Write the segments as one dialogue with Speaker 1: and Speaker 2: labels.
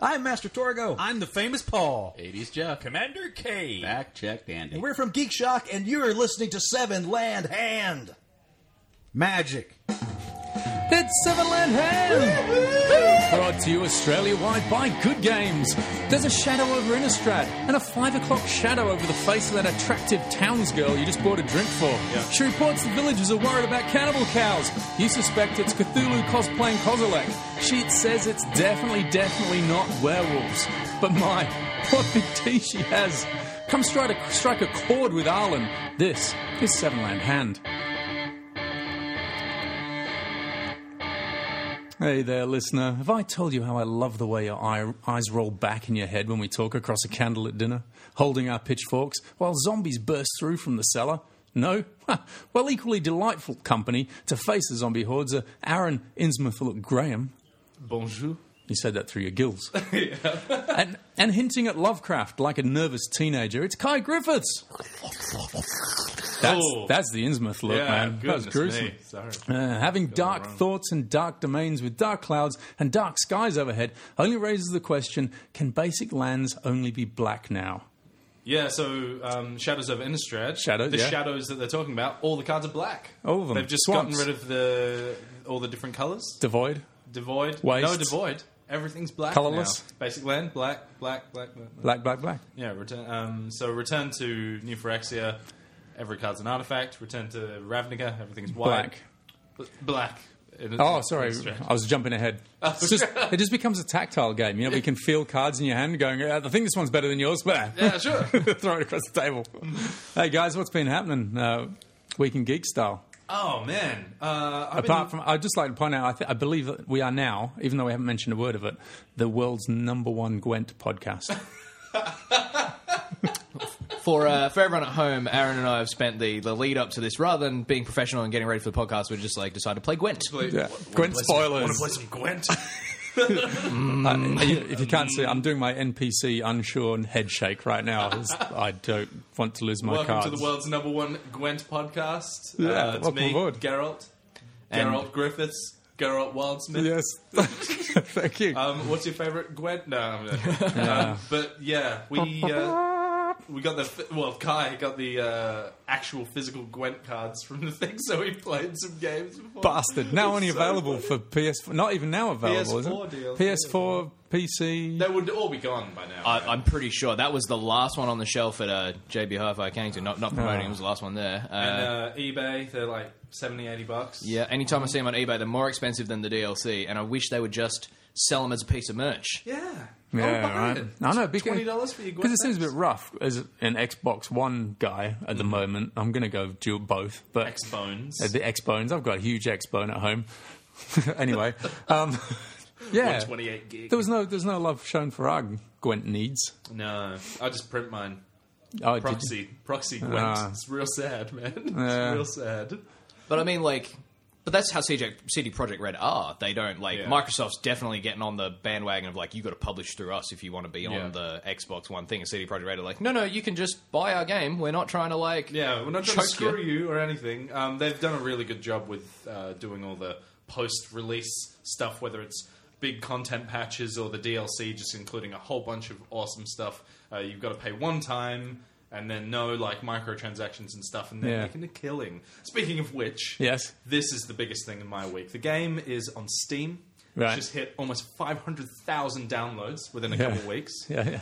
Speaker 1: I'm Master Torgo.
Speaker 2: I'm the famous Paul.
Speaker 3: 80s Jeff.
Speaker 2: Commander K.
Speaker 3: Back checked Andy.
Speaker 1: And we're from Geek Shock, and you're listening to Seven Land Hand. Magic.
Speaker 4: It's Seven Land Hand! Brought to you Australia wide by Good Games. There's a shadow over Innistrad and a five o'clock shadow over the face of that attractive townsgirl you just bought a drink for. She reports the villagers are worried about cannibal cows. You suspect it's Cthulhu cosplaying Kozilek. She says it's definitely, definitely not werewolves. But my, what big tea she has. Come strike a, strike a chord with Arlen. This is Seven Land Hand. Hey there, listener. Have I told you how I love the way your eye- eyes roll back in your head when we talk across a candle at dinner, holding our pitchforks, while zombies burst through from the cellar? No? Ha. well, equally delightful company to face the zombie hordes are Aaron Innsmouth Look Graham.
Speaker 3: Bonjour.
Speaker 4: You said that through your gills. and, and hinting at Lovecraft like a nervous teenager, it's Kai Griffiths. That's,
Speaker 3: Oh.
Speaker 4: that's the Innsmouth look, man. That was gruesome.
Speaker 3: Sorry.
Speaker 4: Uh, having dark thoughts and dark domains with dark clouds and dark skies overhead only raises the question can basic lands only be black now?
Speaker 3: Yeah, so um, Shadows of Innistrad.
Speaker 4: Shadows,
Speaker 3: The
Speaker 4: yeah.
Speaker 3: shadows that they're talking about, all the cards are black.
Speaker 4: All of them.
Speaker 3: They've just
Speaker 4: Swamps.
Speaker 3: gotten rid of the all the different colours.
Speaker 4: Devoid?
Speaker 3: Devoid.
Speaker 4: Wastes.
Speaker 3: No, devoid. Everything's black.
Speaker 4: Colourless.
Speaker 3: now. Basic land, black, black, black, black. black.
Speaker 4: Black, black, black.
Speaker 3: Yeah, return. Um, so return to New Phyrexia. Every card's an artifact. Return to Ravnica. Everything's white.
Speaker 4: Black.
Speaker 3: Black. Black. In-
Speaker 4: Oh, sorry.
Speaker 3: Innistrad.
Speaker 4: I was jumping ahead.
Speaker 3: Oh,
Speaker 4: It's just, it just becomes a tactile game. You know, we can feel cards in your hand going, "Uh, I think this one's better than yours. But
Speaker 3: Yeah, sure.
Speaker 4: Throw it across the table. hey, guys, what's been happening? Uh, Week in Geek style.
Speaker 3: Oh man. Uh, I've
Speaker 4: Apart
Speaker 3: been-
Speaker 4: from, I'd just like to point out, I, th- I believe that we are now, even though we haven't mentioned a word of it, the world's number one Gwent podcast.
Speaker 5: For uh, for everyone at home, Aaron and I have spent the, the lead up to this. Rather than being professional and getting ready for the podcast, we just like decided to play Gwent.
Speaker 4: yeah. Gwent
Speaker 3: Want
Speaker 4: spoilers.
Speaker 3: to play some Gwent?
Speaker 4: Uh, you- if you can't
Speaker 3: Mm.
Speaker 4: see, I'm doing my NPC unsure and head shake right now. 'cause I don't want to lose my
Speaker 3: Welcome
Speaker 4: cards.
Speaker 3: to the world's number one Gwent podcast.
Speaker 4: Yeah,
Speaker 3: uh, it's
Speaker 4: welcome
Speaker 3: me,
Speaker 4: aboard.
Speaker 3: Geralt.
Speaker 5: And-
Speaker 3: Geralt Griffiths. Geralt Wildsmith.
Speaker 4: Yes. Thank you.
Speaker 3: Um, what's your favourite Gwent? No, I'm not. Um, but yeah, we uh, we got the fi- well, Kai got the uh, actual physical Gwent cards from the thing, so we played some games. Before.
Speaker 4: Bastard. Now
Speaker 3: It's
Speaker 4: only
Speaker 3: so
Speaker 4: available
Speaker 3: funny.
Speaker 4: for PS4. Not even now available,
Speaker 3: PS4
Speaker 4: is
Speaker 3: deal.
Speaker 4: it? PS4, PC.
Speaker 3: They would all be gone by now.
Speaker 5: I, I'm pretty sure that was the last one on the shelf at uh, JB Hi-Fi Kennington. Not not promoting, it was the last one there. Uh,
Speaker 3: and uh, eBay, they're like 70, 80 bucks.
Speaker 5: yeah, anytime I see them on eBay, they're more expensive than the DLC, and I wish they would just sell them as a piece of merch.
Speaker 3: yeah,
Speaker 4: Yeah,
Speaker 3: I'll buy
Speaker 4: right.
Speaker 3: it.
Speaker 4: I know because
Speaker 3: twenty dollars for your Gwent
Speaker 4: because it seems a bit
Speaker 3: cards?
Speaker 4: rough as an Xbox One guy at the moment. I'm going to go do both, but
Speaker 3: X-Bones.
Speaker 4: Uh, the X bones. I've got a huge X bone at home. anyway, um, yeah,
Speaker 3: 28 gig.
Speaker 4: there was no there's no love shown for our Gwent needs.
Speaker 3: No, I just print mine.
Speaker 4: Oh, did you-
Speaker 3: Proxy, proxy Gwent.
Speaker 4: Ah.
Speaker 3: it's real sad, man. It's
Speaker 4: Yeah.
Speaker 3: real sad.
Speaker 5: But I mean, like, but that's how CJ, CD Project Red are. They don't like
Speaker 3: Yeah.
Speaker 5: Microsoft's definitely getting on the bandwagon of like you got to publish through us if you want to be
Speaker 3: Yeah.
Speaker 5: on the Xbox One thing. And CD Project Red are like, no, no, you can just buy our game. We're not trying to like,
Speaker 3: Yeah, we're not trying to
Speaker 5: choke you.
Speaker 3: screw you. or anything. Um, they've done a really good job with uh, doing all the post-release stuff, whether it's big content patches or the DLC, just including a whole bunch of awesome stuff. Uh, you've got to pay one time, and then no like microtransactions and stuff, and they're
Speaker 4: Yeah.
Speaker 3: making a killing. Speaking of which,
Speaker 4: Yes.
Speaker 3: this is the biggest thing in my week. The game is on Steam.
Speaker 4: Right.
Speaker 3: It's just hit almost 500,000 downloads within a
Speaker 4: Yeah.
Speaker 3: couple of weeks.
Speaker 4: Yeah, yeah.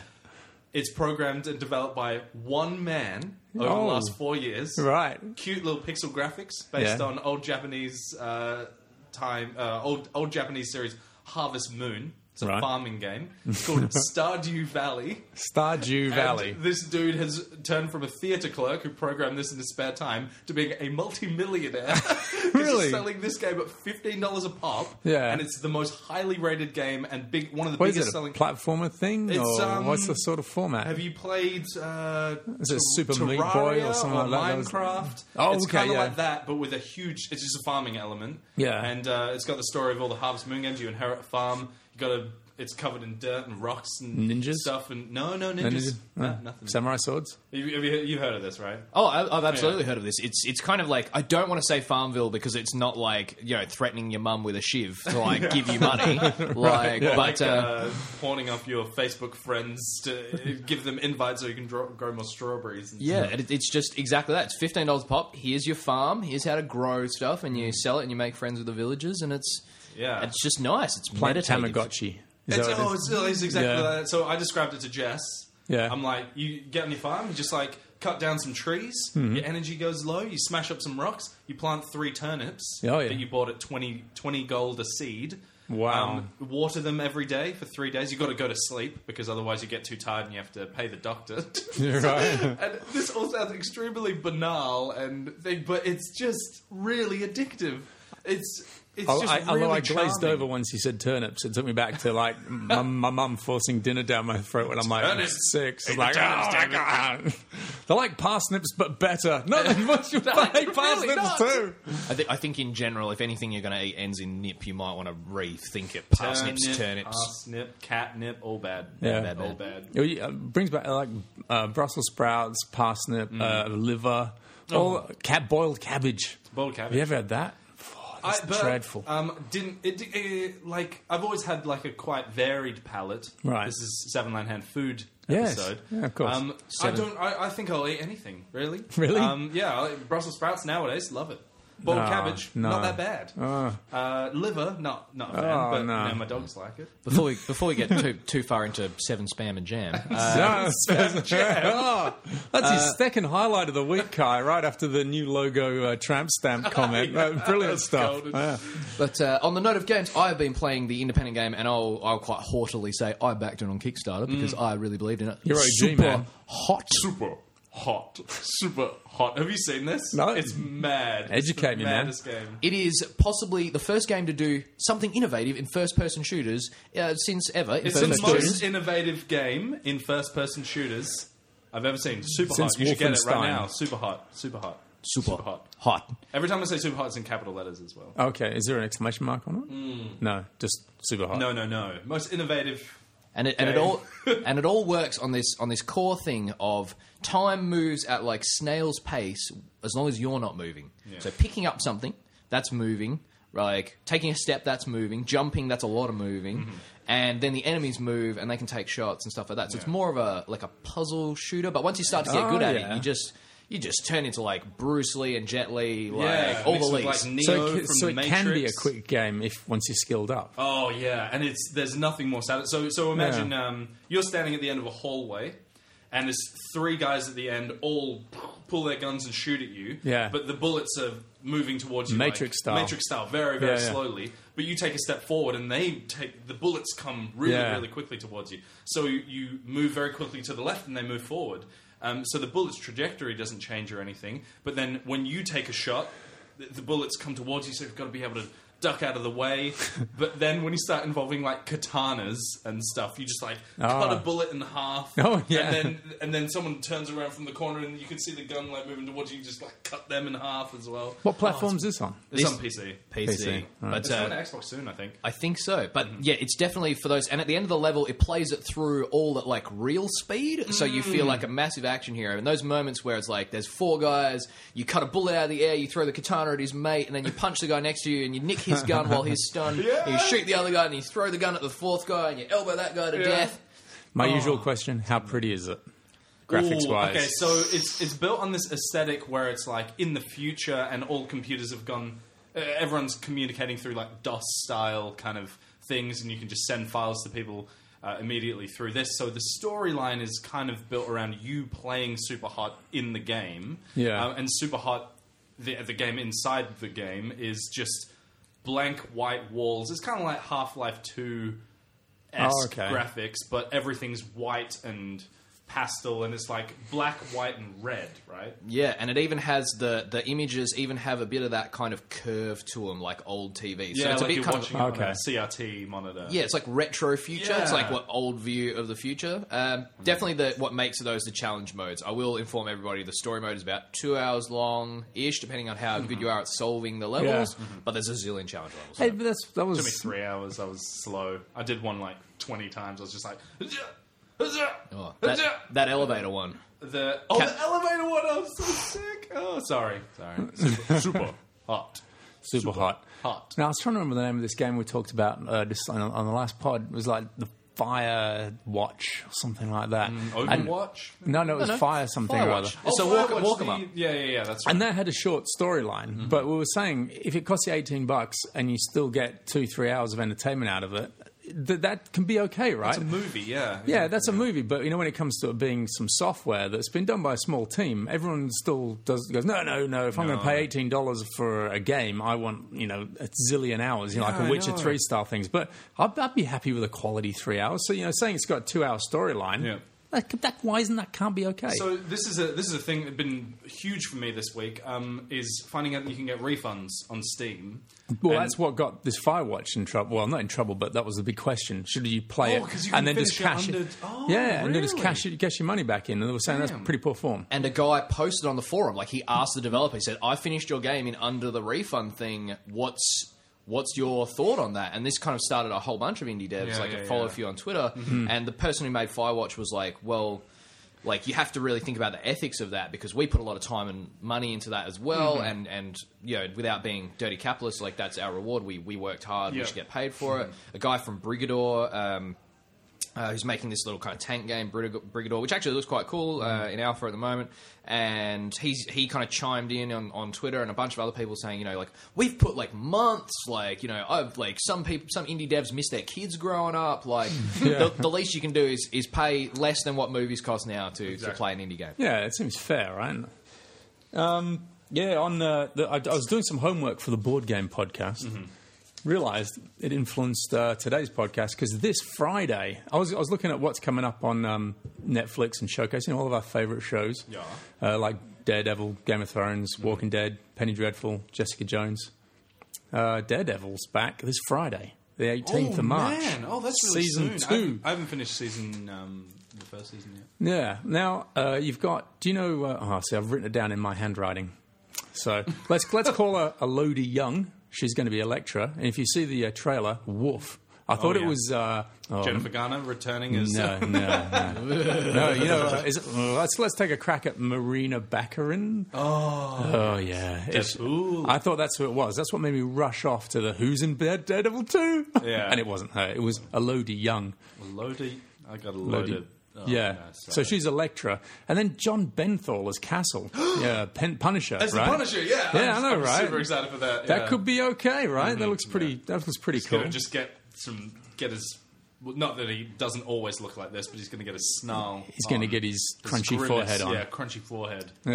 Speaker 3: It's programmed and developed by one man over
Speaker 4: Oh.
Speaker 3: the last four years.
Speaker 4: Right.
Speaker 3: Cute little pixel graphics based
Speaker 4: Yeah.
Speaker 3: on old Japanese uh, time, uh, old old Japanese series Harvest Moon. It's a
Speaker 4: Right.
Speaker 3: farming game called Stardew Valley.
Speaker 4: Stardew Valley.
Speaker 3: And this dude has turned from a theatre clerk who programmed this in his spare time to being a multimillionaire. 'Cause
Speaker 4: Really?
Speaker 3: He's selling this game at fifteen dollars a pop.
Speaker 4: Yeah.
Speaker 3: and it's the most highly rated game and big one of the
Speaker 4: what is
Speaker 3: biggest
Speaker 4: it? A
Speaker 3: selling.
Speaker 4: platformer thing,
Speaker 3: It's,
Speaker 4: or
Speaker 3: um,
Speaker 4: what's the sort of format?
Speaker 3: have you played? Uh,
Speaker 4: Is it
Speaker 3: Ter-
Speaker 4: Super Meat Boy or something like that? That was-
Speaker 3: Minecraft.
Speaker 4: Oh,
Speaker 3: it's
Speaker 4: okay,
Speaker 3: kind of
Speaker 4: yeah.
Speaker 3: like that, but with a huge. It's just a farming element.
Speaker 4: Yeah.
Speaker 3: and uh, it's got the story of all the Harvest Moon games. You inherit a farm. You got to it's covered in dirt and rocks and
Speaker 4: Ninjas?
Speaker 3: stuff. And no, no
Speaker 4: And
Speaker 3: ninjas.
Speaker 4: is-
Speaker 3: No,
Speaker 4: uh,
Speaker 3: nothing.
Speaker 4: Samurai swords.
Speaker 3: you, have you, you've heard of this, right?
Speaker 5: Oh, I, I've absolutely heard of this. It's it's kind of like I don't want to say Farmville because it's not like you know threatening your mum with a shiv to like give you money, like but.
Speaker 3: like,
Speaker 5: Uh,
Speaker 3: uh, pawning off your Facebook friends to give them invites so you can draw, grow more strawberries. And
Speaker 5: yeah, it, it's just exactly that. It's fifteen dollars a pop. Here's your farm. Here's how to grow stuff, and you sell it, and you make friends with the villagers, and it's
Speaker 3: Yeah.
Speaker 5: it's just nice. It's
Speaker 4: Planet
Speaker 5: meditative.
Speaker 4: Tamagotchi. Is
Speaker 3: It's,
Speaker 4: that
Speaker 3: oh,
Speaker 4: what it is?
Speaker 3: it's, it's exactly
Speaker 4: Yeah.
Speaker 3: that. So I described it to Jess.
Speaker 4: Yeah.
Speaker 3: I'm like, you get on your farm, you just like cut down some trees,
Speaker 4: Mm-hmm.
Speaker 3: your energy goes low, you smash up some rocks, you plant three turnips
Speaker 4: Oh, yeah.
Speaker 3: that you bought at 20, 20 gold a seed. Um,
Speaker 4: Wow.
Speaker 3: water them every day for three days. You've got to go to sleep because otherwise you get too tired and you have to pay the doctor.
Speaker 4: Right.
Speaker 3: and this all sounds extremely banal and thing, but it's just really addictive. It's it's
Speaker 4: Oh,
Speaker 3: just
Speaker 4: I,
Speaker 3: really
Speaker 4: although I glazed
Speaker 3: charming.
Speaker 4: over once he said turnips, it took me back to like my, my mum forcing dinner down my throat when I'm like
Speaker 3: Turnips.
Speaker 4: six. It's
Speaker 3: Eat the
Speaker 4: like, oh,
Speaker 3: turnips,
Speaker 4: I
Speaker 3: damn
Speaker 4: can't. They're like parsnips, but better. No, they like
Speaker 5: really
Speaker 4: parsnips
Speaker 5: not.
Speaker 4: too.
Speaker 5: I, th- I think in general, if anything you're going to eat ends in nip, you might want to rethink it. Parsnips, turnips.
Speaker 3: parsnip, catnip, all bad.
Speaker 4: Yeah.
Speaker 5: Bad,
Speaker 3: all
Speaker 5: bad.
Speaker 3: bad.
Speaker 4: It uh, brings back uh, like uh, Brussels sprouts, parsnip,
Speaker 3: Mm.
Speaker 4: uh, liver, all cat boiled cabbage.
Speaker 3: Oh. Boiled cabbage.
Speaker 4: Have you ever had that? Oh, that's
Speaker 3: but,
Speaker 4: dreadful.
Speaker 3: Um, didn't it, it? Like I've always had like a quite varied palate.
Speaker 4: Right.
Speaker 3: This is Seven Land Hand food
Speaker 4: Yes.
Speaker 3: episode.
Speaker 4: Yeah, of course.
Speaker 3: Um, I
Speaker 4: Seven.
Speaker 3: don't. I, I think I'll eat anything. Really.
Speaker 4: Really?
Speaker 3: Um, yeah. I, Brussels sprouts nowadays. Love it. Boiled
Speaker 4: No,
Speaker 3: cabbage.
Speaker 4: no.
Speaker 3: Not that bad.
Speaker 4: Ah.
Speaker 3: Uh, liver. Not not a fan.
Speaker 4: Oh,
Speaker 3: but
Speaker 4: no.
Speaker 3: you know, my dogs like it.
Speaker 5: Before we before we get too too far into seven spam and jam, uh,
Speaker 4: No, Oh, that's
Speaker 3: Uh,
Speaker 4: his second highlight of the week, Kai, right after the new logo uh, tramp stamp comment. Uh, brilliant stuff.
Speaker 3: golden.
Speaker 4: Yeah.
Speaker 5: but uh, on the note of games, I have been playing the independent game, and I'll I'll quite haughtily say I backed it on Kickstarter because I really believed in it.
Speaker 4: You're OG,
Speaker 5: super
Speaker 4: man.
Speaker 5: hot.
Speaker 3: Super hot. Super hot. Have you seen this?
Speaker 4: No.
Speaker 3: It's mad.
Speaker 4: Educate
Speaker 3: it's
Speaker 4: me,
Speaker 3: the
Speaker 4: man.
Speaker 3: maddest game.
Speaker 5: It is possibly the first game to do something innovative in first-person shooters uh, since ever. in
Speaker 3: It's the
Speaker 5: first-person shooters.
Speaker 3: most innovative game in first-person shooters I've ever seen. Super
Speaker 4: Since
Speaker 3: hot. You should get it
Speaker 4: Wolfenstein.
Speaker 3: right now. Super hot. Super hot.
Speaker 5: super,
Speaker 3: hot.
Speaker 5: hot.
Speaker 3: Every time I say super hot, it's in capital letters as well.
Speaker 4: Okay, is there an exclamation mark on it? No, just super hot.
Speaker 3: Hmm. No, no, no. Most innovative.
Speaker 5: and it, and it
Speaker 3: Okay.
Speaker 5: all and it all works on this on this core thing of time moves at like snail's pace as long as you're not moving. So picking up something that's moving, like taking a step that's moving, jumping that's a lot of moving,
Speaker 3: Mm-hmm.
Speaker 5: and then the enemies move and they can take shots and stuff like that. So it's more of a like a puzzle shooter. But once you start to get
Speaker 4: Oh,
Speaker 5: good at
Speaker 4: yeah.
Speaker 5: it, you just you just turn into like Bruce Lee and Jet Li, like
Speaker 3: Yeah,
Speaker 5: all the
Speaker 3: mixed with,
Speaker 5: leagues.
Speaker 3: Like Neo
Speaker 4: So, it,
Speaker 3: from
Speaker 4: ca- so
Speaker 3: the
Speaker 4: it can be a
Speaker 3: Matrix.
Speaker 4: quick game if once you're skilled up.
Speaker 3: Oh yeah, and it's there's nothing more sad. So so imagine um, you're standing at the end of a hallway, and there's three guys at the end all pull their guns and shoot at you.
Speaker 4: Yeah.
Speaker 3: but the bullets are moving towards you,
Speaker 4: Matrix
Speaker 3: like-
Speaker 4: style.
Speaker 3: Matrix style, very very
Speaker 4: Yeah, yeah.
Speaker 3: slowly. But you take a step forward, and they take the bullets come really
Speaker 4: Yeah.
Speaker 3: really quickly towards you. So you, you move very quickly to the left, and they move forward. Um, so the bullet's trajectory doesn't change or anything. But then when you take a shot, the, the bullets come towards you, so you've got to be able to duck out of the way. but then when you start involving like katanas and stuff, you just like cut
Speaker 4: Ah.
Speaker 3: a bullet in half.
Speaker 4: Oh, yeah.
Speaker 3: And then and then someone turns around from the corner, and you can see the gun like moving towards you. You just like cut them in half as well.
Speaker 4: What platform's this on?
Speaker 3: It's on PC.
Speaker 5: PC.
Speaker 4: PC, right.
Speaker 5: But
Speaker 3: It's
Speaker 5: uh,
Speaker 3: coming to Xbox soon, I think.
Speaker 5: I think so, but yeah, it's definitely for those. And at the end of the level, it plays it through all at like real speed, so you feel
Speaker 3: Mm.
Speaker 5: like a massive action hero. And those moments where it's like there's four guys, you cut a bullet out of the air, you throw the katana at his mate, and then you punch the guy next to you, and you nick his gun while he's stunned. and you shoot the other guy, and you throw the gun at the fourth guy, and you elbow that guy to death.
Speaker 4: My usual question: How pretty is it, graphics
Speaker 3: Oh. Ooh,
Speaker 4: wise?
Speaker 3: Okay, so it's it's built on this aesthetic where it's like in the future, and all computers have gone. Uh, everyone's communicating through like DOS style kind of things, and you can just send files to people. Uh, immediately through this, so the storyline is kind of built around you playing Super Hot in the game,
Speaker 4: Yeah.
Speaker 3: Um, and Super Hot, the, the game inside the game is just blank white walls. It's kind of like Half Life Two esque
Speaker 4: Oh, okay.
Speaker 3: graphics, but everything's white and pastel, and it's like black, white, and red, right?
Speaker 5: Yeah, and it even has the the images even have a bit of that kind of curve to them, like old TV. so
Speaker 3: like
Speaker 5: it's a bit
Speaker 3: you're
Speaker 5: kind of
Speaker 3: watching it on
Speaker 4: okay.
Speaker 3: a CRT monitor.
Speaker 5: Yeah, it's like retro future. It's
Speaker 3: Yeah.
Speaker 5: like what old view of the future. Um, definitely, the what makes those the challenge modes. I will inform everybody the story mode is about two hours long ish, depending on how good you are at solving the levels. But there's a zillion challenge levels.
Speaker 4: Hey, but that's, that was
Speaker 3: Took me three hours. I was slow. I did one like twenty times. I was just like,
Speaker 5: Oh, that, that elevator one.
Speaker 3: the oh the elevator one. I was so sick. Oh, sorry, sorry. Super, super hot,
Speaker 4: Super, hot.
Speaker 3: hot.
Speaker 4: Now I was trying to remember the name of this game we talked about uh, just on, on the last pod. It was like the Fire Watch or something like that.
Speaker 3: Mm,
Speaker 4: And-
Speaker 3: Overwatch.
Speaker 4: No, no, it was
Speaker 5: no.
Speaker 4: Fire something or other.
Speaker 5: Firewatch.
Speaker 3: Oh.
Speaker 5: It's a walk-
Speaker 3: Firewatch,
Speaker 5: walk
Speaker 3: the-
Speaker 5: 'em up.
Speaker 3: Yeah, yeah, yeah. That's right.
Speaker 4: And that had a short storyline,
Speaker 3: Mm-hmm.
Speaker 4: but we were saying if it costs you eighteen bucks and you still get two, three hours of entertainment out of it, th- that can be okay, right?
Speaker 3: it's a movie. Yeah,
Speaker 4: yeah, that's a movie, but you know when it comes to it being some software that's been done by a small team, everyone still does goes no, no, no. If I'm going to pay eighteen dollars for a game, I want you know a zillion hours, you know, like a
Speaker 3: I
Speaker 4: Witcher
Speaker 3: know.
Speaker 4: three style things. But I'd, I'd be happy with a quality three hours. So you know, saying it's got a two hour storyline,
Speaker 3: Yeah.
Speaker 4: that, that why isn't that can't be okay?
Speaker 3: So this is a this is a thing that's been huge for me this week. Um, is finding out that you can get refunds on Steam.
Speaker 4: Well,
Speaker 3: And-
Speaker 4: that's what got this Firewatch in trouble. Well, not in trouble, but that was the big question. Should you play
Speaker 3: Oh,
Speaker 4: it
Speaker 3: 'cause you
Speaker 4: and
Speaker 3: can
Speaker 4: then just
Speaker 3: finish it
Speaker 4: cash it?
Speaker 3: under- Oh,
Speaker 4: yeah, and then just
Speaker 3: really?
Speaker 4: cash it, cash your money back in. And they were saying
Speaker 3: Damn.
Speaker 4: that's pretty poor form.
Speaker 5: And a guy posted on the forum, like he asked the developer, he said, "I finished your game in under the refund thing. What's what's your thought on that?" And this kind of started a whole bunch of indie devs.
Speaker 3: Yeah,
Speaker 5: like
Speaker 3: yeah,
Speaker 5: I follow
Speaker 3: yeah.
Speaker 5: a few on Twitter, and the person who made Firewatch was like, "Well." Like you have to really think about the ethics of that because we put a lot of time and money into that as well,
Speaker 3: Mm-hmm.
Speaker 5: and and you know without being dirty capitalists, like that's our reward. We we worked hard,
Speaker 3: Yeah. Mm-hmm.
Speaker 5: we should get paid for it. A guy from Brigador, um, uh, who's making this little kind of tank game, Brig- Brigador, which actually looks quite cool uh, in Alpha at the moment. And he's he kind of chimed in on, on Twitter and a bunch of other people saying, you know, like we've put like months, like you know, I've like some people, some indie devs miss their kids growing up. Like the, the least you can do is is pay less than what movies cost now to,
Speaker 3: Exactly.
Speaker 5: to play an indie game.
Speaker 4: Yeah, it seems fair, right? Um, yeah, on uh, the, I, I was doing some homework for the board game podcast.
Speaker 3: Mm-hmm.
Speaker 4: Realized it influenced uh, today's podcast because this Friday I was I was looking at what's coming up on um, Netflix and showcasing all of our favorite shows.
Speaker 3: Yeah. Mm-hmm.
Speaker 4: uh, like Daredevil, Game of Thrones, Walking Dead, Penny Dreadful, Jessica Jones. Uh, Daredevil's back this Friday, the eighteenth of March.
Speaker 3: Man. Oh, that's really
Speaker 4: season
Speaker 3: soon. I
Speaker 4: two.
Speaker 3: haven't, I haven't finished season um, the first season yet.
Speaker 4: Yeah. Now uh, you've got. Do you know? Uh, oh, see, I've written it down in my handwriting. So let's let's call her a Lodi Young. She's going to be Electra. And if you see the uh, trailer, woof. I thought
Speaker 3: yeah.
Speaker 4: it was. Uh, oh,
Speaker 3: Jennifer Garner returning as
Speaker 4: No, no, no. no. You know, uh, is it, uh, let's let's take a crack at Marina Baccarin. Oh, oh yeah. It's-
Speaker 3: Deadpool.
Speaker 4: I thought that's who it was. That's what made me rush off to the Who's in Bed Daredevil two.
Speaker 3: Yeah.
Speaker 4: and it wasn't her. It was Elodie Young.
Speaker 3: Lodi. I got a
Speaker 4: Lodi.
Speaker 3: loaded. Oh,
Speaker 4: yeah.
Speaker 3: no,
Speaker 4: so
Speaker 3: sorry.
Speaker 4: she's Electra, and then John Benthal as Castle, yeah, Pen- Punisher.
Speaker 3: as
Speaker 4: right?
Speaker 3: the Punisher. Yeah,
Speaker 4: Yeah,
Speaker 3: I'm,
Speaker 4: I know,
Speaker 3: I'm
Speaker 4: right?
Speaker 3: Super excited for that.
Speaker 4: That
Speaker 3: yeah.
Speaker 4: could be okay, right? That looks pretty. That looks pretty
Speaker 3: Gonna
Speaker 4: cool.
Speaker 3: just get some get his. Well, not that he doesn't always look like this, but he's going to get his snarl.
Speaker 4: He's going to
Speaker 3: on.
Speaker 4: get his
Speaker 3: His
Speaker 4: crunchy
Speaker 3: grimace,
Speaker 4: forehead on.
Speaker 3: Yeah, crunchy forehead.
Speaker 4: Yeah.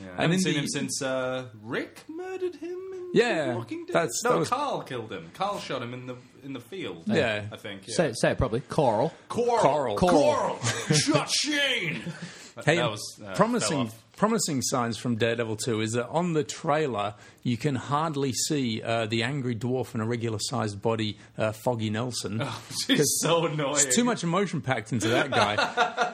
Speaker 3: Yeah. I haven't
Speaker 4: And in
Speaker 3: seen
Speaker 4: the-
Speaker 3: him since uh, Rick murdered him. In
Speaker 4: Yeah,
Speaker 3: The Walking Dead.
Speaker 4: that's-
Speaker 3: no,
Speaker 4: that was-
Speaker 3: Carl killed him. Carl shot him in the in the field.
Speaker 4: Yeah.
Speaker 3: I think. Yeah.
Speaker 5: Say, say it properly, Coral.
Speaker 3: Coral,
Speaker 4: Carl.
Speaker 3: Coral, shot Shane. That-
Speaker 4: Hey,
Speaker 3: that was uh, fell
Speaker 4: promising
Speaker 3: off.
Speaker 4: promising signs from Daredevil 2 is that on the trailer you can hardly see uh, the angry dwarf in a regular sized body, uh, Foggy Nelson.
Speaker 3: Oh. She's so annoying.
Speaker 4: It's too much emotion packed into that guy.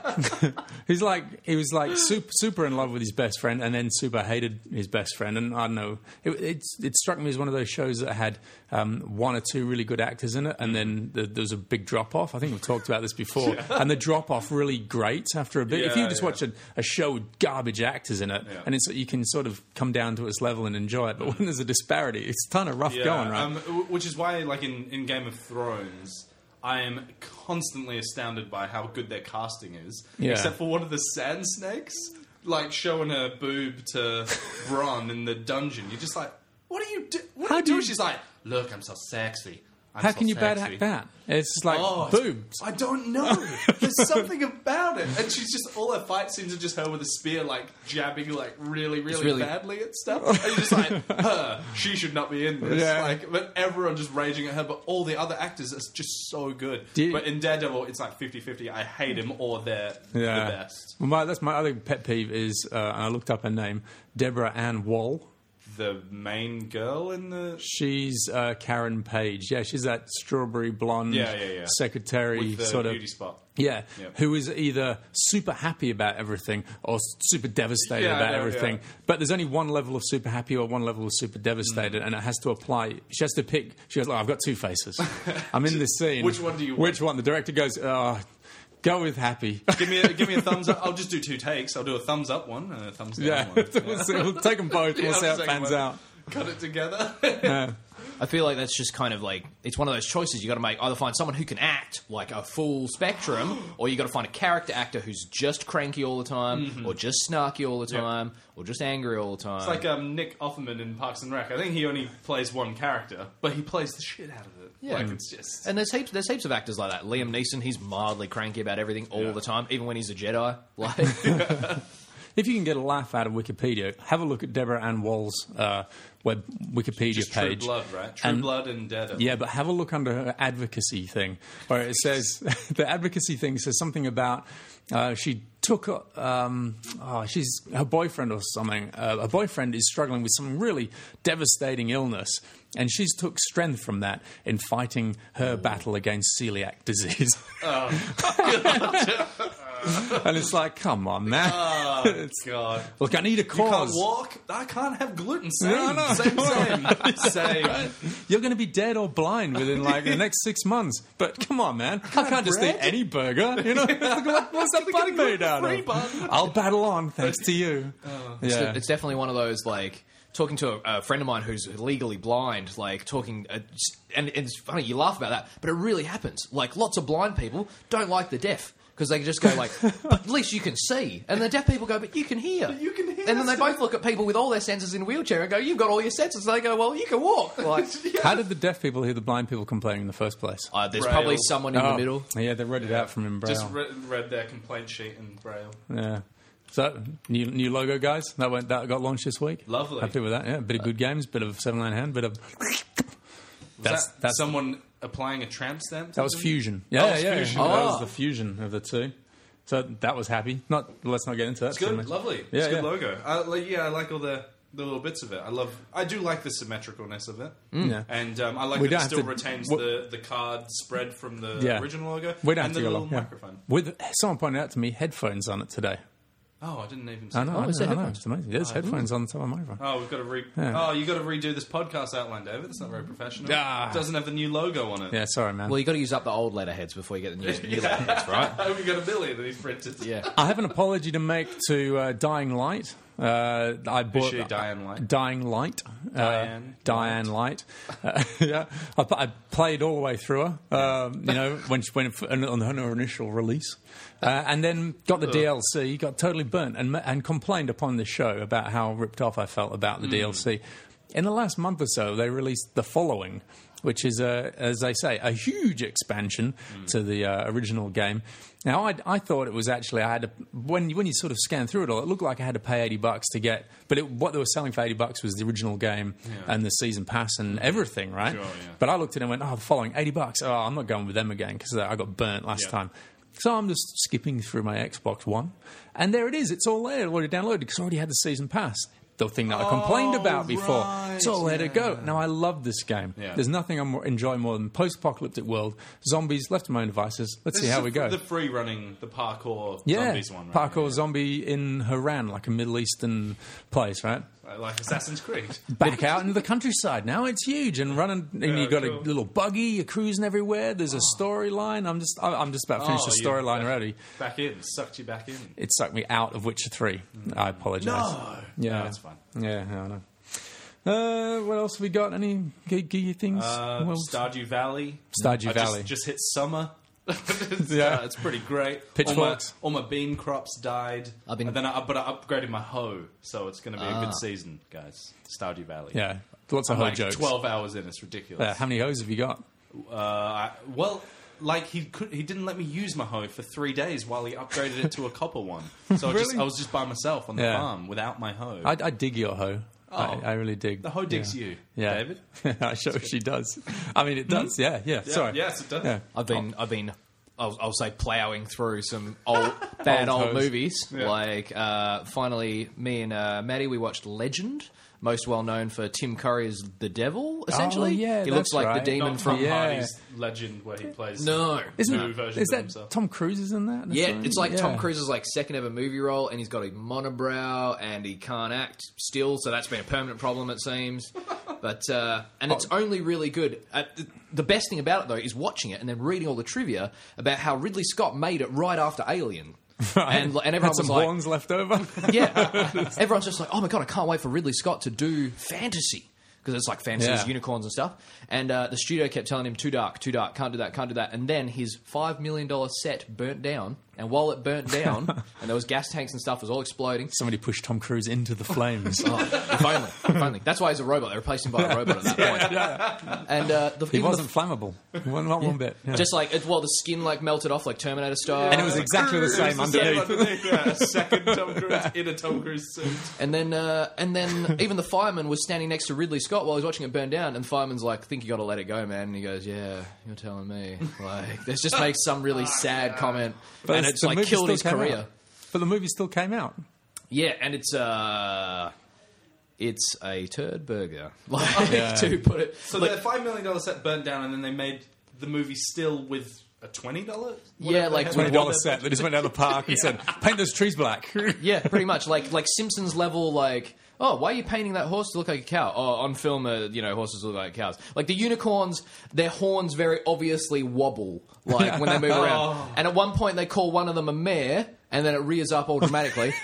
Speaker 4: He's like he was like super, super in love with his best friend, and then super hated his best friend. And I don't know, it, it's it struck me as one of those shows that had um, one or two really good actors in it, and then the, there was a big drop off. I think we've talked about this before, and the drop off really grates after a bit. if
Speaker 3: Yeah,
Speaker 4: you just
Speaker 3: yeah.
Speaker 4: watch a, a show with garbage actors in it,
Speaker 3: Yeah.
Speaker 4: and it's you can sort of come down to its level and enjoy it. But when there's a disparity, it's kind of rough going, right?
Speaker 3: um, w- which is why, like in, in Game of Thrones, I am constantly astounded by how good their casting is.
Speaker 4: Yeah.
Speaker 3: Except for one of the sand snakes, like showing her boob to Bronn in the dungeon. You're just like, what are you do? What
Speaker 4: How
Speaker 3: are you
Speaker 4: do
Speaker 3: doing?
Speaker 4: you-
Speaker 3: She's like, look, I'm so sexy. I'm
Speaker 4: How
Speaker 3: so
Speaker 4: can you bad
Speaker 3: sexy."
Speaker 4: act that? It's just like
Speaker 3: Oh, it's-
Speaker 4: boobs.
Speaker 3: I don't know. There's something about it, and she's just all her fight scenes are just her with a spear, like jabbing, like really, really,
Speaker 5: really-
Speaker 3: badly at stuff. And you're just like, her, she should not be in this.
Speaker 4: Yeah.
Speaker 3: Like, but everyone just raging at her. But all the other actors are just so good.
Speaker 4: Do you-
Speaker 3: but in Daredevil, it's like 50-50. I hate him or they're the best.
Speaker 4: Well, my, that's my other pet peeve is, uh, and I looked up her name, Deborah Ann Wall.
Speaker 3: The main girl in the
Speaker 4: She's uh, Karen Page. Yeah, she's that strawberry blonde
Speaker 3: Yeah, yeah, yeah.
Speaker 4: secretary
Speaker 3: with the
Speaker 4: sort of.
Speaker 3: beauty spot.
Speaker 4: Yeah,
Speaker 3: Yep.
Speaker 4: who is either super happy about everything or super devastated
Speaker 3: Yeah,
Speaker 4: about
Speaker 3: no,
Speaker 4: everything.
Speaker 3: yeah.
Speaker 4: But there's only one level of super happy or one level of super devastated,
Speaker 3: Mm.
Speaker 4: and it has to apply. She has to pick. She goes, "Oh, I've got two faces. I'm in this scene.
Speaker 3: Which one do you want?"
Speaker 4: Which one?" The director goes, "Oh, go with happy."
Speaker 3: Give me a, give me a thumbs up. I'll just do two takes. I'll do a thumbs up one and a thumbs down
Speaker 4: yeah,
Speaker 3: one.
Speaker 4: we'll, see- we'll take them both. We'll
Speaker 3: I'll
Speaker 4: see how
Speaker 3: just
Speaker 4: it
Speaker 3: take one.
Speaker 4: pans out.
Speaker 3: Cut it together.
Speaker 5: I feel like that's just kind of like it's one of those choices you got to make. Either find someone who can act like a full spectrum, or you got to find a character actor who's just cranky all the time, or just snarky all the time, or just angry all the time.
Speaker 3: Mm-hmm. It's like um, Nick Offerman in Parks and Rec. I think he only plays one character, but he plays the shit out of it. Yeah. Like it's just.
Speaker 5: and there's heaps, there's heaps of actors like that. Liam Neeson, he's mildly cranky about everything all
Speaker 3: Yeah.
Speaker 5: the time, even when he's a Jedi. Like,
Speaker 4: If you can get a laugh out of Wikipedia, have a look at Deborah Ann Wall's uh, web Wikipedia
Speaker 3: Just True
Speaker 4: page.
Speaker 3: Blood, right? True
Speaker 4: And-
Speaker 3: Blood and Oh, Daredevil.
Speaker 4: Yeah, but have a look under her advocacy thing, where it says the advocacy thing says something about uh, she took um, oh, she's her boyfriend or something. Uh, her boyfriend is struggling with some really devastating illness, and she's took strength from that in fighting her battle against celiac disease.
Speaker 3: Oh.
Speaker 4: and it's like, come on, man! It's-
Speaker 3: God.
Speaker 4: look, I need a
Speaker 3: Oh. You can't
Speaker 4: cause.
Speaker 3: walk. I can't have gluten. Same,
Speaker 4: No, no.
Speaker 3: same, same, same.
Speaker 4: You're going to be dead or blind within like the next six months. But come on, man, I can't just eat any burger. You know, What- what's that
Speaker 3: Gotta
Speaker 4: bun
Speaker 3: get a
Speaker 4: made out
Speaker 3: gluten-free
Speaker 4: of?
Speaker 3: bun. Oh.
Speaker 4: I'll battle on, thanks to you. yeah.
Speaker 5: it's definitely one of those like talking to a, a friend of mine who's legally blind like talking uh, just- and, and it's funny you laugh about that but it really happens like lots of blind people don't like the deaf because they just go like but at least you can see and the deaf people go but you can hear
Speaker 3: you can hear
Speaker 5: and then they
Speaker 3: stuff.
Speaker 5: both look at people with all their senses in a wheelchair and go you've got all your senses and they go well you can walk like
Speaker 4: How did the deaf people hear the blind people complaining in the first place?
Speaker 5: uh, there's
Speaker 3: Braille.
Speaker 5: probably someone in
Speaker 4: Oh,
Speaker 5: the middle
Speaker 4: Yeah, they read it out from in braille.
Speaker 3: Just re- read their complaint sheet in braille.
Speaker 4: yeah. So new new logo, guys. That went that got launched this week.
Speaker 3: Lovely.
Speaker 4: Happy with that. Yeah,
Speaker 5: Uh,
Speaker 4: bit of good games, bit of seven line hand, bit of. That's
Speaker 3: Is that
Speaker 4: that's
Speaker 3: someone applying a tramp stamp. To
Speaker 4: Mm-hmm. That was
Speaker 3: them?
Speaker 4: fusion. Yeah,
Speaker 3: That was
Speaker 4: yeah.
Speaker 3: fusion.
Speaker 4: That was
Speaker 5: Oh.
Speaker 4: the fusion of the two. So that was happy. Not let's not get into that.
Speaker 3: It's
Speaker 4: too
Speaker 3: good,
Speaker 4: much.
Speaker 3: lovely.
Speaker 4: Yeah,
Speaker 3: it's a good
Speaker 4: yeah.
Speaker 3: logo. I, like, yeah, I like all the, the little bits of it. I love. I do like the symmetricalness of it,
Speaker 4: Mm. Yeah.
Speaker 3: and um, I like that
Speaker 4: We
Speaker 3: it
Speaker 4: don't have
Speaker 3: still
Speaker 4: to-
Speaker 3: retains
Speaker 4: we-
Speaker 3: the, the card spread from the
Speaker 4: Yeah.
Speaker 3: original logo.
Speaker 4: We don't
Speaker 3: and
Speaker 4: have to
Speaker 3: the
Speaker 4: go
Speaker 3: little
Speaker 4: long. yeah.
Speaker 3: microphone.
Speaker 4: With someone pointed out to me, headphones on it today.
Speaker 3: Oh, I didn't even. See
Speaker 4: I know.
Speaker 5: Oh,
Speaker 4: I
Speaker 5: is
Speaker 4: know,
Speaker 5: there
Speaker 4: I know,
Speaker 5: headphones?
Speaker 4: It's amazing. There's headphones on the top of my microphone.
Speaker 3: Oh, we've got to re. Oh, you got to redo this podcast outline, David. That's not very professional.
Speaker 4: Ah.
Speaker 3: It doesn't have the new logo on it.
Speaker 4: Yeah, sorry, man.
Speaker 5: well you got to use up the old letterheads before you get the new, new letterheads right
Speaker 3: I hope you got a Billy that he's printed.
Speaker 5: yeah
Speaker 4: I have an apology to make to uh, Dying Light. Uh, I bought
Speaker 3: she, Diane Light?
Speaker 4: Dying Light. Uh,
Speaker 3: Diane
Speaker 4: Diane Light. Uh, yeah, I, p- I played all the way through her. Um, you know, when she went f- on on her initial release, uh, and then got the DLC, got totally burnt, and ma- and complained upon the show about how ripped off I felt about the DLC. In the last month or so, they released the following. Which is, uh, as they say, a huge expansion
Speaker 3: Mm.
Speaker 4: to the uh, original game. Now, I, I thought it was actually I had to, when when you sort of scan through it all, it looked like I had to pay eighty bucks to get. But it, what they were selling for eighty bucks was the original game and the season pass and everything, right?
Speaker 3: Mm. Sure, yeah.
Speaker 4: But I looked at it and went, "Oh, the following eighty bucks. Oh, I'm not going with them again because I got burnt last
Speaker 3: Yeah.
Speaker 4: time." So I'm just skipping through my Xbox One, and there it is. It's all there, already downloaded because I already had the season pass. The thing that I complained
Speaker 3: Oh,
Speaker 4: about before. It's all there to go. Now I love this game.
Speaker 3: Yeah.
Speaker 4: There's nothing I more- enjoy more than post-apocalyptic world zombies left to my own devices. Let's see
Speaker 3: This
Speaker 4: how
Speaker 3: is
Speaker 4: we
Speaker 3: the-
Speaker 4: go.
Speaker 3: The free running, the parkour
Speaker 4: Yeah,
Speaker 3: zombies one. Right?
Speaker 4: parkour zombie in Haran, like a Middle Eastern place, right?
Speaker 3: Yeah. Like Assassin's Creed.
Speaker 4: Back out into the countryside now. It's huge and running. And
Speaker 3: Yeah,
Speaker 4: you got
Speaker 3: cool.
Speaker 4: a little buggy. You're cruising everywhere. There's a storyline. I'm just, I- I'm just about finished
Speaker 3: Oh,
Speaker 4: the
Speaker 3: you-
Speaker 4: storyline already.
Speaker 3: Back in. Sucked you back in.
Speaker 4: It sucked me out of Witcher Three. I apologize.
Speaker 3: No.
Speaker 4: yeah,
Speaker 3: No, Oh, that's fine.
Speaker 4: Yeah, I know. Uh, what else have we got? Any geeky things?
Speaker 3: Uh,
Speaker 4: Well,
Speaker 3: Stardew Valley.
Speaker 4: Stardew
Speaker 3: I just-
Speaker 4: Valley.
Speaker 3: Just, hit summer. It's,
Speaker 4: Yeah.
Speaker 3: uh, it's pretty great.
Speaker 4: Pitchforks.
Speaker 3: All my, all my bean crops died.
Speaker 5: I've been- Ah.
Speaker 3: and then I, but I upgraded my hoe, so it's going to be a good season, guys. Stardew Valley.
Speaker 4: yeah, lots of
Speaker 3: I'm
Speaker 4: hoe
Speaker 3: like
Speaker 4: jokes.
Speaker 3: Twelve hours in, it's ridiculous.
Speaker 4: Uh, how many hoes have you got?
Speaker 3: Uh, I, well, like he could, he didn't let me use my hoe for three days while he upgraded it to a copper one. So I, just,
Speaker 4: Really?
Speaker 3: I was just by myself on the
Speaker 4: Yeah.
Speaker 3: farm without my hoe.
Speaker 4: I, I dig your hoe. I,
Speaker 3: Oh.
Speaker 4: I really dig.
Speaker 3: the hoe digs
Speaker 4: yeah.
Speaker 3: you,
Speaker 4: Yeah,
Speaker 3: David.
Speaker 4: I sure she does. I mean,
Speaker 5: Hmm?
Speaker 4: it does. Yeah, yeah, Sorry.
Speaker 3: yes, it does.
Speaker 4: Yeah.
Speaker 5: I've been, I've been, I'll, I'll say, plowing through some old, bad
Speaker 4: Old
Speaker 5: old,
Speaker 4: hoes.
Speaker 5: movies. Like, uh, finally, me and uh, Maddie, we watched Legend. most well known for Tim Curry as the devil. Essentially,
Speaker 4: yeah,
Speaker 5: he looks
Speaker 4: that's
Speaker 5: like
Speaker 4: right.
Speaker 5: the demon
Speaker 3: Not
Speaker 5: from
Speaker 3: Tom
Speaker 4: Yeah.
Speaker 3: Hardy's Legend, where he plays
Speaker 5: No.
Speaker 4: Isn't
Speaker 3: new
Speaker 4: it-
Speaker 3: versions
Speaker 4: is
Speaker 3: of
Speaker 4: that
Speaker 3: himself.
Speaker 4: Tom Cruise is in that? That's
Speaker 5: Yeah,
Speaker 4: what I
Speaker 5: it's
Speaker 4: mean.
Speaker 5: like Tom
Speaker 4: Yeah.
Speaker 5: Cruise's like second ever movie role, and he's got a monobrow, and he can't act still, so that's been a permanent problem it seems. But uh, and it's
Speaker 4: Oh.
Speaker 5: only really good. Uh, th- the best thing about it though is watching it and then reading all the trivia about how Ridley Scott made it right after Alien, and and
Speaker 4: Had
Speaker 5: everyone
Speaker 4: some
Speaker 5: was like,
Speaker 4: horns left over.
Speaker 5: yeah, everyone's just like, oh my god, I can't wait for Ridley Scott to do fantasy because it's like fantasy
Speaker 4: Yeah.
Speaker 5: unicorns and stuff. And uh, the studio kept telling him, too dark, too dark, can't do that, can't do that. And then his five million dollar set burnt down, and while it burnt down, and there was gas tanks and stuff was all exploding.
Speaker 4: Somebody pushed Tom Cruise into the flames.
Speaker 5: Oh, if only, if only. That's why he's a robot. They replaced him by a robot at that point. And uh, the,
Speaker 4: He
Speaker 5: even the-
Speaker 4: wasn't flammable. He wasn't not one bit. Yeah.
Speaker 5: just like it, well, the skin like melted off like Terminator style,
Speaker 4: and it was exactly the same
Speaker 3: Yeah,
Speaker 4: underneath.
Speaker 3: underneath, yeah, a second Tom Cruise in a Tom Cruise suit.
Speaker 5: And then, uh, and then, even the fireman was standing next to Ridley Scott while he was watching it burn down. And the fireman's like, "Think you got to let it go, man." And he goes, "Yeah, you're telling me." Like, this just makes some really sad comment, and
Speaker 4: the-
Speaker 5: it's
Speaker 4: the
Speaker 5: like
Speaker 4: movie
Speaker 5: killed
Speaker 4: still
Speaker 5: his
Speaker 4: came
Speaker 5: career.
Speaker 4: out. But the movie still came out.
Speaker 5: Yeah, and it's uh, it's a turd burger, like
Speaker 4: Yeah.
Speaker 5: to put it.
Speaker 3: So
Speaker 5: like,
Speaker 3: their five million dollar set burnt down, and then they made the movie still with a twenty dollar.
Speaker 5: yeah, like
Speaker 4: Twenty dollar set. They just went down the park and said, "Paint those trees black."
Speaker 5: Yeah, pretty much. Like like Simpsons level. Like, oh, why are you painting that horse to look like a cow? Oh, on film, uh, you know, horses look like cows. Like the unicorns, their horns very obviously wobble, like when they move around. And at one point, they call one of them a mare, and then it rears up all dramatically.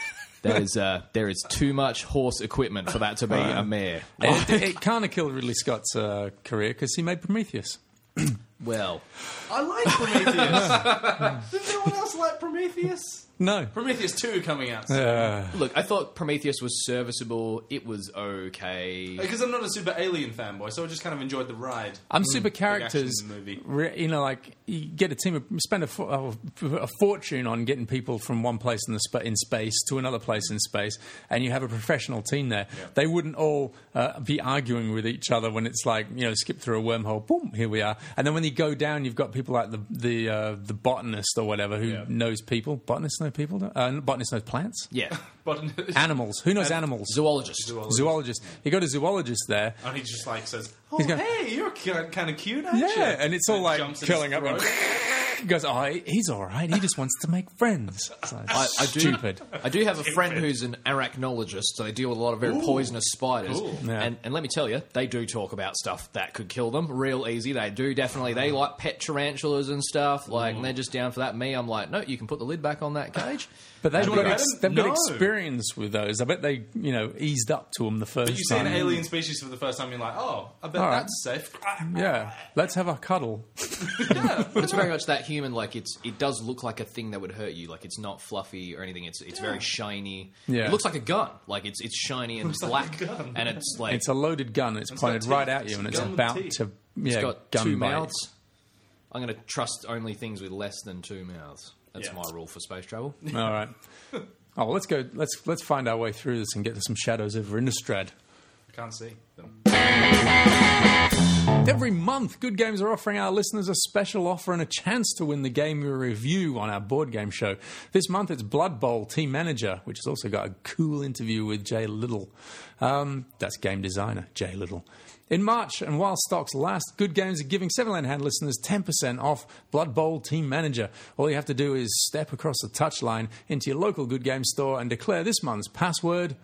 Speaker 5: There is uh, there is too much horse equipment for that to be a mare.
Speaker 4: And it, it kind of killed Ridley Scott's uh, career because he made Prometheus.
Speaker 5: Well,
Speaker 3: I like Prometheus. Did anyone else like Prometheus?
Speaker 4: No.
Speaker 3: Prometheus two coming out.
Speaker 4: Uh,
Speaker 5: look, I thought Prometheus was serviceable. It was okay.
Speaker 3: Because I'm not a super alien fanboy, so I just kind of enjoyed the ride.
Speaker 4: I'm super characters.
Speaker 3: action movie.
Speaker 4: Re, you know, like you get a team of spend a, fo- a fortune on getting people from one place in the spa- in space to another place in space, and you have a professional team there. They wouldn't all uh, be arguing with each other when it's like you know, skip through a wormhole, boom, here we are. And then when you go down, you've got people like the the uh, the botanist or whatever who knows people. Botanists know people. don't- Uh, botanist knows plants.
Speaker 5: Yeah,
Speaker 3: But
Speaker 4: Animals. Who knows animals?
Speaker 5: zoologist.
Speaker 4: Zoologist. You go to zoologist there,
Speaker 3: and he just like says, "Oh,
Speaker 4: going-
Speaker 3: hey, you're kind of cute, aren't you?"
Speaker 4: Yeah, and it's all like
Speaker 3: jumps in his
Speaker 4: curling up and
Speaker 3: throat.
Speaker 4: goes, oh, he- he's all right. He just wants to make friends. It's like,
Speaker 5: I, I do,
Speaker 4: stupid.
Speaker 5: I do have a friend who's an arachnologist, so they deal with a lot of very poisonous spiders.
Speaker 3: cool.
Speaker 4: Yeah.
Speaker 5: And, and let me tell you, they do talk about stuff that could kill them real easy. They do definitely. They like pet tarantulas and stuff. Like, and they're just down for that. Me, I'm like, no, you can put the lid back on that cage.
Speaker 4: But they've,
Speaker 3: you wanna
Speaker 4: got,
Speaker 3: go
Speaker 4: ex-
Speaker 3: at 'em?
Speaker 4: they've got
Speaker 3: No.
Speaker 4: experience with those. I bet they, you know, eased up to them the first
Speaker 3: But you see
Speaker 4: time.
Speaker 3: an alien species for the first time, you're like, "Oh, I bet
Speaker 4: All right.
Speaker 3: that's safe."
Speaker 4: Yeah, let's have a cuddle.
Speaker 5: But it's very much that human. Like, it's it does look like a thing that would hurt you. Like, it's not fluffy or anything. It's it's very shiny.
Speaker 4: Yeah.
Speaker 5: It looks like a gun. Like, it's it's shiny and black, and it's like
Speaker 4: It's a loaded gun. It's,
Speaker 3: got
Speaker 4: pointed
Speaker 3: teeth.
Speaker 4: right at you,
Speaker 3: It's
Speaker 4: and
Speaker 3: a
Speaker 4: it's
Speaker 3: gun with
Speaker 4: about
Speaker 3: teeth.
Speaker 4: to yeah,
Speaker 5: It's got
Speaker 4: gun
Speaker 5: two
Speaker 4: bite.
Speaker 5: mouths. I'm going to trust only things with less than two mouths. That's
Speaker 3: Yeah.
Speaker 5: my rule for space travel.
Speaker 4: All right. Oh, well, let's go. Let's let's find our way through this and get to some shadows over Innistrad.
Speaker 3: I can't see them.
Speaker 4: Every month, Good Games are offering our listeners a special offer and a chance to win the game we review on our board game show. This month, it's Blood Bowl Team Manager, which has also got a cool interview with Jay Little. Um, that's game designer Jay Little. In March, and while stocks last, Good Games are giving Seven Land Hand listeners 10% off Blood Bowl Team Manager. All you have to do is step across the touchline into your local Good Game store and declare this month's password.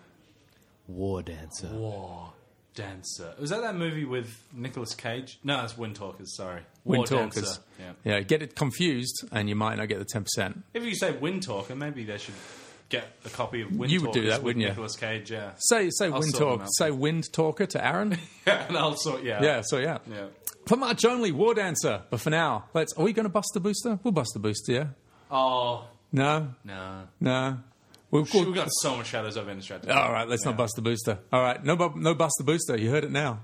Speaker 5: War dancer.
Speaker 3: War Dancer. Was that that movie with Nicolas Cage? No, it's Wind Talkers. Sorry,
Speaker 4: Win
Speaker 3: War
Speaker 4: Talkers.
Speaker 3: Dancer. Yeah.
Speaker 4: yeah, get it confused, and you might not get the 10%.
Speaker 3: If you say Wind Talker, maybe they should get a copy of Wind
Speaker 4: You would
Speaker 3: Talkers
Speaker 4: do that,
Speaker 3: with
Speaker 4: wouldn't you?
Speaker 3: Nicolas Cage. Yeah,
Speaker 4: Say say wind
Speaker 3: sort them
Speaker 4: talk.
Speaker 3: out.
Speaker 4: Say wind talker to Aaron.
Speaker 3: and I'll sort you out.
Speaker 4: yeah. So yeah.
Speaker 3: yeah.
Speaker 4: For March only, War Dancer. But for now, let's. Are we going to bust the booster? We'll bust the booster. Yeah.
Speaker 3: Oh
Speaker 4: No.
Speaker 3: no,
Speaker 4: No. We'll,
Speaker 3: Shit,
Speaker 4: we'll-
Speaker 3: we've got so much shadows over Innistrad. today.
Speaker 4: all right. Let's not bust the booster. All right. No. bu- No bust the booster. You heard it now.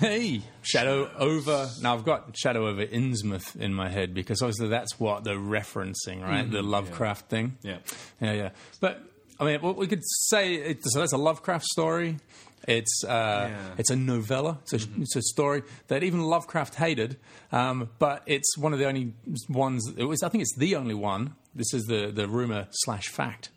Speaker 4: Hey, Shadow over. Now I've got Shadow over Innsmouth in my head because obviously that's what they're referencing, right? The Lovecraft thing.
Speaker 3: Mm-hmm. Yeah.
Speaker 4: Yeah, yeah. But I mean, what we could say it's, so that's a Lovecraft story. It's uh,
Speaker 3: Yeah. Mm-hmm.
Speaker 4: it's a novella. It's a, it's a story that even Lovecraft hated. Um, but it's one of the only ones. It was, I think, it's the only one. This is the the rumor slash fact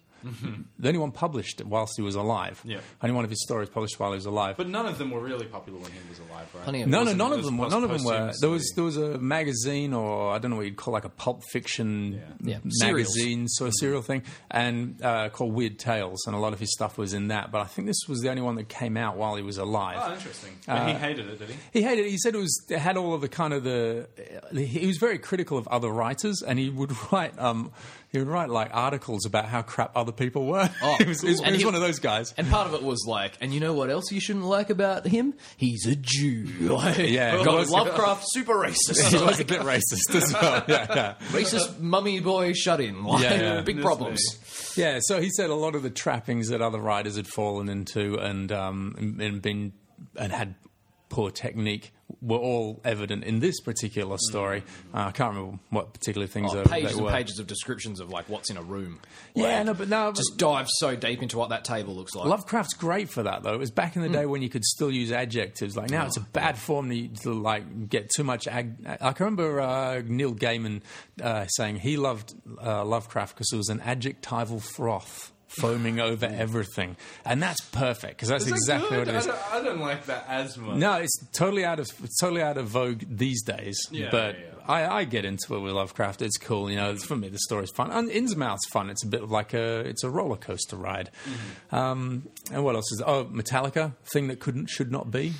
Speaker 4: The only one published whilst he was alive.
Speaker 3: Yeah.
Speaker 4: Only one of his stories published while he was alive.
Speaker 3: But none of them were really popular when he was alive, right?
Speaker 5: Plenty of-
Speaker 4: no, no,
Speaker 3: wasn't-
Speaker 4: none
Speaker 3: it
Speaker 4: of
Speaker 3: was
Speaker 4: them. Were, none of them were.
Speaker 3: posthumously.
Speaker 4: There was there was a magazine, or I don't know what you'd call like a pulp fiction
Speaker 5: Yeah. Yeah.
Speaker 4: magazine sort of serial thing, and uh, called Weird Tales, and a lot of his stuff was in that. But I think this was the only one that came out while he was alive.
Speaker 3: Oh, interesting.
Speaker 4: Uh,
Speaker 3: And he hated it, did he?
Speaker 4: He hated. it. He said it was it had all of the kind of the. He was very critical of other writers, and he would write. Um, he would write like articles about how crap other people were.
Speaker 5: Oh,
Speaker 4: he was, he was-
Speaker 5: cool.
Speaker 4: he
Speaker 5: And
Speaker 4: was
Speaker 5: he-
Speaker 4: one of those guys.
Speaker 5: And part of it was like, and you know what else you shouldn't like about him? He's a Jew. Like,
Speaker 4: Yeah.
Speaker 5: God, Lovecraft, super racist.
Speaker 4: he was a bit racist as well. Yeah, yeah.
Speaker 5: racist mummy boy shut in. Like,
Speaker 4: Yeah, yeah.
Speaker 5: big
Speaker 3: This
Speaker 5: problems.
Speaker 4: Yeah, so he said a lot of the trappings that other writers had fallen into and um, and- and been and had poor technique were all evident in this particular story. Uh, I can't remember what particular things
Speaker 5: Oh,
Speaker 4: they-
Speaker 5: pages
Speaker 4: they
Speaker 5: and
Speaker 4: were.
Speaker 5: pages of descriptions of like what's in a room.
Speaker 4: Yeah,
Speaker 5: Like,
Speaker 4: no, but no, but
Speaker 5: just dive so deep into what that table looks like.
Speaker 4: Lovecraft's great for that though. It was back in
Speaker 3: Hmm.
Speaker 4: the day when you could still use adjectives. Like now,
Speaker 3: Oh,
Speaker 4: it's a bad form to, to like get too much. Ag- I can remember uh, Neil Gaiman uh, saying he loved uh, Lovecraft because it was an adjectival froth foaming over everything, and that's perfect because that's
Speaker 3: Is that
Speaker 4: exactly
Speaker 3: good?
Speaker 4: what it is.
Speaker 3: I don't, I don't like that as much.
Speaker 4: No, it's totally out of it's totally out of vogue these days.
Speaker 3: Yeah,
Speaker 4: but
Speaker 3: yeah, yeah.
Speaker 4: I, I get into it with Lovecraft. It's cool, you know. It's, for me, the story's fun. And Innsmouth's fun. It's a bit like a it's a roller coaster ride. Um, and what else is? Oh, Metallica, thing that couldn't should not be,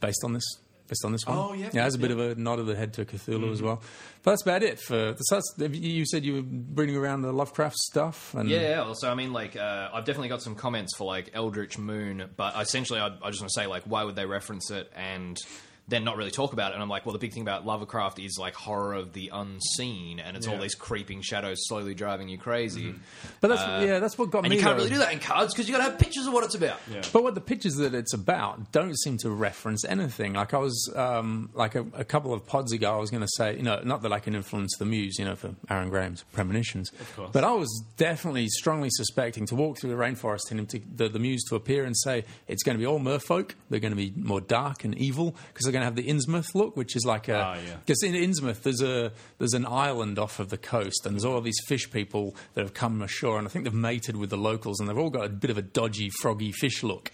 Speaker 4: based on this. Based on this one.
Speaker 3: Oh, yeah.
Speaker 4: yeah. Has a bit of a nod of the head to Cthulhu as well. But that's about it for. So that's, have you you said you were bringing around the Lovecraft stuff, and
Speaker 5: Yeah, well, so I mean, like, uh, I've definitely got some comments for like Eldritch Moon, but essentially, I, I just want to say, like, why would they reference it and then not really talk about it? And I'm like, well, the big thing about Lovecraft is like horror of the unseen, and it's all
Speaker 3: Yeah. Mm-hmm.
Speaker 5: these creeping shadows slowly driving you crazy.
Speaker 4: But that's yeah, that's what got
Speaker 5: And
Speaker 4: me.
Speaker 5: you can't
Speaker 4: though.
Speaker 5: really do that in cards because you got to have pictures of what it's about.
Speaker 3: Yeah.
Speaker 4: But what the pictures that it's about don't seem to reference anything. Like I was, um, like a, a couple of pods ago, I was going to say, you know, not that I can influence the muse, you know, for Aaron Graham's premonitions. Of
Speaker 3: course.
Speaker 4: But I was definitely strongly suspecting to walk through the rainforest and him to, the, the muse to appear and say it's going to be all merfolk. They're going to be more dark and evil because they're going to have the Innsmouth look, which is like a
Speaker 3: Ah, yeah.
Speaker 4: because in Innsmouth there's a there's an island off of the coast, and there's all these fish people that have come ashore, and I think they've mated with the locals, and they've all got a bit of a dodgy, froggy fish look.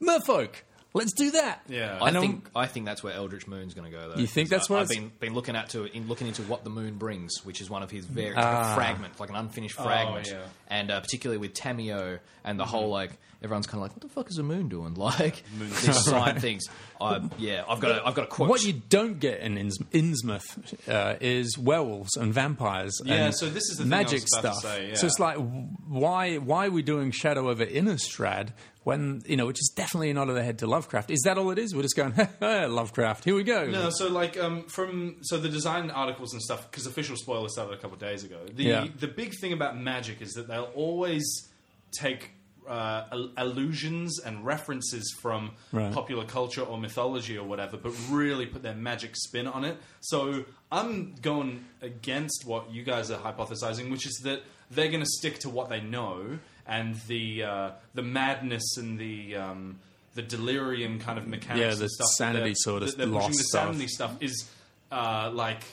Speaker 4: Merfolk, let's do that.
Speaker 3: Yeah.
Speaker 5: I,
Speaker 4: And I'm-
Speaker 5: think I think that's where Eldritch Moon's going to go. Though
Speaker 4: You think
Speaker 5: 'cause
Speaker 4: that's
Speaker 5: I,
Speaker 4: where
Speaker 5: I've
Speaker 4: it's-
Speaker 5: been, been looking at to in looking into what the moon brings, which is one of his very it's
Speaker 4: Ah.
Speaker 5: like a fragment, like an unfinished fragment,
Speaker 3: Oh, yeah. Mm-hmm.
Speaker 5: and uh, particularly with Tamio and the whole like everyone's kind of like, what the fuck is the moon doing? Like these side things. I, yeah, I've got a, I've got a quote.
Speaker 4: What you don't get in Inns- Innsmouth uh, is werewolves and vampires.
Speaker 3: Yeah,
Speaker 4: and
Speaker 3: so this is the thing I was
Speaker 4: magic
Speaker 3: about to
Speaker 4: stuff.
Speaker 3: say, yeah.
Speaker 4: So it's like, w- why why are we doing Shadow over Innistrad when you know, which is definitely not of the head to Lovecraft? Is that all it is? We're just going Lovecraft. Here we go.
Speaker 3: No, so like um, from so the design articles and stuff because official spoiler started a couple of days ago. The
Speaker 4: Yeah.
Speaker 3: the big thing about magic is that they'll always take uh, al- allusions and references from
Speaker 4: Right.
Speaker 3: popular culture or mythology or whatever, but really put their magic spin on it. So I'm going against what you guys are hypothesizing, which is that they're going to stick to what they know and the uh, the madness and the um, the delirium kind of mechanics.
Speaker 4: Yeah,
Speaker 3: and
Speaker 4: the
Speaker 3: stuff that
Speaker 4: sanity
Speaker 3: they're-
Speaker 4: sort of
Speaker 3: that they're
Speaker 4: lost
Speaker 3: pushing the
Speaker 4: stuff.
Speaker 3: sanity stuff is uh, like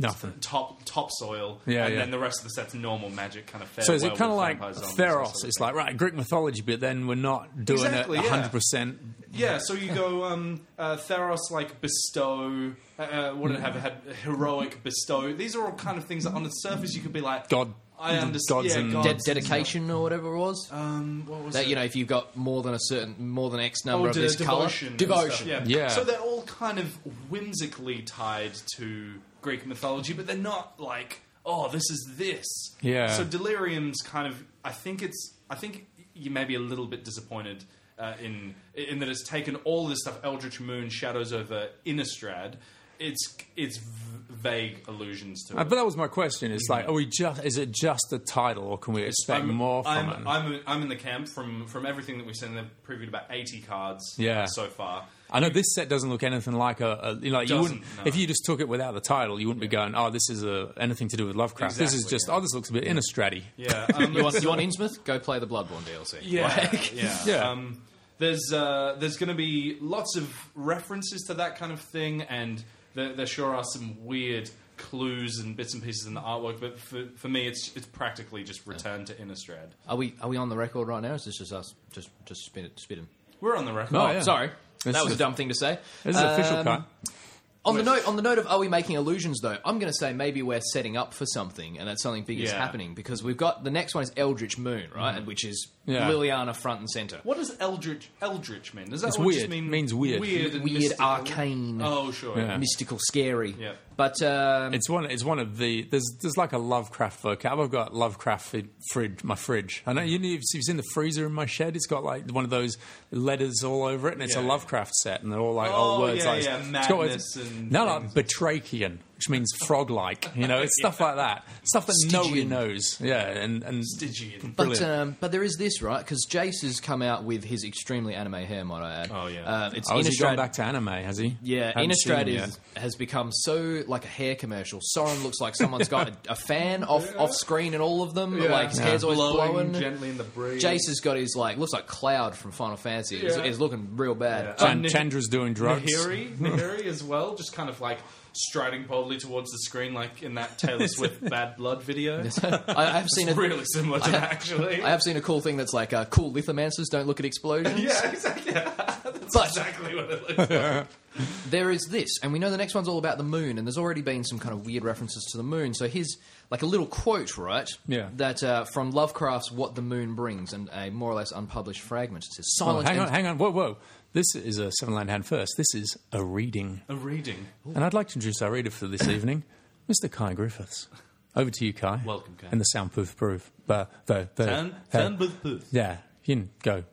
Speaker 4: Nothing.
Speaker 3: top topsoil,
Speaker 4: Yeah,
Speaker 3: and
Speaker 4: yeah.
Speaker 3: then the rest of the set's normal magic kind of. Fair
Speaker 4: So is it
Speaker 3: weather,
Speaker 4: kind of like
Speaker 3: vampire zombies, that
Speaker 4: Theros?
Speaker 3: sort of
Speaker 4: It's
Speaker 3: thing.
Speaker 4: like right Greek mythology, but then we're not doing
Speaker 3: Exactly,
Speaker 4: it
Speaker 3: yeah.
Speaker 4: hundred percent.
Speaker 3: yeah. So you go um, uh, Theros, like bestow. Uh, uh, what did it have? It had heroic bestow. These are all kind of things that on the surface you could be like
Speaker 4: God-
Speaker 3: I understand.
Speaker 4: gods
Speaker 3: yeah,
Speaker 4: and-
Speaker 5: De-
Speaker 3: gods and
Speaker 5: dedication or whatever it was.
Speaker 3: Um, what was
Speaker 5: that
Speaker 3: it?
Speaker 5: you know, if you've got more than a certain more than X number
Speaker 3: Oh,
Speaker 5: of
Speaker 3: de-
Speaker 5: this
Speaker 3: devotion.
Speaker 5: color,
Speaker 3: and
Speaker 5: devotion.
Speaker 3: stuff, Yeah.
Speaker 4: Yeah.
Speaker 3: So they're all kind of whimsically tied to Greek mythology, but they're not like, oh, this is this.
Speaker 4: Yeah.
Speaker 3: So Delirium's kind of. I think it's. I think you may be a little bit disappointed. Uh, in in that it's taken all this stuff, Eldritch Moon, Shadows over Innistrad. It's it's v- vague allusions to.
Speaker 4: Uh,
Speaker 3: it.
Speaker 4: But that was my question. It's like, are we just? Is it just a title, or can we expect more
Speaker 3: I'm,
Speaker 4: from it?
Speaker 3: I'm, I'm in the camp from from everything that we've seen. They've previewed about 80 cards
Speaker 4: Yeah.
Speaker 3: so far.
Speaker 4: I know this set doesn't look anything like a, a you know you
Speaker 3: Doesn't,
Speaker 4: wouldn't
Speaker 3: no.
Speaker 4: if you just took it without the title you wouldn't be going oh this is a, anything to do with Lovecraft this is
Speaker 3: Exactly,
Speaker 4: just
Speaker 3: yeah.
Speaker 4: oh this looks a bit Innistrad
Speaker 3: Yeah, um,
Speaker 5: You want, you want Innsmouth? Go play the Bloodborne DLC.
Speaker 3: Yeah,
Speaker 5: Like-
Speaker 3: yeah.
Speaker 4: Yeah.
Speaker 3: Um, there's uh, there's going to be lots of references to that kind of thing, and there, there sure are some weird clues and bits and pieces in the artwork. But for, for me, it's it's practically just Return to Innistrad.
Speaker 5: Are we are we on the record right now? Or is this just us just just spin it spitting?
Speaker 3: We're on the record.
Speaker 5: Oh,
Speaker 4: Oh, yeah.
Speaker 5: sorry.
Speaker 4: This
Speaker 5: that was
Speaker 4: is-
Speaker 5: a dumb thing to say.
Speaker 4: This is official
Speaker 5: Um,
Speaker 4: cut.
Speaker 5: On the note, on the note of are we making illusions though? I'm going to say maybe we're setting up for something, and that something big is
Speaker 3: Yeah.
Speaker 5: happening because we've got the next one is Eldritch Moon, right? And Which is
Speaker 4: Mm-hmm. Yeah.
Speaker 5: Liliana front and center.
Speaker 3: What does Eldritch Eldritch mean? Does that
Speaker 4: It's
Speaker 3: all
Speaker 4: weird.
Speaker 3: just mean
Speaker 4: Means weird.
Speaker 3: weird, and
Speaker 5: Weird,
Speaker 3: mystical?
Speaker 5: arcane.
Speaker 3: Oh, sure.
Speaker 4: Yeah.
Speaker 5: Mystical, scary.
Speaker 3: Yeah.
Speaker 5: But um,
Speaker 4: It's one. It's one of the. There's there's like a Lovecraft vocab. I've got Lovecraft fri- fridge. My fridge. I know you know, you've you've seen the freezer in my shed. It's got like one of those letters all over it, and it's a
Speaker 3: Yeah.
Speaker 4: Lovecraft set, and they're all like
Speaker 3: Oh,
Speaker 4: old words.
Speaker 3: yeah,
Speaker 4: like
Speaker 3: yeah,
Speaker 4: it's got words-
Speaker 3: madness and
Speaker 4: no, no,
Speaker 3: things.
Speaker 4: batrachian, which means frog-like. You know, it's stuff like that. Stuff that nobody
Speaker 5: Stygian.
Speaker 4: knows. Yeah, and and
Speaker 3: Stygian.
Speaker 5: But,
Speaker 4: Brilliant.
Speaker 5: um, but there is this, right? Because Jace has come out with his extremely anime hair, might I add.
Speaker 3: Oh, yeah.
Speaker 5: Uh, it's
Speaker 4: Oh, has he gone
Speaker 5: Innistrad.
Speaker 4: back to anime? Has he?
Speaker 5: yeah,
Speaker 4: Haven't seen
Speaker 5: Innistrad
Speaker 4: him
Speaker 5: is,
Speaker 4: yet.
Speaker 5: has become so like a hair commercial. Soren looks like someone's got a, a fan off off screen in all of them. Like his hair's always
Speaker 3: blowing,
Speaker 5: blowing.
Speaker 3: gently in the breeze.
Speaker 5: Jace has got his like looks like Cloud from Final Fantasy. He's,
Speaker 3: Yeah.
Speaker 5: he's looking real bad.
Speaker 3: Yeah.
Speaker 4: Chan-
Speaker 3: Oh, Nih-
Speaker 4: Chandra's doing drugs.
Speaker 3: Nahiri, Nahiri as well, just kind of like striding boldly towards the screen, like in that Taylor Swift "Bad Blood" video.
Speaker 5: I, I have seen a,
Speaker 3: It's really similar to that, actually.
Speaker 5: I have seen a cool thing that's like uh, cool lithomancers don't look at explosions.
Speaker 3: yeah, exactly. That's
Speaker 5: But-
Speaker 3: exactly what it looks like.
Speaker 5: there is this, and we know the next one's all about the moon, and there's already been some kind of weird references to the moon. So here's like a little quote, right?
Speaker 4: Yeah.
Speaker 5: That uh, from Lovecraft's "What the Moon Brings" and a more or less unpublished fragment. It says, "Silence."
Speaker 4: Oh, hang on,
Speaker 5: and-
Speaker 4: hang on. Whoa, whoa. This is a Seven Land Hand first. This is a reading.
Speaker 3: A reading.
Speaker 4: And I'd like to introduce our reader for this evening, Mr. Kai Griffiths. Over to you, Kai.
Speaker 3: Welcome, Kai.
Speaker 4: And the soundproof proof. But the, the, the- Yeah, you can go.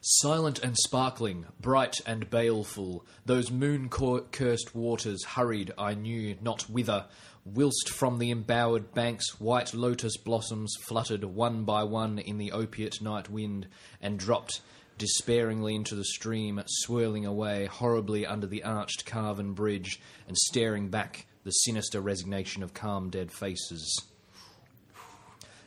Speaker 5: Silent and sparkling, bright and baleful, those moon cur- cursed waters hurried I knew not whither, whilst from the embowered banks white lotus blossoms fluttered one by one in the opiate night wind and dropped despairingly into the stream, swirling away horribly under the arched carven bridge and staring back the sinister resignation of calm dead faces.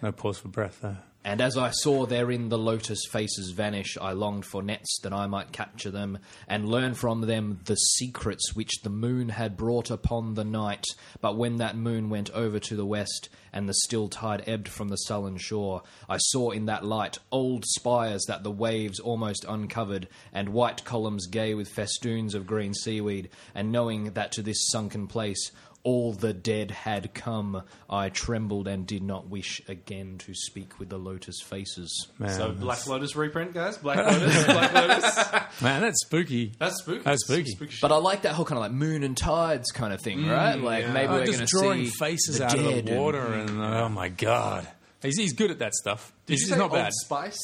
Speaker 4: No pause for breath there.
Speaker 5: And as I saw therein the lotus faces vanish, I longed for nets that I might capture them and learn from them the secrets which the moon had brought upon the night. But when that moon went over to the west and the still tide ebbed from the sullen shore, I saw in that light old spires that the waves almost uncovered and white columns gay with festoons of green seaweed. And knowing that to this sunken place, all the dead had come. I trembled and did not wish again to speak with the lotus faces.
Speaker 4: Man,
Speaker 3: So
Speaker 4: that's-
Speaker 3: Black Lotus reprint, guys. Black Lotus. Black Lotus.
Speaker 4: man, that's spooky.
Speaker 3: That's spooky.
Speaker 4: That's spooky.
Speaker 3: shit.
Speaker 5: But I like that whole kind of like moon and tides kind of thing, right? Like maybe
Speaker 4: Oh,
Speaker 5: we're going to
Speaker 4: just
Speaker 5: see
Speaker 4: drawing faces
Speaker 5: the
Speaker 4: out of
Speaker 5: dead
Speaker 4: the
Speaker 5: and-
Speaker 4: water and, oh my god. He's, he's good at that stuff.
Speaker 3: Did
Speaker 4: he's
Speaker 3: you
Speaker 4: he's
Speaker 3: say
Speaker 4: not
Speaker 3: Old
Speaker 4: bad.
Speaker 3: Spice?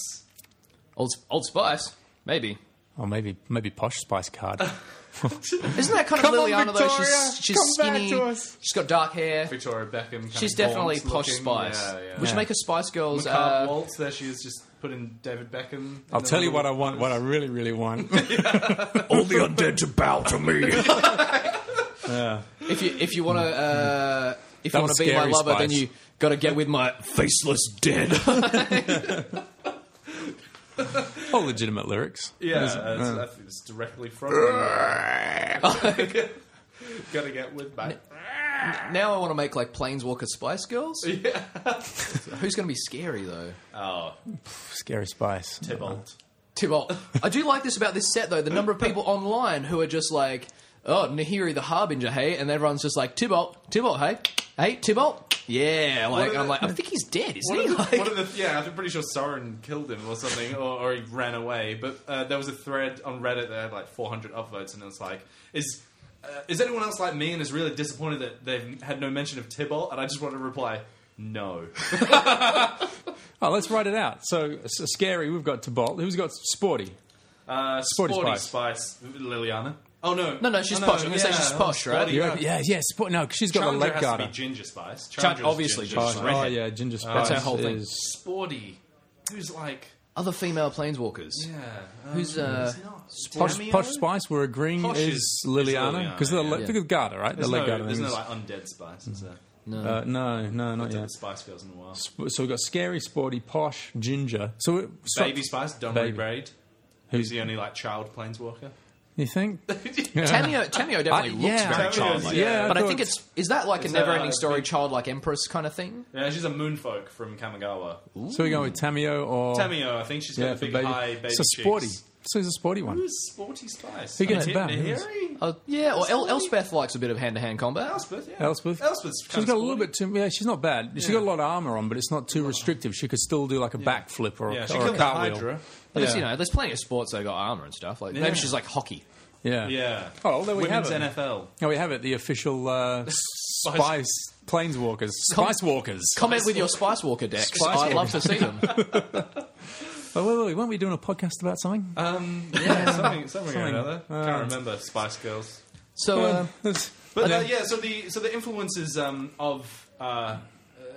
Speaker 5: Old, Old Spice, maybe.
Speaker 4: Or Oh, maybe maybe Posh Spice card.
Speaker 5: Isn't that kind
Speaker 4: Come
Speaker 5: of
Speaker 4: on,
Speaker 5: Liliana though?
Speaker 4: Victoria,
Speaker 5: She's, she's
Speaker 4: come back
Speaker 5: skinny.
Speaker 4: to us.
Speaker 5: She's got dark hair.
Speaker 3: Victoria Beckham. kind
Speaker 5: She's
Speaker 3: of
Speaker 5: definitely
Speaker 3: gaunt
Speaker 5: posh
Speaker 3: looking.
Speaker 5: Spice.
Speaker 3: Yeah, yeah.
Speaker 5: We should make a Spice Girls.
Speaker 3: Macabre
Speaker 5: Uh,
Speaker 3: Waltz. There she is, just putting David Beckham. in
Speaker 4: I'll
Speaker 3: the
Speaker 4: tell you
Speaker 3: middle
Speaker 4: what I
Speaker 3: of
Speaker 4: want,
Speaker 3: the
Speaker 4: what I really, really want.
Speaker 1: All the undead to bow to me.
Speaker 5: if you if you
Speaker 3: Mm.
Speaker 5: want to uh, if
Speaker 4: That
Speaker 5: you want
Speaker 4: was
Speaker 5: to be my
Speaker 4: scary
Speaker 5: lover, then
Speaker 4: Spice.
Speaker 5: you got to get with my
Speaker 1: Faceless dead.
Speaker 4: All legitimate lyrics.
Speaker 3: Yeah, it's,
Speaker 4: uh,
Speaker 3: I think it's directly from. Gotta get with back.
Speaker 5: Now I want to make like Planeswalker Spice Girls. Yeah. Who's going to be scary though?
Speaker 3: Oh,
Speaker 4: Scary Spice.
Speaker 3: Tybalt.
Speaker 5: Tybalt. I do like this about this set though. The number of people online who are just like, "Oh, Nahiri the Harbinger, hey," and everyone's just like, "Tybalt, Tybalt, hey, hey, Tybalt." Yeah,
Speaker 3: are
Speaker 5: like and I'm
Speaker 3: the-
Speaker 5: like, I think he's dead, isn't
Speaker 3: One
Speaker 5: he?
Speaker 3: of, the,
Speaker 5: Like,
Speaker 3: one of the yeah, I'm pretty sure Soren killed him or something, or, or he ran away. But uh, there was a thread on Reddit that had like 400 upvotes, and it was like, is uh, is anyone else like me and is really disappointed that they've had no mention of Tybalt? And I just want to reply, no.
Speaker 4: Oh, let's write it out. So, so scary. We've got Tybalt. Who's got Sporty?
Speaker 3: Uh,
Speaker 4: Sporty
Speaker 3: sporty,
Speaker 4: Spice.
Speaker 3: spice. Liliana. Oh no,
Speaker 5: No, no, she's posh. I'm gonna say she's posh,
Speaker 3: Sporty,
Speaker 5: right?
Speaker 3: yeah.
Speaker 4: Yeah, yeah. Sport. No, 'cause she's got
Speaker 3: Challenger
Speaker 4: the leg
Speaker 3: has to
Speaker 4: garter.
Speaker 3: be ginger spice.
Speaker 5: Chal- obviously
Speaker 3: obviously,
Speaker 5: ginger
Speaker 3: ginger
Speaker 5: spice.
Speaker 4: oh yeah, ginger
Speaker 5: That's
Speaker 4: spice.
Speaker 5: her whole thing.
Speaker 4: is-
Speaker 3: sporty. Who's like?
Speaker 5: Other female Planeswalkers.
Speaker 3: Yeah. um,
Speaker 5: Who's, uh,
Speaker 3: it's not
Speaker 4: Posh,
Speaker 3: Stamio?
Speaker 4: posh Spice. We're agreeing
Speaker 3: Posh
Speaker 4: is,
Speaker 3: is- is
Speaker 4: Liliana because the
Speaker 3: Liliana,
Speaker 4: le-
Speaker 5: yeah.
Speaker 4: look at the garter, right?
Speaker 3: There's
Speaker 4: the leg
Speaker 3: no,
Speaker 4: garter.
Speaker 3: there's no
Speaker 4: is-
Speaker 3: like undead spice. Is there?
Speaker 4: uh, no, no, not
Speaker 3: Yeah.
Speaker 4: yet.
Speaker 3: Spice Girls in a while.
Speaker 4: Sp- So we've got scary, sporty, posh, ginger. So, it, so
Speaker 3: Baby Spice, Dunbury
Speaker 4: Baby.
Speaker 3: Braid. Who's the only like child planeswalker?
Speaker 4: You think?
Speaker 5: Tamio, Tamio definitely
Speaker 4: I-
Speaker 5: looks
Speaker 4: yeah.
Speaker 5: very
Speaker 3: Tamio's-
Speaker 5: childlike.
Speaker 3: yeah,
Speaker 4: I
Speaker 5: but I
Speaker 4: thought
Speaker 5: think
Speaker 4: it's-
Speaker 5: it's is that like
Speaker 3: Is
Speaker 5: a
Speaker 3: that,
Speaker 5: never-ending
Speaker 3: uh,
Speaker 5: story, childlike empress kind of thing?
Speaker 3: Yeah, she's a moonfolk from Kamigawa.
Speaker 4: So we go with Tamio or
Speaker 3: Tamio, I think she's got
Speaker 4: yeah,
Speaker 3: a
Speaker 4: for
Speaker 3: big
Speaker 4: baby.
Speaker 3: high baby
Speaker 4: so sporty.
Speaker 3: cheeks.
Speaker 4: So he's a sporty one.
Speaker 3: Who's Sporty Spice?
Speaker 4: Who gets
Speaker 3: Hit-
Speaker 4: banned?
Speaker 3: Harry?
Speaker 5: Uh, yeah, or El-
Speaker 3: Sorry.
Speaker 5: Elspeth likes a bit of hand-to-hand combat.
Speaker 3: Elspeth, yeah.
Speaker 4: Elspeth.
Speaker 3: Elspeth's
Speaker 4: She's got a little bit too. Yeah, she's not bad. She's got a lot of armor on, but it's not too restrictive. She could still do like a backflip or, a-
Speaker 3: Yeah, she
Speaker 4: or
Speaker 3: killed
Speaker 4: a
Speaker 3: the
Speaker 4: cartwheel.
Speaker 3: Hydra.
Speaker 5: But it's,
Speaker 4: Yeah.
Speaker 5: you know, there's plenty of sports that got armor and stuff. Like
Speaker 3: Yeah.
Speaker 5: maybe she's like hockey.
Speaker 4: Yeah.
Speaker 3: Yeah.
Speaker 4: Oh, well, there we
Speaker 3: Women's
Speaker 4: have it.
Speaker 3: NFL.
Speaker 4: Now we have it. The official uh, spice planeswalkers, spice walkers.
Speaker 5: Comment with your Spice Walker decks.
Speaker 4: Spice
Speaker 5: I'd love to see them.
Speaker 4: Oh, wait, wait, wait, weren't we doing a podcast about something?
Speaker 3: Um, yeah, something, something,
Speaker 4: Something. Uh,
Speaker 3: or other. Can't remember. Spice Girls.
Speaker 5: So uh,
Speaker 3: But uh, yeah, so the so the influences um, of uh, uh,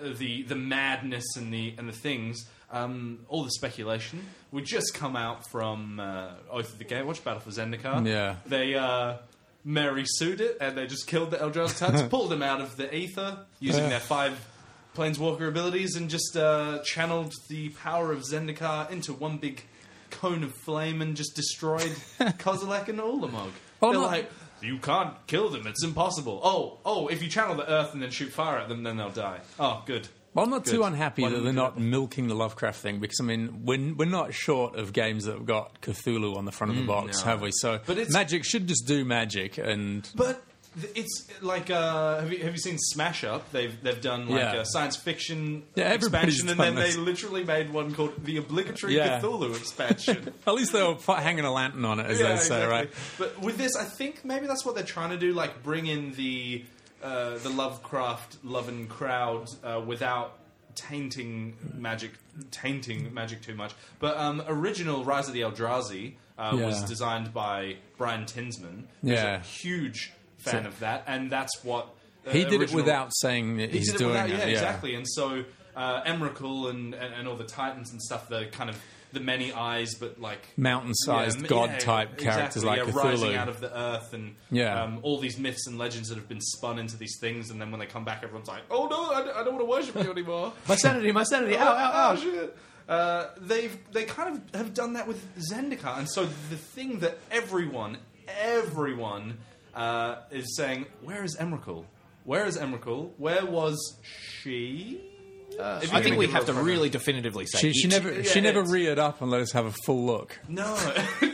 Speaker 3: the the madness and the and the things, um, all the speculation would just come out from uh, Oath of the Gatewatch, Battle for Zendikar.
Speaker 4: Yeah.
Speaker 3: they uh, Mary sued it and they just killed the Eldrazi Tuts, pulled them out of the ether using their five. Planeswalker abilities and just uh, channeled the power of Zendikar into one big cone of flame and just destroyed Kozilek and Ulamog.
Speaker 4: Oh,
Speaker 3: They're
Speaker 4: no.
Speaker 3: like, you can't kill them. It's impossible. Oh, oh! If you channel the earth and then shoot fire at them, then they'll die. Oh, good.
Speaker 4: Well, I'm not too
Speaker 3: Good.
Speaker 4: unhappy
Speaker 3: Why
Speaker 4: that
Speaker 3: don't
Speaker 4: they're
Speaker 3: we
Speaker 4: not milking the Lovecraft thing because I mean we're, we're not short of games that have got Cthulhu on the front of the box,
Speaker 3: Mm, no.
Speaker 4: have we? So
Speaker 3: But it's-
Speaker 4: magic should just do magic, and
Speaker 3: But th- it's like uh, have you have you seen Smash Up? They've they've done like
Speaker 4: Yeah.
Speaker 3: a science fiction
Speaker 4: Yeah, everybody's
Speaker 3: expansion, and
Speaker 4: done
Speaker 3: then
Speaker 4: this.
Speaker 3: they literally made one called the obligatory
Speaker 4: Yeah.
Speaker 3: Cthulhu expansion.
Speaker 4: at least they were fi- hanging a lantern on it, as they say,
Speaker 3: exactly.
Speaker 4: right?
Speaker 3: But with this, I think maybe that's what they're trying to do, like bring in the uh, the Lovecraft loving crowd uh, without tainting magic, tainting magic too much. But um, original Rise of the Eldrazi uh, was
Speaker 4: Yeah.
Speaker 3: designed by Brian Tinsman, who's
Speaker 4: Yeah.
Speaker 3: a huge fan
Speaker 4: So-
Speaker 3: of that, and that's what. uh,
Speaker 4: He did it
Speaker 3: original-
Speaker 4: without saying that he's
Speaker 3: did it
Speaker 4: doing
Speaker 3: without-
Speaker 4: it.
Speaker 3: Yeah, exactly. And so uh, Emrakul and, and, and all the Titans and stuff, the kind of the many eyes, but like
Speaker 4: Mountain-sized god-type characters like
Speaker 3: yeah, rising
Speaker 4: Cthulhu.
Speaker 3: out of the earth, and
Speaker 4: Yeah.
Speaker 3: um, all these myths and legends that have been spun into these things, and then when they come back, everyone's like, "Oh no, I don't, I don't want to worship you anymore."
Speaker 5: my sanity, my sanity.
Speaker 4: Ah,
Speaker 5: Ow,
Speaker 3: oh,
Speaker 5: ow, ow.
Speaker 3: shit. Uh, they've they kind of have done that with Zendikar, and so the thing that everyone, everyone uh, is saying, where is Emrakul? Where is Emrakul? Where was she? If
Speaker 5: Uh, I
Speaker 3: you're
Speaker 5: think
Speaker 3: gonna
Speaker 5: we
Speaker 3: give her
Speaker 5: have to
Speaker 3: a proper-
Speaker 5: really definitively say
Speaker 4: She, she
Speaker 5: it.
Speaker 4: never she
Speaker 3: yeah,
Speaker 4: never
Speaker 3: it's-
Speaker 4: reared up and let us have a full look.
Speaker 3: No,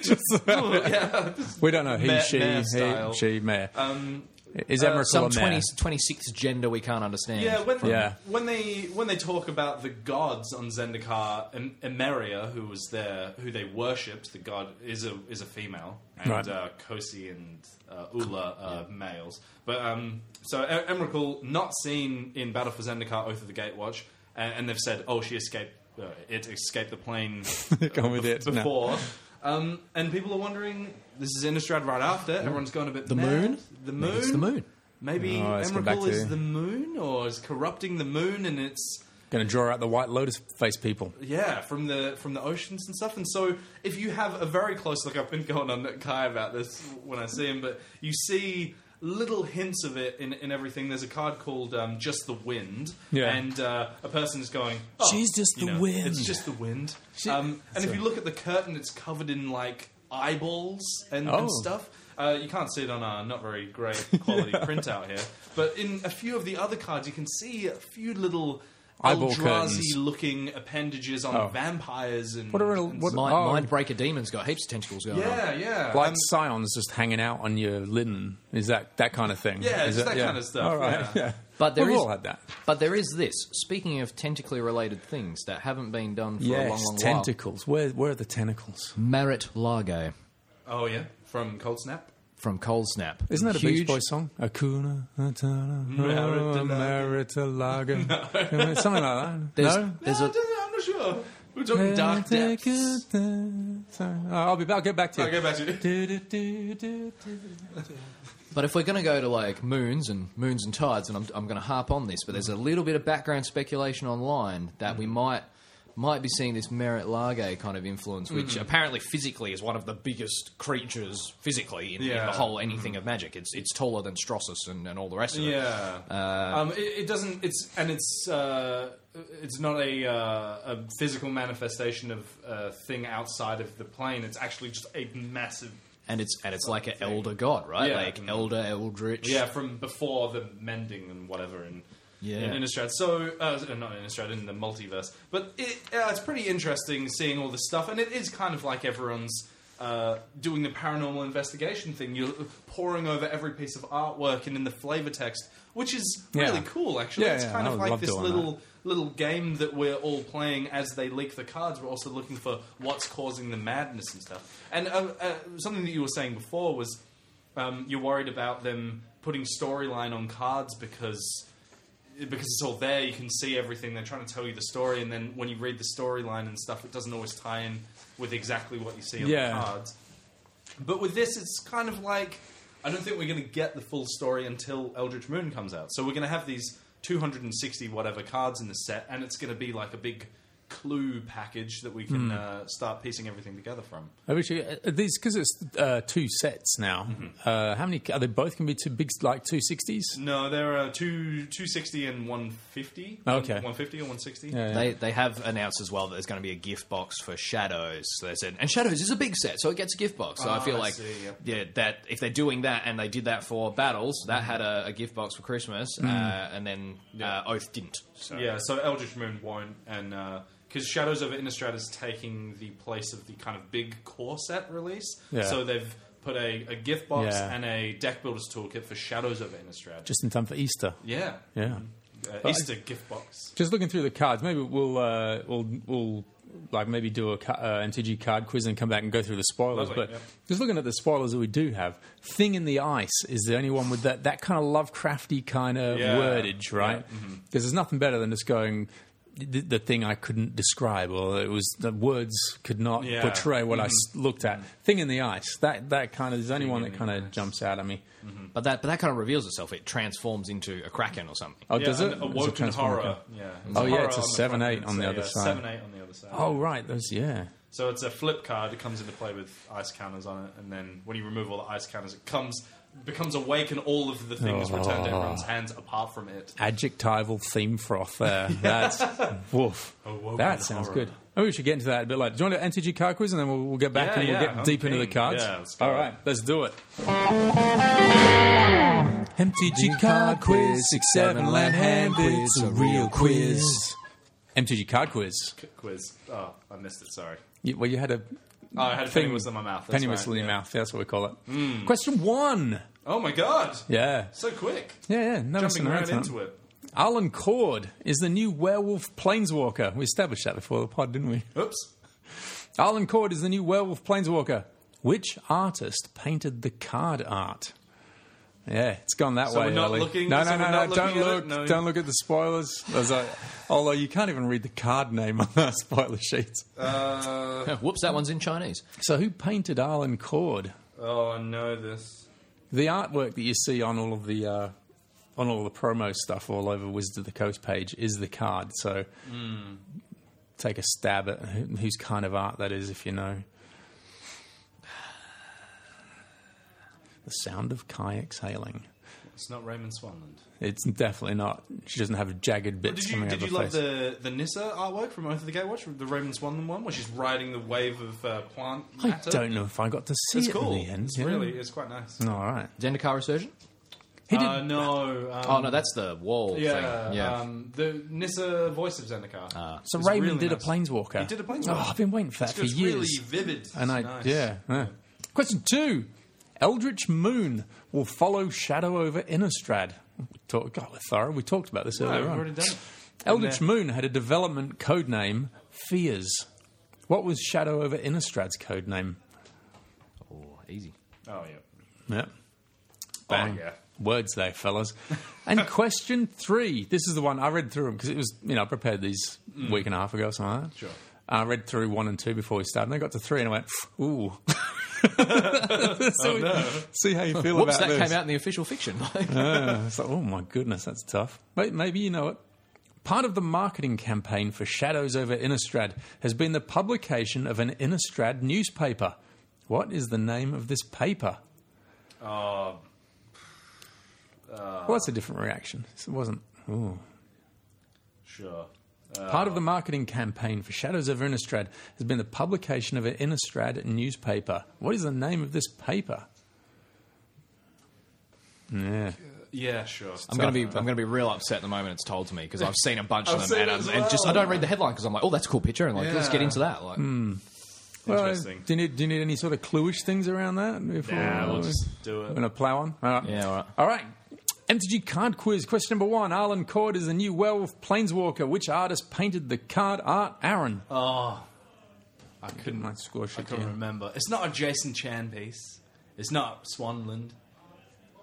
Speaker 3: just, yeah.
Speaker 4: We don't know he,
Speaker 3: Mare-
Speaker 4: she,
Speaker 3: mare
Speaker 4: he,
Speaker 3: style.
Speaker 4: she, mare.
Speaker 3: Um,
Speaker 4: Is Emrakul
Speaker 5: some
Speaker 4: a mare?
Speaker 5: 20, 26th gender we can't understand.
Speaker 3: Yeah, when,
Speaker 4: Yeah.
Speaker 3: when they when they talk about the gods on Zendikar, em- Emeria, who was there, who they worshipped, the god is a is a female, and
Speaker 4: Right.
Speaker 3: uh, Kosi and uh, Ula are males. But um, so e- Emrakul, not seen in Battle for Zendikar, Oath of the Gatewatch, and, and they've said, oh, she escaped, uh, it escaped the plane uh,
Speaker 4: Come with it. No.
Speaker 3: before. Um, and people are wondering. This is Innistrad right after. Everyone's gone a bit. The
Speaker 5: moon?
Speaker 3: The moon.
Speaker 5: It's the moon.
Speaker 3: Maybe
Speaker 4: Oh, let's get back
Speaker 3: Emrakul
Speaker 4: to-
Speaker 3: is the moon, or is corrupting the moon, and it's
Speaker 4: Going to draw out the White Lotus face people.
Speaker 3: yeah from the from the oceans and stuff. And so, if you have a very close look, I've been going on at Kai about this when I see him, but you see little hints of it in, in everything. There's a card called um, "Just the Wind,"
Speaker 4: Yeah.
Speaker 3: and uh, a person is going, oh,
Speaker 4: She's just
Speaker 3: you
Speaker 4: the
Speaker 3: know,
Speaker 4: wind.
Speaker 3: It's just the wind. Um, and if you look at the curtain, it's covered in like eyeballs and,
Speaker 4: Oh.
Speaker 3: and stuff. Uh, you can't see it on our not very great quality printout here, but in a few of the other cards, you can see a few little
Speaker 4: Eyeball curtains.
Speaker 3: Eldrazi-looking appendages on
Speaker 4: Oh.
Speaker 3: vampires and
Speaker 4: What a real-
Speaker 3: and
Speaker 4: what-
Speaker 3: stuff.
Speaker 5: Mind,
Speaker 4: Oh.
Speaker 5: Mindbreaker demon's got heaps of tentacles going on.
Speaker 3: yeah, yeah,
Speaker 4: Like
Speaker 3: Um,
Speaker 4: scions just hanging out on your linen. Is that that kind of thing?
Speaker 3: Yeah,
Speaker 4: Is
Speaker 3: it's that kind of stuff,
Speaker 4: All right.
Speaker 3: yeah.
Speaker 4: Yeah.
Speaker 5: But there
Speaker 4: We've
Speaker 5: is-
Speaker 4: all had that.
Speaker 5: But there is this. Speaking of tentacly related things that haven't been done for a long, long
Speaker 4: tentacles. Where where are the tentacles?
Speaker 5: while. Marit Largo
Speaker 3: oh yeah, from Cold Snap.
Speaker 5: from Cold Snap.
Speaker 4: Isn't that a
Speaker 5: Huge-
Speaker 4: Beach Boy song? Akuna Matata,
Speaker 3: Maritalaga.
Speaker 4: Maritalaga. Something like that.
Speaker 5: There's,
Speaker 4: no?
Speaker 5: there's
Speaker 3: I
Speaker 5: a,
Speaker 3: don't- I'm not sure. We're talking dark depths.
Speaker 4: Sorry. Oh, I'll be back. I'll get back to you.
Speaker 3: I'll go back to it.
Speaker 4: Do, do, do, do, do.
Speaker 5: but if we're going to go to like moons and moons and tides, and I'm, I'm going to harp on this, but there's a
Speaker 3: Mm-hmm.
Speaker 5: little bit of background speculation online that we might might be seeing this Merit Largay kind of influence, which
Speaker 3: Mm.
Speaker 5: apparently physically is one of the biggest creatures physically in, in
Speaker 3: Yeah. Mm-hmm.
Speaker 5: the whole anything of magic. It's it's taller than Strossus and, and all the rest of it.
Speaker 3: Yeah, um, it, it doesn't. It's and it's uh, it's not a, uh, a physical manifestation of a thing outside of the plane. It's actually just a massive
Speaker 5: and it's and it's like an elder god, right?
Speaker 3: Yeah. Mm-hmm.
Speaker 5: Like elder eldritch.
Speaker 3: Yeah, from before the mending and whatever in
Speaker 5: Yeah.
Speaker 3: in Innistrad. So uh, not in Innistrad, in the multiverse. But it, uh, it's pretty interesting seeing all this stuff, and it is kind of like everyone's. Uh, doing the paranormal investigation thing, you're poring over every piece of artwork and in the flavor text, which is really
Speaker 4: Yeah.
Speaker 3: cool. Actually,
Speaker 4: Yeah,
Speaker 3: it's
Speaker 4: yeah,
Speaker 3: kind
Speaker 4: I
Speaker 3: of
Speaker 4: would
Speaker 3: like
Speaker 4: love
Speaker 3: this
Speaker 4: doing
Speaker 3: little little game that we're all playing as they leak the cards. We're also looking for what's causing the madness and stuff. And uh, uh, something that you were saying before was um, you're worried about them putting storyline on cards because because it's all there. You can see everything. They're trying to tell you the story, and then when you read the storyline and stuff, it doesn't always tie in with exactly what you see on
Speaker 4: Yeah.
Speaker 3: the cards. But with this, it's kind of like I don't think we're going to get the full story until Eldritch Moon comes out. So we're going to have these 260 whatever cards in the set, and it's going to be like a big clue package that we can uh, start piecing everything together from.
Speaker 4: I wish you, uh, these because it's uh, two sets now.
Speaker 3: Mm-hmm.
Speaker 4: Uh, how many are they? Both can be two big, like two sixties.
Speaker 3: No, there are two 260 and 150.
Speaker 4: Okay.
Speaker 3: 150 or 160.
Speaker 5: They, they have announced as well that there's going to be a gift box for Shadows. So they said, and Shadows is a big set, so it gets a gift box. So I feel
Speaker 3: Ah, I
Speaker 5: like,
Speaker 3: see, yep.
Speaker 5: yeah, that if they're doing that and they did that for Battles, that had a, a gift box for Christmas,
Speaker 3: Hmm.
Speaker 5: uh, and then uh, Oath didn't. So
Speaker 3: Yeah, so Eldritch Moon won't, and because Shadows over Innistrad is taking the place of the kind of big core set release,
Speaker 4: Yeah.
Speaker 3: so they've put a, a gift box
Speaker 4: Yeah.
Speaker 3: and a deck builders toolkit for Shadows over Innistrad.
Speaker 4: Just in time for Easter.
Speaker 3: yeah,
Speaker 4: Yeah.
Speaker 3: Uh, Easter gift box.
Speaker 4: Just looking through the cards, maybe we'll uh, we'll we'll like maybe do a ca- uh, MTG card quiz and come back and go through the spoilers.
Speaker 3: Lovely,
Speaker 4: but
Speaker 3: yeah.
Speaker 4: just looking at the spoilers that we do have, "Thing in the Ice" is the only one with that that kind of Lovecrafty kind of
Speaker 3: Yeah. Mm-hmm.
Speaker 4: wordage, right? Because there's nothing better than just going. The, the thing I couldn't describe, or it was the words could not
Speaker 3: Yeah. Mm-hmm.
Speaker 4: portray what I s I looked at. Thing in the ice. That that kind of is the only one that kind of jumps out at me.
Speaker 5: but that but that kind of reveals itself. It transforms into a kraken or something.
Speaker 4: Oh,
Speaker 3: Yeah,
Speaker 4: does
Speaker 3: and
Speaker 4: it? It's a
Speaker 3: Awoken
Speaker 4: Transformer
Speaker 3: Horror.
Speaker 4: card.
Speaker 3: Yeah.
Speaker 4: Oh, yeah,
Speaker 3: horror
Speaker 4: it's a
Speaker 3: on the
Speaker 4: 7/8
Speaker 3: front,
Speaker 4: on the
Speaker 3: so,
Speaker 4: other
Speaker 3: yeah,
Speaker 4: side.
Speaker 3: Seven eight on the other side.
Speaker 4: Oh right, those yeah.
Speaker 3: So it's a flip card. It comes into play with ice counters on it, and then when you remove all the ice counters, it comes becomes awake, and all of the things
Speaker 4: Oh.
Speaker 3: return to everyone's hands apart from it.
Speaker 4: adjectival theme froth there. That's woof.
Speaker 3: Awoken
Speaker 4: That sounds
Speaker 3: Oh, horror.
Speaker 4: good. Maybe we should get into that a bit later. Do you want to do an NTG card quiz and then we'll, we'll get back
Speaker 3: Yeah,
Speaker 4: and we'll
Speaker 3: yeah,
Speaker 4: get
Speaker 3: I'm
Speaker 4: deep into the
Speaker 3: keen.
Speaker 4: cards?
Speaker 3: Yeah, let's go.
Speaker 4: All right, let's do it. MTG card quiz, six seven land hand. It's a real quiz. MTG card quiz.
Speaker 3: Quiz. Oh, I missed it. Sorry.
Speaker 4: You, well, you had a
Speaker 3: Oh, I had a penny whistle in my mouth. That's
Speaker 4: penny
Speaker 3: right,
Speaker 4: whistle in your
Speaker 3: yeah. Hmm.
Speaker 4: mouth. That's what we call it. Question one.
Speaker 3: Oh my god!
Speaker 4: Yeah,
Speaker 3: So quick.
Speaker 4: yeah, yeah. No messing
Speaker 3: Jumping
Speaker 4: around
Speaker 3: right
Speaker 4: tonight.
Speaker 3: into it.
Speaker 4: Alan Cord is the new werewolf planeswalker. We established that before the pod, didn't we?
Speaker 3: Oops.
Speaker 4: Alan Cord is the new werewolf planeswalker. Which artist painted the card art? Yeah, it's gone that
Speaker 3: So
Speaker 4: way.
Speaker 3: we're not
Speaker 4: Ollie.
Speaker 3: looking-
Speaker 4: no,
Speaker 3: so
Speaker 4: no,
Speaker 3: we're
Speaker 4: no,
Speaker 3: not
Speaker 4: no.
Speaker 3: looking
Speaker 4: Don't
Speaker 3: at it?
Speaker 4: look.
Speaker 3: No.
Speaker 4: Don't look at the spoilers. There's a- although you can't even read the card name on the spoiler sheets.
Speaker 3: Uh,
Speaker 5: Whoops, that one's in Chinese.
Speaker 4: So, who painted Alan Cord?
Speaker 3: oh, I know this.
Speaker 4: The artwork that you see on all of the uh, on all the promo stuff all over Wizards of the Coast page is the card. So
Speaker 3: Hmm.
Speaker 4: take a stab at who- whose kind of art that is, if you know. The sound of Kai exhaling.
Speaker 3: It's not Raymond Swanland.
Speaker 4: It's definitely not. She doesn't have jagged bits
Speaker 3: Did you
Speaker 4: coming
Speaker 3: did
Speaker 4: out
Speaker 3: you
Speaker 4: of her
Speaker 3: love
Speaker 4: face.
Speaker 3: the the Nissa artwork from Oath of the Gatewatch, the Raymond Swanland one, where she's riding the wave of uh, plant
Speaker 4: I
Speaker 3: matter?
Speaker 4: don't know if I got to see
Speaker 3: It's
Speaker 4: it
Speaker 3: cool.
Speaker 4: in the end.
Speaker 3: it's
Speaker 4: yeah.
Speaker 3: really it's quite nice.
Speaker 4: all right.
Speaker 5: Zendikar Resurgent?
Speaker 4: He did.
Speaker 3: Uh, no. Um,
Speaker 5: Oh no, that's the wall
Speaker 3: yeah.
Speaker 5: thing. Yeah.
Speaker 3: Um, the Nissa voice of Zendikar.
Speaker 4: Ah. so
Speaker 3: it's
Speaker 4: Raymond
Speaker 3: really
Speaker 4: did a
Speaker 3: nice.
Speaker 4: planeswalker.
Speaker 3: He did a planeswalker.
Speaker 4: Oh, I've been waiting for that
Speaker 3: it's
Speaker 4: for
Speaker 3: it's
Speaker 4: years.
Speaker 3: really vivid.
Speaker 4: And I,
Speaker 3: It's nice.
Speaker 4: yeah, yeah. Question two: Eldritch Moon will follow Shadow over Innistrad. We talk, God, we're thorough. We talked about this
Speaker 3: Oh,
Speaker 4: earlier
Speaker 3: we've
Speaker 4: on.
Speaker 3: already done it.
Speaker 4: Eldritch
Speaker 3: Yeah.
Speaker 4: Moon had a development code name, Fears. What was Shadow over Innistrad's code name?
Speaker 5: Oh, easy.
Speaker 3: Oh yeah.
Speaker 4: Yep.
Speaker 3: Bang. Yeah.
Speaker 4: Words there, fellas. And question three. This is the one I read through them because it was, you know, I prepared these a week and a half ago or something like that.
Speaker 3: Sure.
Speaker 4: I read through one and two before we started. And I got to three and I went, ooh. so we- See how you feel
Speaker 5: Whoops, that
Speaker 4: about this.
Speaker 5: came out in the official fiction. Like,
Speaker 4: It's like, oh my goodness, that's tough. Wait, maybe you know it. Part of the marketing campaign for Shadows over Innistrad has been the publication of an Innistrad newspaper. What is the name of this paper? well, that's a different reaction. It wasn't. Ooh.
Speaker 3: Sure.
Speaker 4: Part of the marketing campaign for Shadows of Innistrad has been the publication of an Innistrad newspaper. What is the name of this paper? Yeah.
Speaker 3: Yeah, sure.
Speaker 5: I'm gonna be I'm gonna be real upset the moment it's told to me because I've seen a bunch of
Speaker 3: I've
Speaker 5: them
Speaker 3: seen
Speaker 5: and,
Speaker 3: it
Speaker 5: I'm-
Speaker 3: as
Speaker 5: and just I
Speaker 3: well.
Speaker 5: don't read the headline because I'm like, oh, that's a cool picture, and like, let's
Speaker 3: Yeah.
Speaker 5: get into that. Like,
Speaker 4: Well,
Speaker 3: Interesting.
Speaker 4: do, you need, do you need any sort of cluish things around that? If
Speaker 3: Nah, we'll just do it.
Speaker 4: We're going to plow on? All right.
Speaker 5: Yeah, all right.
Speaker 4: All right. MTG card quiz. Question number one. Arlen Cord is the new werewolf planeswalker. Which artist painted the card art? Aaron.
Speaker 3: I couldn't.
Speaker 4: Might squash
Speaker 3: Oh. I
Speaker 4: it,
Speaker 3: couldn't
Speaker 4: yeah.
Speaker 3: remember. It's not a Jason Chan piece. It's not Swanland.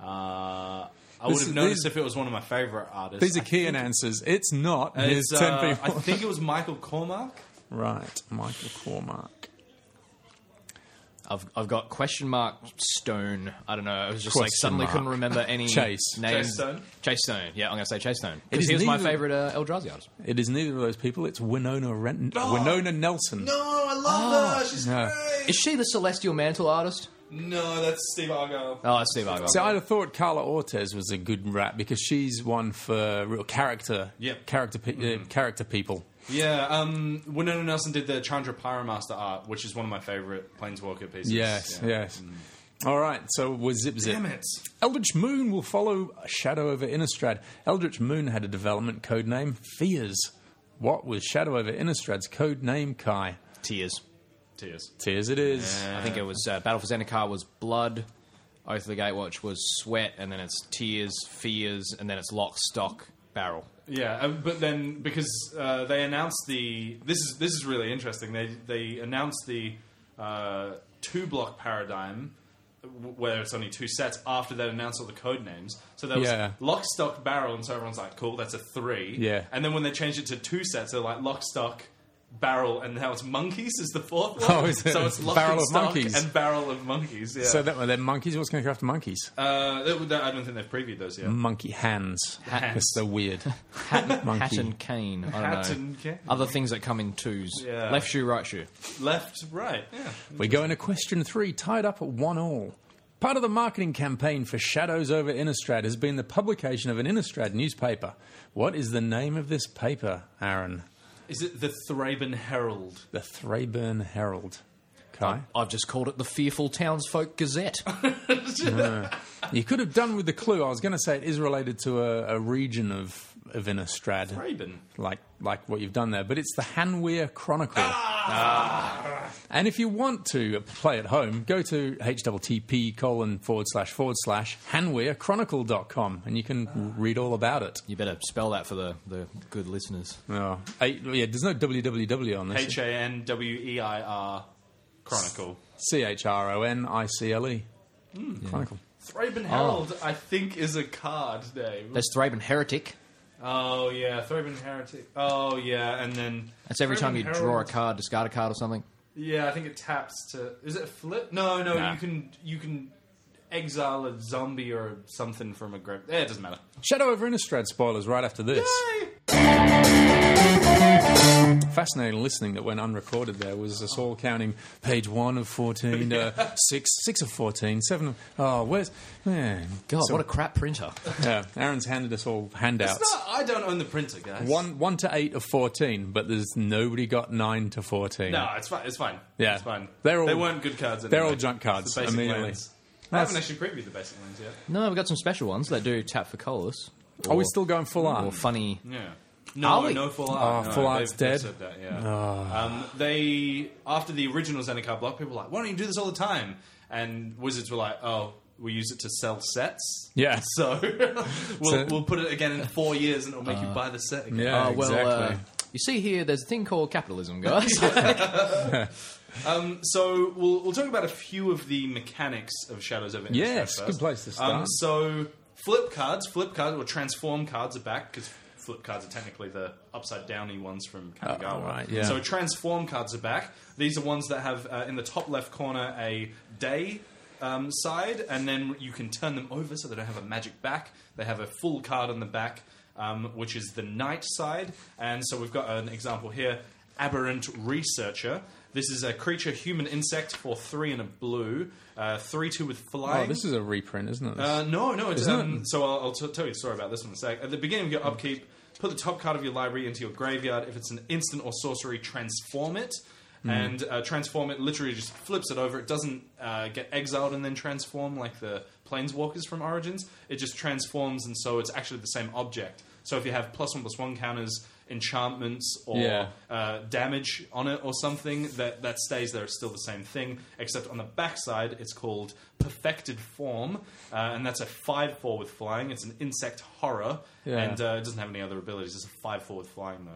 Speaker 3: Uh, I would
Speaker 4: is-
Speaker 3: have noticed
Speaker 4: these-
Speaker 3: if it was one of my favorite artists.
Speaker 4: These are
Speaker 3: I
Speaker 4: key
Speaker 3: think
Speaker 4: answers. It's not. Here's
Speaker 3: it's,
Speaker 4: 10
Speaker 3: uh,
Speaker 4: people.
Speaker 3: I think it was Michael Cormack.
Speaker 4: Right. Michael Cormack.
Speaker 5: I've I've got question mark Stone. I don't know. I was just like
Speaker 4: Question
Speaker 5: suddenly
Speaker 4: mark.
Speaker 5: couldn't remember any
Speaker 4: Chase.
Speaker 5: names.
Speaker 3: Chase Stone?
Speaker 5: Chase Stone. Yeah, I'm gonna say Chase Stone
Speaker 4: It
Speaker 5: because
Speaker 4: is
Speaker 5: he was my
Speaker 4: neither-
Speaker 5: favorite uh, Eldrazi artist.
Speaker 4: It is neither of those people. It's Winona Rent-
Speaker 3: No.
Speaker 4: Winona Nelson.
Speaker 3: No, I love
Speaker 4: Ah.
Speaker 3: her. She's
Speaker 4: no.
Speaker 5: Is she the Celestial Mantle artist?
Speaker 3: No, that's Steve Argyle.
Speaker 5: Oh, that's Steve Argyle.
Speaker 4: So I'd have thought Carla Ortiz was a good rap because she's one for real character,
Speaker 3: Yep.
Speaker 4: character, pe-
Speaker 3: Mm-hmm.
Speaker 4: uh, character people.
Speaker 3: Yeah, um, Winona Nelson did the Chandra Pyromaster art, which is one of my favorite Planeswalker pieces.
Speaker 4: Yes, yes. All right, so we're zip zip.
Speaker 3: Mm. Damn it.
Speaker 4: Eldritch Moon will follow Shadow over Innistrad. Eldritch Moon had a development code name, Fears. What was Shadow over Innistrad's code name, Kai?
Speaker 5: Tears.
Speaker 3: Tears.
Speaker 4: Tears it is.
Speaker 5: I think it was uh, Battle for Zendikar was Blood. Oath of the Gatewatch was Sweat, and then it's Tears, Fears, and then it's Lock, Stock, Barrel.
Speaker 3: Yeah, uh, but then because uh, they announced the this is this is really interesting. They they announced the uh, two block paradigm w- where it's only two sets after they announced all the code names. So there was
Speaker 4: Yeah.
Speaker 3: lock, stock, barrel, and so everyone's like, cool, that's a three.
Speaker 4: Yeah.
Speaker 3: And then when they changed it to two sets, they're like lock, stock, barrel, and now it's monkeys is the fourth one.
Speaker 4: Oh, is it?
Speaker 3: So it's lock
Speaker 4: Barrel
Speaker 3: and
Speaker 4: of
Speaker 3: stock
Speaker 4: monkeys.
Speaker 3: and barrel of monkeys. Yeah.
Speaker 4: So that were they monkeys? What's going to go after monkeys?
Speaker 3: uh, that- that- I don't think they've previewed those yet.
Speaker 4: Monkey hands. That's so weird.
Speaker 5: Hat
Speaker 4: Monkey.
Speaker 5: and cane. I don't
Speaker 3: Hat
Speaker 5: know.
Speaker 3: and cane.
Speaker 5: Other things that come in twos.
Speaker 3: Yeah.
Speaker 5: Left shoe, right shoe.
Speaker 3: Left, right. Yeah.
Speaker 4: We're going to question three, tied up at one all. Part of the marketing campaign for Shadows over Innistrad has been the publication of an Innistrad newspaper. What is the name of this paper, Aaron?
Speaker 3: Is it the Thraben Herald?
Speaker 4: The Thraburn Herald. Kai?
Speaker 5: I've just called it the Fearful Townsfolk Gazette.
Speaker 4: You could have done with the clue. I was going to say it is related to a, a region of, of Innistrad.
Speaker 3: Thraben.
Speaker 4: Like, like what you've done there. But it's the Hanweir Chronicle. Ah. And if you want to play at home, go to http colon forward slash forward slash hanweirchronicle.com and you can read all about it.
Speaker 5: you better spell that for the, the good listeners.
Speaker 4: Oh, I- yeah, there's no www on this.
Speaker 3: H A N W E I R Chronicle.
Speaker 4: C H R O N I C L E. Chronicle.
Speaker 3: Thraben Herald, I think, is a card name.
Speaker 5: That's Thraben Heretic.
Speaker 3: Oh yeah, Thraben Heretic. Oh yeah, and then
Speaker 5: That's every
Speaker 3: Thraben
Speaker 5: time you draw a
Speaker 3: Herald-
Speaker 5: card, discard a card or something.
Speaker 3: Yeah, I think it taps to. Is it a flip? No, no.
Speaker 5: Nah.
Speaker 3: You can you can exile a zombie or something from a grave. Eh, it doesn't matter.
Speaker 4: Shadow over Innistrad spoilers right after this. Fascinating listening that went unrecorded there was us all counting page one of 14, uh, six, six of 14, seven of. Oh, where's. Man,
Speaker 5: God,
Speaker 4: So-
Speaker 5: what a crap printer.
Speaker 4: yeah, Aaron's handed us all handouts.
Speaker 3: It's not, I don't own the printer, guys.
Speaker 4: One, one to eight of 14, but there's nobody got nine to 14.
Speaker 3: No, it's fine. It's fine.
Speaker 4: Yeah.
Speaker 3: it's fine.
Speaker 4: They're all-
Speaker 3: they weren't good cards. Anyway.
Speaker 4: they're all junk cards,
Speaker 3: It's the basic
Speaker 4: immediately.
Speaker 3: lands. I haven't
Speaker 4: That's-
Speaker 3: actually previewed the basic lands yet.
Speaker 5: no, we've got some special ones that do tap for colors.
Speaker 4: Are we still going full art?
Speaker 5: Or funny.
Speaker 3: Yeah.
Speaker 5: Are
Speaker 3: No,
Speaker 5: we?
Speaker 3: no, full art.
Speaker 4: Oh,
Speaker 3: no,
Speaker 4: full
Speaker 3: they've-
Speaker 4: art's
Speaker 3: they've
Speaker 4: dead. Ah.
Speaker 3: said that, yeah. Um, they after the original Zendikar block, people were like, "Why don't you do this all the time?" And Wizards were like, "Oh, we use it to sell sets."
Speaker 4: Yeah.
Speaker 3: So we'll,
Speaker 4: So- Ah.
Speaker 3: we'll put it again in four years, and it'll make you buy the set again.
Speaker 4: Yeah,
Speaker 5: Oh, well, uh,
Speaker 4: exactly.
Speaker 5: you see here, there's a thing called capitalism, guys.
Speaker 3: So we'll we'll talk about a few of the mechanics of Shadows of Innistrad
Speaker 4: Yes,
Speaker 3: first.
Speaker 4: good place to start.
Speaker 3: Um, so flip cards, flip cards, or transform cards are back because flip cards are technically the upside downy ones from Kamigawa.
Speaker 4: Oh, right, yeah.
Speaker 3: So transform cards are back. These are ones that have uh, in the top left corner a day. Um, side, and then you can turn them over so they don't have a magic back. They have a full card on the back, um, which is the night side. And so we've got an example here Aberrant Researcher. This is a creature, human insect, for three and a blue, uh, three two with
Speaker 4: oh,
Speaker 3: flying.
Speaker 4: this is a reprint, isn't it?
Speaker 3: Uh, no, no, it's
Speaker 4: Isn't
Speaker 3: um,
Speaker 4: it?
Speaker 3: so I'll, I'll t- tell you the story about this one in a sec. At the beginning of your upkeep, Put the top card of your library into your graveyard. If it's an instant or sorcery, transform it.
Speaker 4: Hmm.
Speaker 3: And uh, transform it literally just flips it over. It doesn't uh, get exiled and then transform like the planeswalkers from Origins. It just transforms, and so it's actually the same object. So if you have plus one plus one counters, enchantments, or
Speaker 4: Yeah.
Speaker 3: uh, damage on it or something that, that stays there. It's still the same thing, except on the backside, it's called Perfected Form, uh, and that's a 5 4 with flying. It's an insect horror,
Speaker 4: Yeah.
Speaker 3: and uh, it doesn't have any other abilities. It's a 5 4 with flying, though.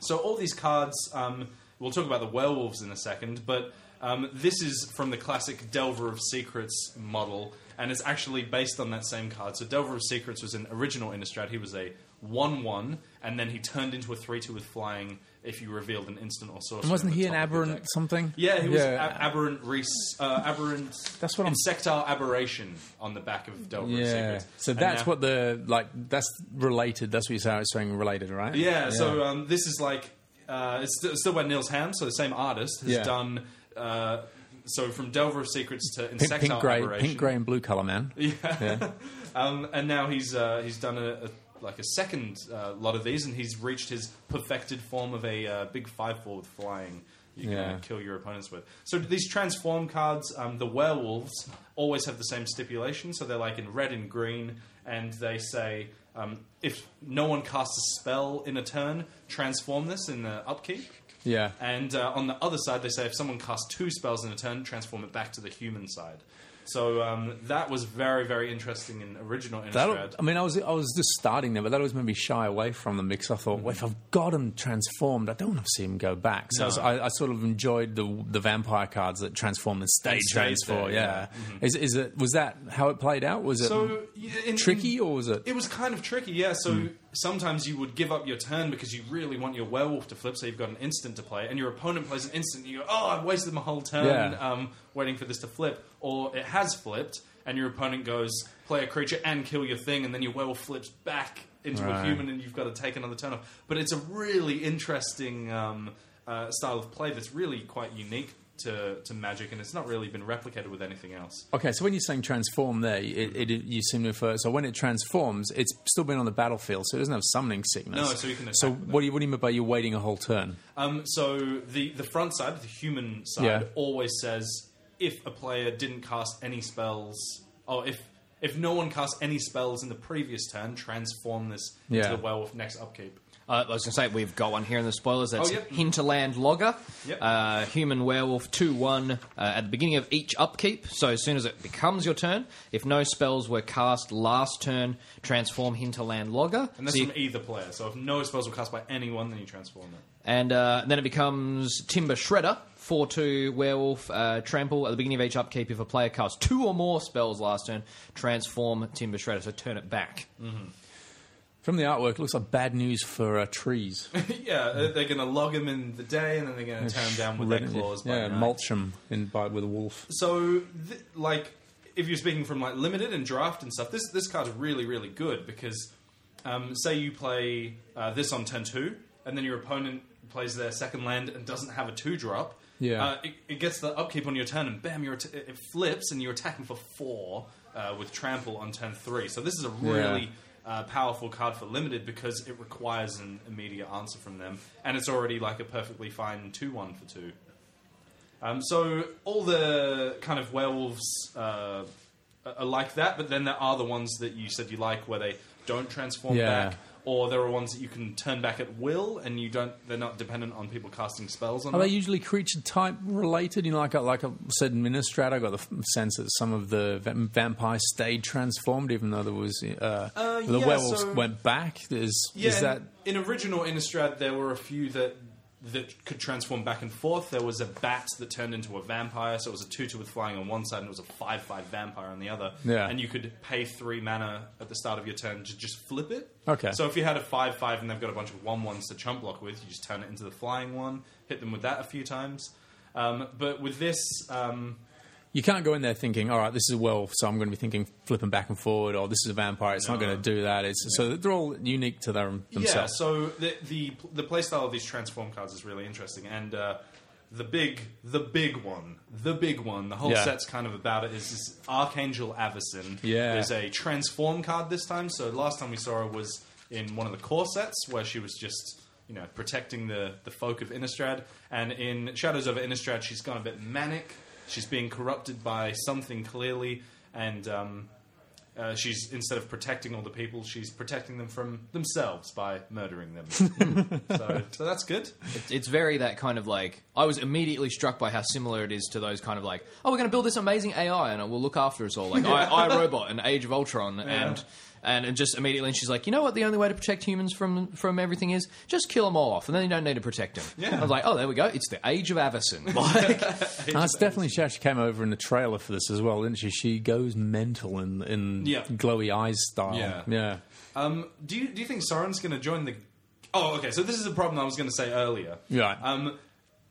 Speaker 3: So, all these cards, um, we'll talk about the werewolves in a second, but um, this is from the classic Delver of Secrets model, and it's actually based on that same card. So, Delver of Secrets was an original Innistrad. He was a 1 1, and then he turned into a 3 2 with flying if you revealed an instant or sorcery.
Speaker 4: Wasn't
Speaker 3: on the
Speaker 4: he an
Speaker 3: top of your
Speaker 4: aberrant
Speaker 3: deck.
Speaker 4: something?
Speaker 3: Yeah, he was ab- aberrant, res- uh, aberrant.
Speaker 4: That's what I'm-
Speaker 3: Insectile aberration on the back of Delver of
Speaker 4: yeah.
Speaker 3: Secrets.
Speaker 4: So
Speaker 3: And
Speaker 4: that's
Speaker 3: now-
Speaker 4: what the like. That's related. That's what you say. It's saying related, right?
Speaker 3: Yeah, so um, this is like uh, it's st- still by Nils Ham, so the same artist has
Speaker 4: Yeah.
Speaker 3: done. Uh, so from Delver of Secrets to
Speaker 4: pink,
Speaker 3: Insectile
Speaker 4: pink grey,
Speaker 3: Aberration,
Speaker 4: pink grey, and blue color man.
Speaker 3: um, and now he's uh, he's done a, a like a second uh, lot of these, and he's reached his perfected form of a uh, big five four with flying. You can
Speaker 4: Yeah.
Speaker 3: uh, kill your opponents with. So these transform cards, um, the werewolves always have the same stipulation. So they're like in red and green, and they say um, if no one casts a spell in a turn, transform this in the upkeep.
Speaker 4: Yeah.
Speaker 3: And uh, on the other side, they say if someone casts two spells in a turn, transform it back to the human side. So um, that was very, very interesting and original in
Speaker 4: That'll-
Speaker 3: Strad.
Speaker 4: I mean, I was I was just starting there, but that always made me shy away from them because I thought, well, if I've got him transformed, I don't want to see him go back. So I was-
Speaker 3: Mm-hmm. No.
Speaker 4: I, I sort of enjoyed the the vampire cards that transform and stay
Speaker 3: And stay
Speaker 4: transform.
Speaker 3: there, Mm-hmm.
Speaker 4: yeah, is is it was that how it played out? Was it
Speaker 3: So y- in-
Speaker 4: tricky or was it? Hmm.
Speaker 3: It was kind of tricky, yeah. So sometimes you would give up your turn because you really want your werewolf to flip, so you've got an instant to play, and your opponent plays an instant, and you go, oh, I've wasted my whole turn
Speaker 4: Yeah.
Speaker 3: um, waiting for this to flip. Or it has flipped, and your opponent goes, play a creature and kill your thing, and then your werewolf flips back into a
Speaker 4: Right.
Speaker 3: human, and you've got to take another turn off. But it's a really interesting um, uh, style of play that's really quite unique. To, to magic, and it's not really been replicated with anything else.
Speaker 4: Okay, so when you're saying transform there, it,
Speaker 3: Mm-hmm.
Speaker 4: it, you seem to refer. So when it transforms, it's still been on the battlefield, so it doesn't have summoning sickness.
Speaker 3: No, so you can attack
Speaker 4: So
Speaker 3: with it.
Speaker 4: what do you what do you mean by you're waiting a whole turn?
Speaker 3: Um, so the the front side, the human side,
Speaker 4: Yeah.
Speaker 3: always says if a player didn't cast any spells, or if if no one cast any spells in the previous turn, transform this
Speaker 4: Yeah.
Speaker 3: into the werewolf next upkeep.
Speaker 5: Uh, I was going to say, we've got one here in the spoilers. That's
Speaker 3: Oh, yep.
Speaker 5: Hinterland Logger.
Speaker 3: Yep.
Speaker 5: Uh, human Werewolf 2 1 uh, at the beginning of each upkeep. So as soon as it becomes your turn, if no spells were cast last turn, transform Hinterland Logger.
Speaker 3: And that's
Speaker 5: So you-
Speaker 3: from either player. So if no spells were cast by anyone, then you transform it.
Speaker 5: and uh, then it becomes Timber Shredder. 4 2 Werewolf uh, Trample. At the beginning of each upkeep, if a player casts two or more spells last turn, transform Timber Shredder. So turn it back.
Speaker 4: From the artwork, it looks like bad news for uh, trees.
Speaker 3: yeah, uh, they're going to log him in the day, and then they're going to tear him down with their claws. by
Speaker 4: yeah,
Speaker 3: night.
Speaker 4: mulch them in by with a wolf.
Speaker 3: So, th- like, if you're speaking from like limited and draft and stuff, this this card's really really good because, um, say you play uh, this on turn two, and then your opponent plays their second land and doesn't have a two drop.
Speaker 4: Yeah.
Speaker 3: uh, it, it gets the upkeep on your turn, and bam, you're att- it flips, and you're attacking for four uh, with trample on turn three. So this is a really uh, powerful card for limited because it requires an immediate answer from them, and it's already like a perfectly fine two-one for two. Um, so all the kind of werewolves uh, are like that, but then there are the ones that you said you like where they don't transform
Speaker 4: Yeah.
Speaker 3: back, or there are ones that you can turn back at will, and you don't. They're not dependent on people casting spells on
Speaker 4: Are
Speaker 3: them.
Speaker 4: they usually creature type related? You know, like I, like I said, in Ministrat, I got the f- sense that some of the va- vampires stayed transformed, even though there was uh, the
Speaker 3: yeah,
Speaker 4: werewolves
Speaker 3: so-
Speaker 4: went back. Is
Speaker 3: yeah,
Speaker 4: is
Speaker 3: in-
Speaker 4: that
Speaker 3: in, original Innistrad there were a few that that could transform back and forth. There was a bat that turned into a vampire, so it was a two-two with flying on one side, and it was a five-five vampire on the other.
Speaker 4: Yeah.
Speaker 3: and you could pay three mana at the start of your turn to just flip it.
Speaker 4: Okay.
Speaker 3: So if you had a five-five and they've got a bunch of one-ones to chump block with, you just turn it into the flying one, hit them with that a few times. Um, but with this. Um,
Speaker 4: you can't go in there thinking, all right, this is a werewolf, so I'm going to be thinking flipping back and forward, or this is a vampire, it's not
Speaker 3: No.
Speaker 4: going to do that. It's, So they're all unique to their, themselves.
Speaker 3: Yeah, so the the the playstyle of these transform cards is really interesting, and uh, the big the big one, the big one, the whole
Speaker 4: Yeah.
Speaker 3: set's kind of about it is, is Archangel Avison.
Speaker 4: Yeah.
Speaker 3: there's a transform card this time. So last time we saw her was in one of the core sets where she was just you know protecting the the folk of Innistrad, and in Shadows over Innistrad she's gone a bit manic. She's being corrupted by something clearly, and um, uh, she's instead of protecting all the people, she's protecting them from themselves by murdering them. so, so that's good.
Speaker 5: It's, it's very that kind of like. I was immediately struck by how similar it is to those kind of like, oh, we're going to build this amazing AI and it will look after us all, like I, I Robot and Age of Ultron, and, and and just immediately, and she's like, you know what? The only way to protect humans from from everything is just kill them all off, and then you don't need to protect them.
Speaker 3: Yeah.
Speaker 5: I was like, oh, there we go. It's the Age of Avison. Like,
Speaker 4: That's definitely how she came over in the trailer for this as well, didn't she? She goes mental in in
Speaker 3: Yeah.
Speaker 4: glowy eyes style.
Speaker 3: Yeah. Um, do you do you think Soren's going to join the? Oh, okay. So this is the problem I was going to say earlier.
Speaker 4: Right.
Speaker 3: Um,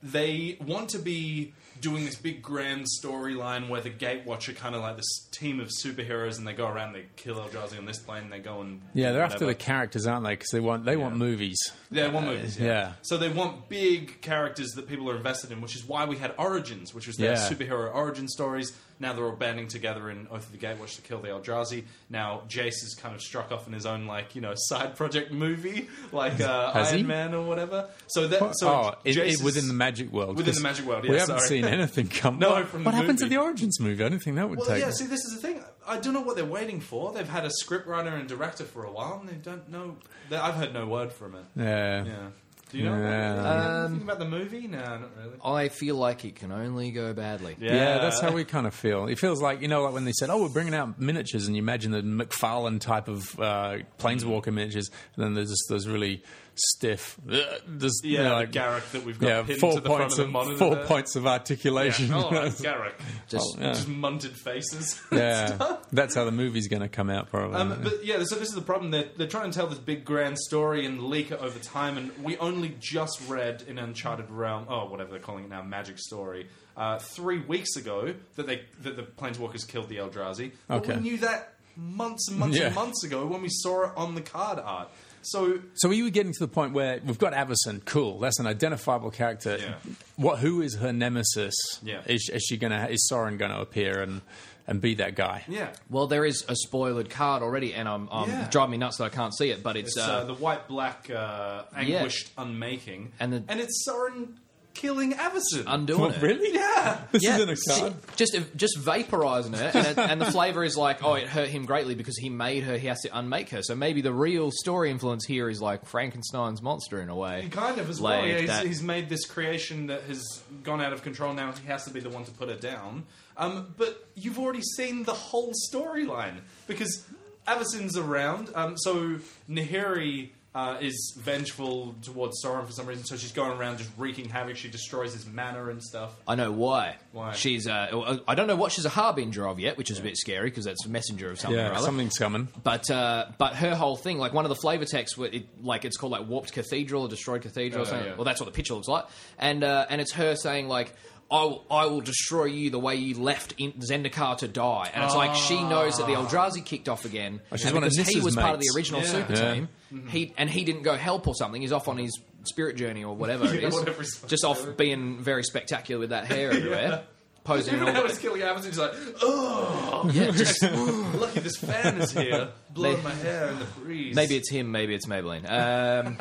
Speaker 3: they want to be doing this big grand storyline where the Gatewatch are kind of like this team of superheroes, and they go around, they kill Eldrazi on this plane, they go and
Speaker 4: Yeah, they're after the
Speaker 3: whatever.
Speaker 4: characters, aren't they? Because they want they want movies.
Speaker 3: They want movies, yeah.
Speaker 4: yeah.
Speaker 3: So they want big characters that people are invested in, which is why we had Origins, which was their
Speaker 4: Yeah.
Speaker 3: superhero origin stories. Now they're all banding together in Oath of the Gatewatch to kill the Eldrazi. Now Jace is kind of struck off in his own like you know side project movie, like uh,
Speaker 4: Has
Speaker 3: Iron
Speaker 4: he?
Speaker 3: Man or whatever. So that so
Speaker 4: oh, it,
Speaker 3: Jace
Speaker 4: it,
Speaker 3: is-
Speaker 4: within the magic world.
Speaker 3: Within the
Speaker 4: 'cause
Speaker 3: magic world,
Speaker 4: we
Speaker 3: yeah,
Speaker 4: haven't
Speaker 3: sorry.
Speaker 4: seen anything come.
Speaker 3: No,
Speaker 4: what,
Speaker 3: from
Speaker 4: what
Speaker 3: the
Speaker 4: happened to
Speaker 3: movie.
Speaker 4: the origins movie? I don't think that would
Speaker 3: Well,
Speaker 4: take.
Speaker 3: yeah. See, this is the thing. I don't know what they're waiting for. They've had a scriptwriter and director for a while, and they don't know. They, I've heard no word from it.
Speaker 4: yeah.
Speaker 3: Yeah. Do you know
Speaker 4: Yeah.
Speaker 3: anything about the movie? No, not really.
Speaker 5: I feel like it can only go badly.
Speaker 4: Yeah, that's how we kind of feel. It feels like you know, like when they said, "Oh, we're bringing out miniatures," and you imagine the McFarlane type of uh, planeswalker miniatures, and then there's just those really stiff, there's, you
Speaker 3: Yeah,
Speaker 4: know,
Speaker 3: the
Speaker 4: like,
Speaker 3: Garrick that we've got
Speaker 4: yeah,
Speaker 3: pinned
Speaker 4: four
Speaker 3: to the front
Speaker 4: points
Speaker 3: of the
Speaker 4: of,
Speaker 3: monitor.
Speaker 4: four
Speaker 3: there.
Speaker 4: points of articulation.
Speaker 3: Yeah. Oh, that's Garrick.
Speaker 5: Just
Speaker 4: Yeah.
Speaker 3: Just munted faces.
Speaker 4: Yeah, that's how the movie's going to come out, probably.
Speaker 3: Um, but yeah, so this is the problem. They're, they're trying to tell this big grand story and leak it over time. And we only just read in Uncharted Realm, oh, whatever they're calling it now, Magic Story, uh, three weeks ago that they that the Planeswalkers killed the Eldrazi. But
Speaker 4: Okay.
Speaker 3: we knew that months and months
Speaker 4: Yeah.
Speaker 3: and months ago when we saw it on the card art. So
Speaker 4: so, are you getting to the point where we've got Avison? Cool, that's an identifiable character.
Speaker 3: Yeah.
Speaker 4: What? Who is her nemesis?
Speaker 3: Yeah.
Speaker 4: Is, is she going to? Is Sauron going to appear and and be that guy?
Speaker 3: yeah,
Speaker 5: well, there is a spoiled card already, and I'm, I'm
Speaker 3: Yeah.
Speaker 5: driving me nuts that I can't see it. But it's,
Speaker 3: It's uh, the white black uh, anguished unmaking,
Speaker 5: And the-
Speaker 3: and it's Soren killing Everson.
Speaker 5: undoing it.
Speaker 4: really?
Speaker 3: yeah,
Speaker 4: This
Speaker 5: Yeah,
Speaker 4: isn't a
Speaker 5: see,
Speaker 4: card.
Speaker 5: Just just vaporizing it, and, it, and the flavor is like, oh, it hurt him greatly because he made her. He has to unmake her. So maybe the real story influence here is like Frankenstein's monster in a way.
Speaker 3: kind of as well.
Speaker 5: Like
Speaker 3: Yeah, he's,
Speaker 5: that-
Speaker 3: he's made this creation that has gone out of control now. He has to be the one to put it down. Um, but you've already seen the whole storyline because Avacyn's around. Um, so Nahiri. Uh, is vengeful towards Soren for some reason, so she's going around just wreaking havoc. She destroys his manor and stuff.
Speaker 5: I know why.
Speaker 3: Why?
Speaker 5: She's uh, I don't know what she's a harbinger of yet, which is a bit scary because that's a messenger of something. or
Speaker 4: Yeah,
Speaker 5: other.
Speaker 4: something's coming.
Speaker 5: But uh, but her whole thing, like one of the flavor texts, where it, like it's called like warped cathedral or destroyed cathedral. or
Speaker 3: Oh,
Speaker 5: something.
Speaker 3: yeah.
Speaker 5: Well, that's what the picture looks like, and uh, and it's her saying like. I will, I will destroy you the way you left in Zendikar to die, and it's like she knows that the Eldrazi kicked off again,
Speaker 4: she's
Speaker 5: and
Speaker 4: one of
Speaker 5: because he was
Speaker 4: Nissa's
Speaker 5: part of the
Speaker 4: mates.
Speaker 5: original
Speaker 3: Ah. Yeah.
Speaker 5: super
Speaker 4: Yeah.
Speaker 5: team, he and he didn't go help or something. He's off on his spirit journey or whatever it
Speaker 3: Yeah,
Speaker 5: is,
Speaker 3: whatever it's-
Speaker 5: just off being very spectacular with that hair everywhere, posing.
Speaker 3: Even
Speaker 5: and all
Speaker 3: how
Speaker 5: that.
Speaker 3: it's killing Avacyn, she's like, oh,
Speaker 5: Yeah, just-
Speaker 3: lucky this fan is here, blowing
Speaker 5: Maybe-
Speaker 3: my hair in the breeze.
Speaker 5: maybe it's him, maybe it's Maybelline. Um,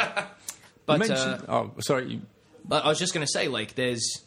Speaker 5: but uh,
Speaker 4: You mentioned- oh, sorry. you-
Speaker 5: But I was just going to say, like, there's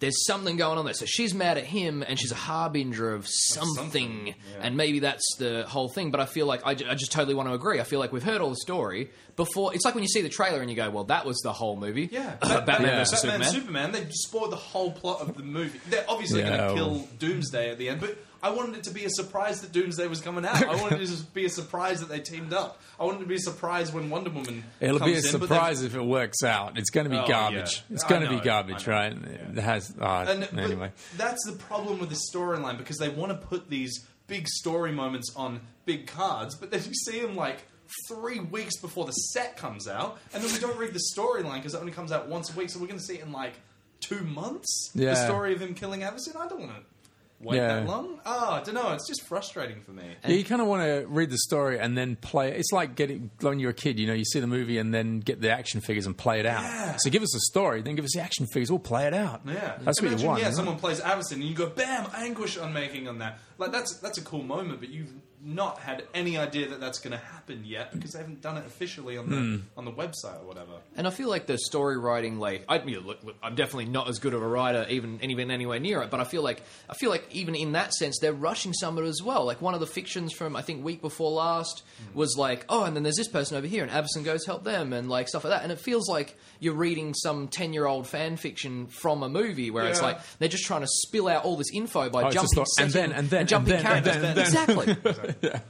Speaker 5: there's something going on there. So she's mad at him, and she's a harbinger of something,
Speaker 3: something, yeah.
Speaker 5: and maybe that's the whole thing. But I feel like I, ju- I just totally want to agree. I feel like we've heard all the story before. It's like when you see the trailer and you go, "Well, that was the whole movie."
Speaker 3: Yeah,
Speaker 5: Batman
Speaker 3: yeah.
Speaker 5: versus
Speaker 3: Batman
Speaker 5: Superman.
Speaker 3: Superman. They spoiled the whole plot of the movie. They're obviously going
Speaker 4: Yeah.
Speaker 3: to kill Doomsday at the end, but I wanted it to be a surprise that Doomsday was coming out. I wanted it to be a surprise that they teamed up. I wanted it to be a surprise when Wonder Woman.
Speaker 4: It'll
Speaker 3: comes
Speaker 4: be a
Speaker 3: in, but
Speaker 4: surprise if it works out. It's going to be
Speaker 3: Oh,
Speaker 4: garbage.
Speaker 3: yeah.
Speaker 4: It's
Speaker 3: I
Speaker 4: going to
Speaker 3: know,
Speaker 4: be garbage,
Speaker 3: I know.
Speaker 4: right? It has. ah,
Speaker 3: they've- and- but
Speaker 4: anyway.
Speaker 3: that's the problem with the storyline because they want to put these big story moments on big cards, but then you see them like. Three weeks before the set comes out, and then we don't read the storyline because it only comes out once a week. So we're going to see it in like two months. The
Speaker 4: Yeah.
Speaker 3: story of him killing Everson. I don't want to wait
Speaker 4: Yeah.
Speaker 3: that long. Ah, I don't know. It's just frustrating for me.
Speaker 4: Yeah, you kind of want to read the story and then play. It's like getting when you're a kid, you know, you see the movie and then get the action figures and play it out.
Speaker 3: Yeah.
Speaker 4: So give us the story, then give us the action figures. We'll play it out.
Speaker 3: Yeah,
Speaker 4: that's what
Speaker 3: Imagine,
Speaker 4: you want.
Speaker 3: Yeah,
Speaker 4: right?
Speaker 3: someone plays Avison and you go, "Bam! Anguish on making on that." Like that's that's a cool moment, but you've not had any idea that that's going to happen yet because they haven't done it officially on the
Speaker 4: Hmm.
Speaker 3: on the website or whatever.
Speaker 5: And I feel like the story writing, like, I you know, look, look, I'm definitely not as good of a writer, even even anywhere near it. But I feel like I feel like even in that sense, they're rushing some of it as well. Like one of the fictions from I think week before last
Speaker 4: Hmm.
Speaker 5: was like, oh, and then there's this person over here, and Abson goes help them, and like stuff like that. And it feels like you're reading some ten year old fan fiction from a movie where it's
Speaker 3: Yeah.
Speaker 5: like they're just trying to spill out all this info by
Speaker 4: Oh, it's
Speaker 5: jumping
Speaker 4: just like, and
Speaker 5: setting-
Speaker 4: then- and then- and
Speaker 5: jumping
Speaker 4: then- and
Speaker 5: characters.
Speaker 4: then- and
Speaker 5: exactly.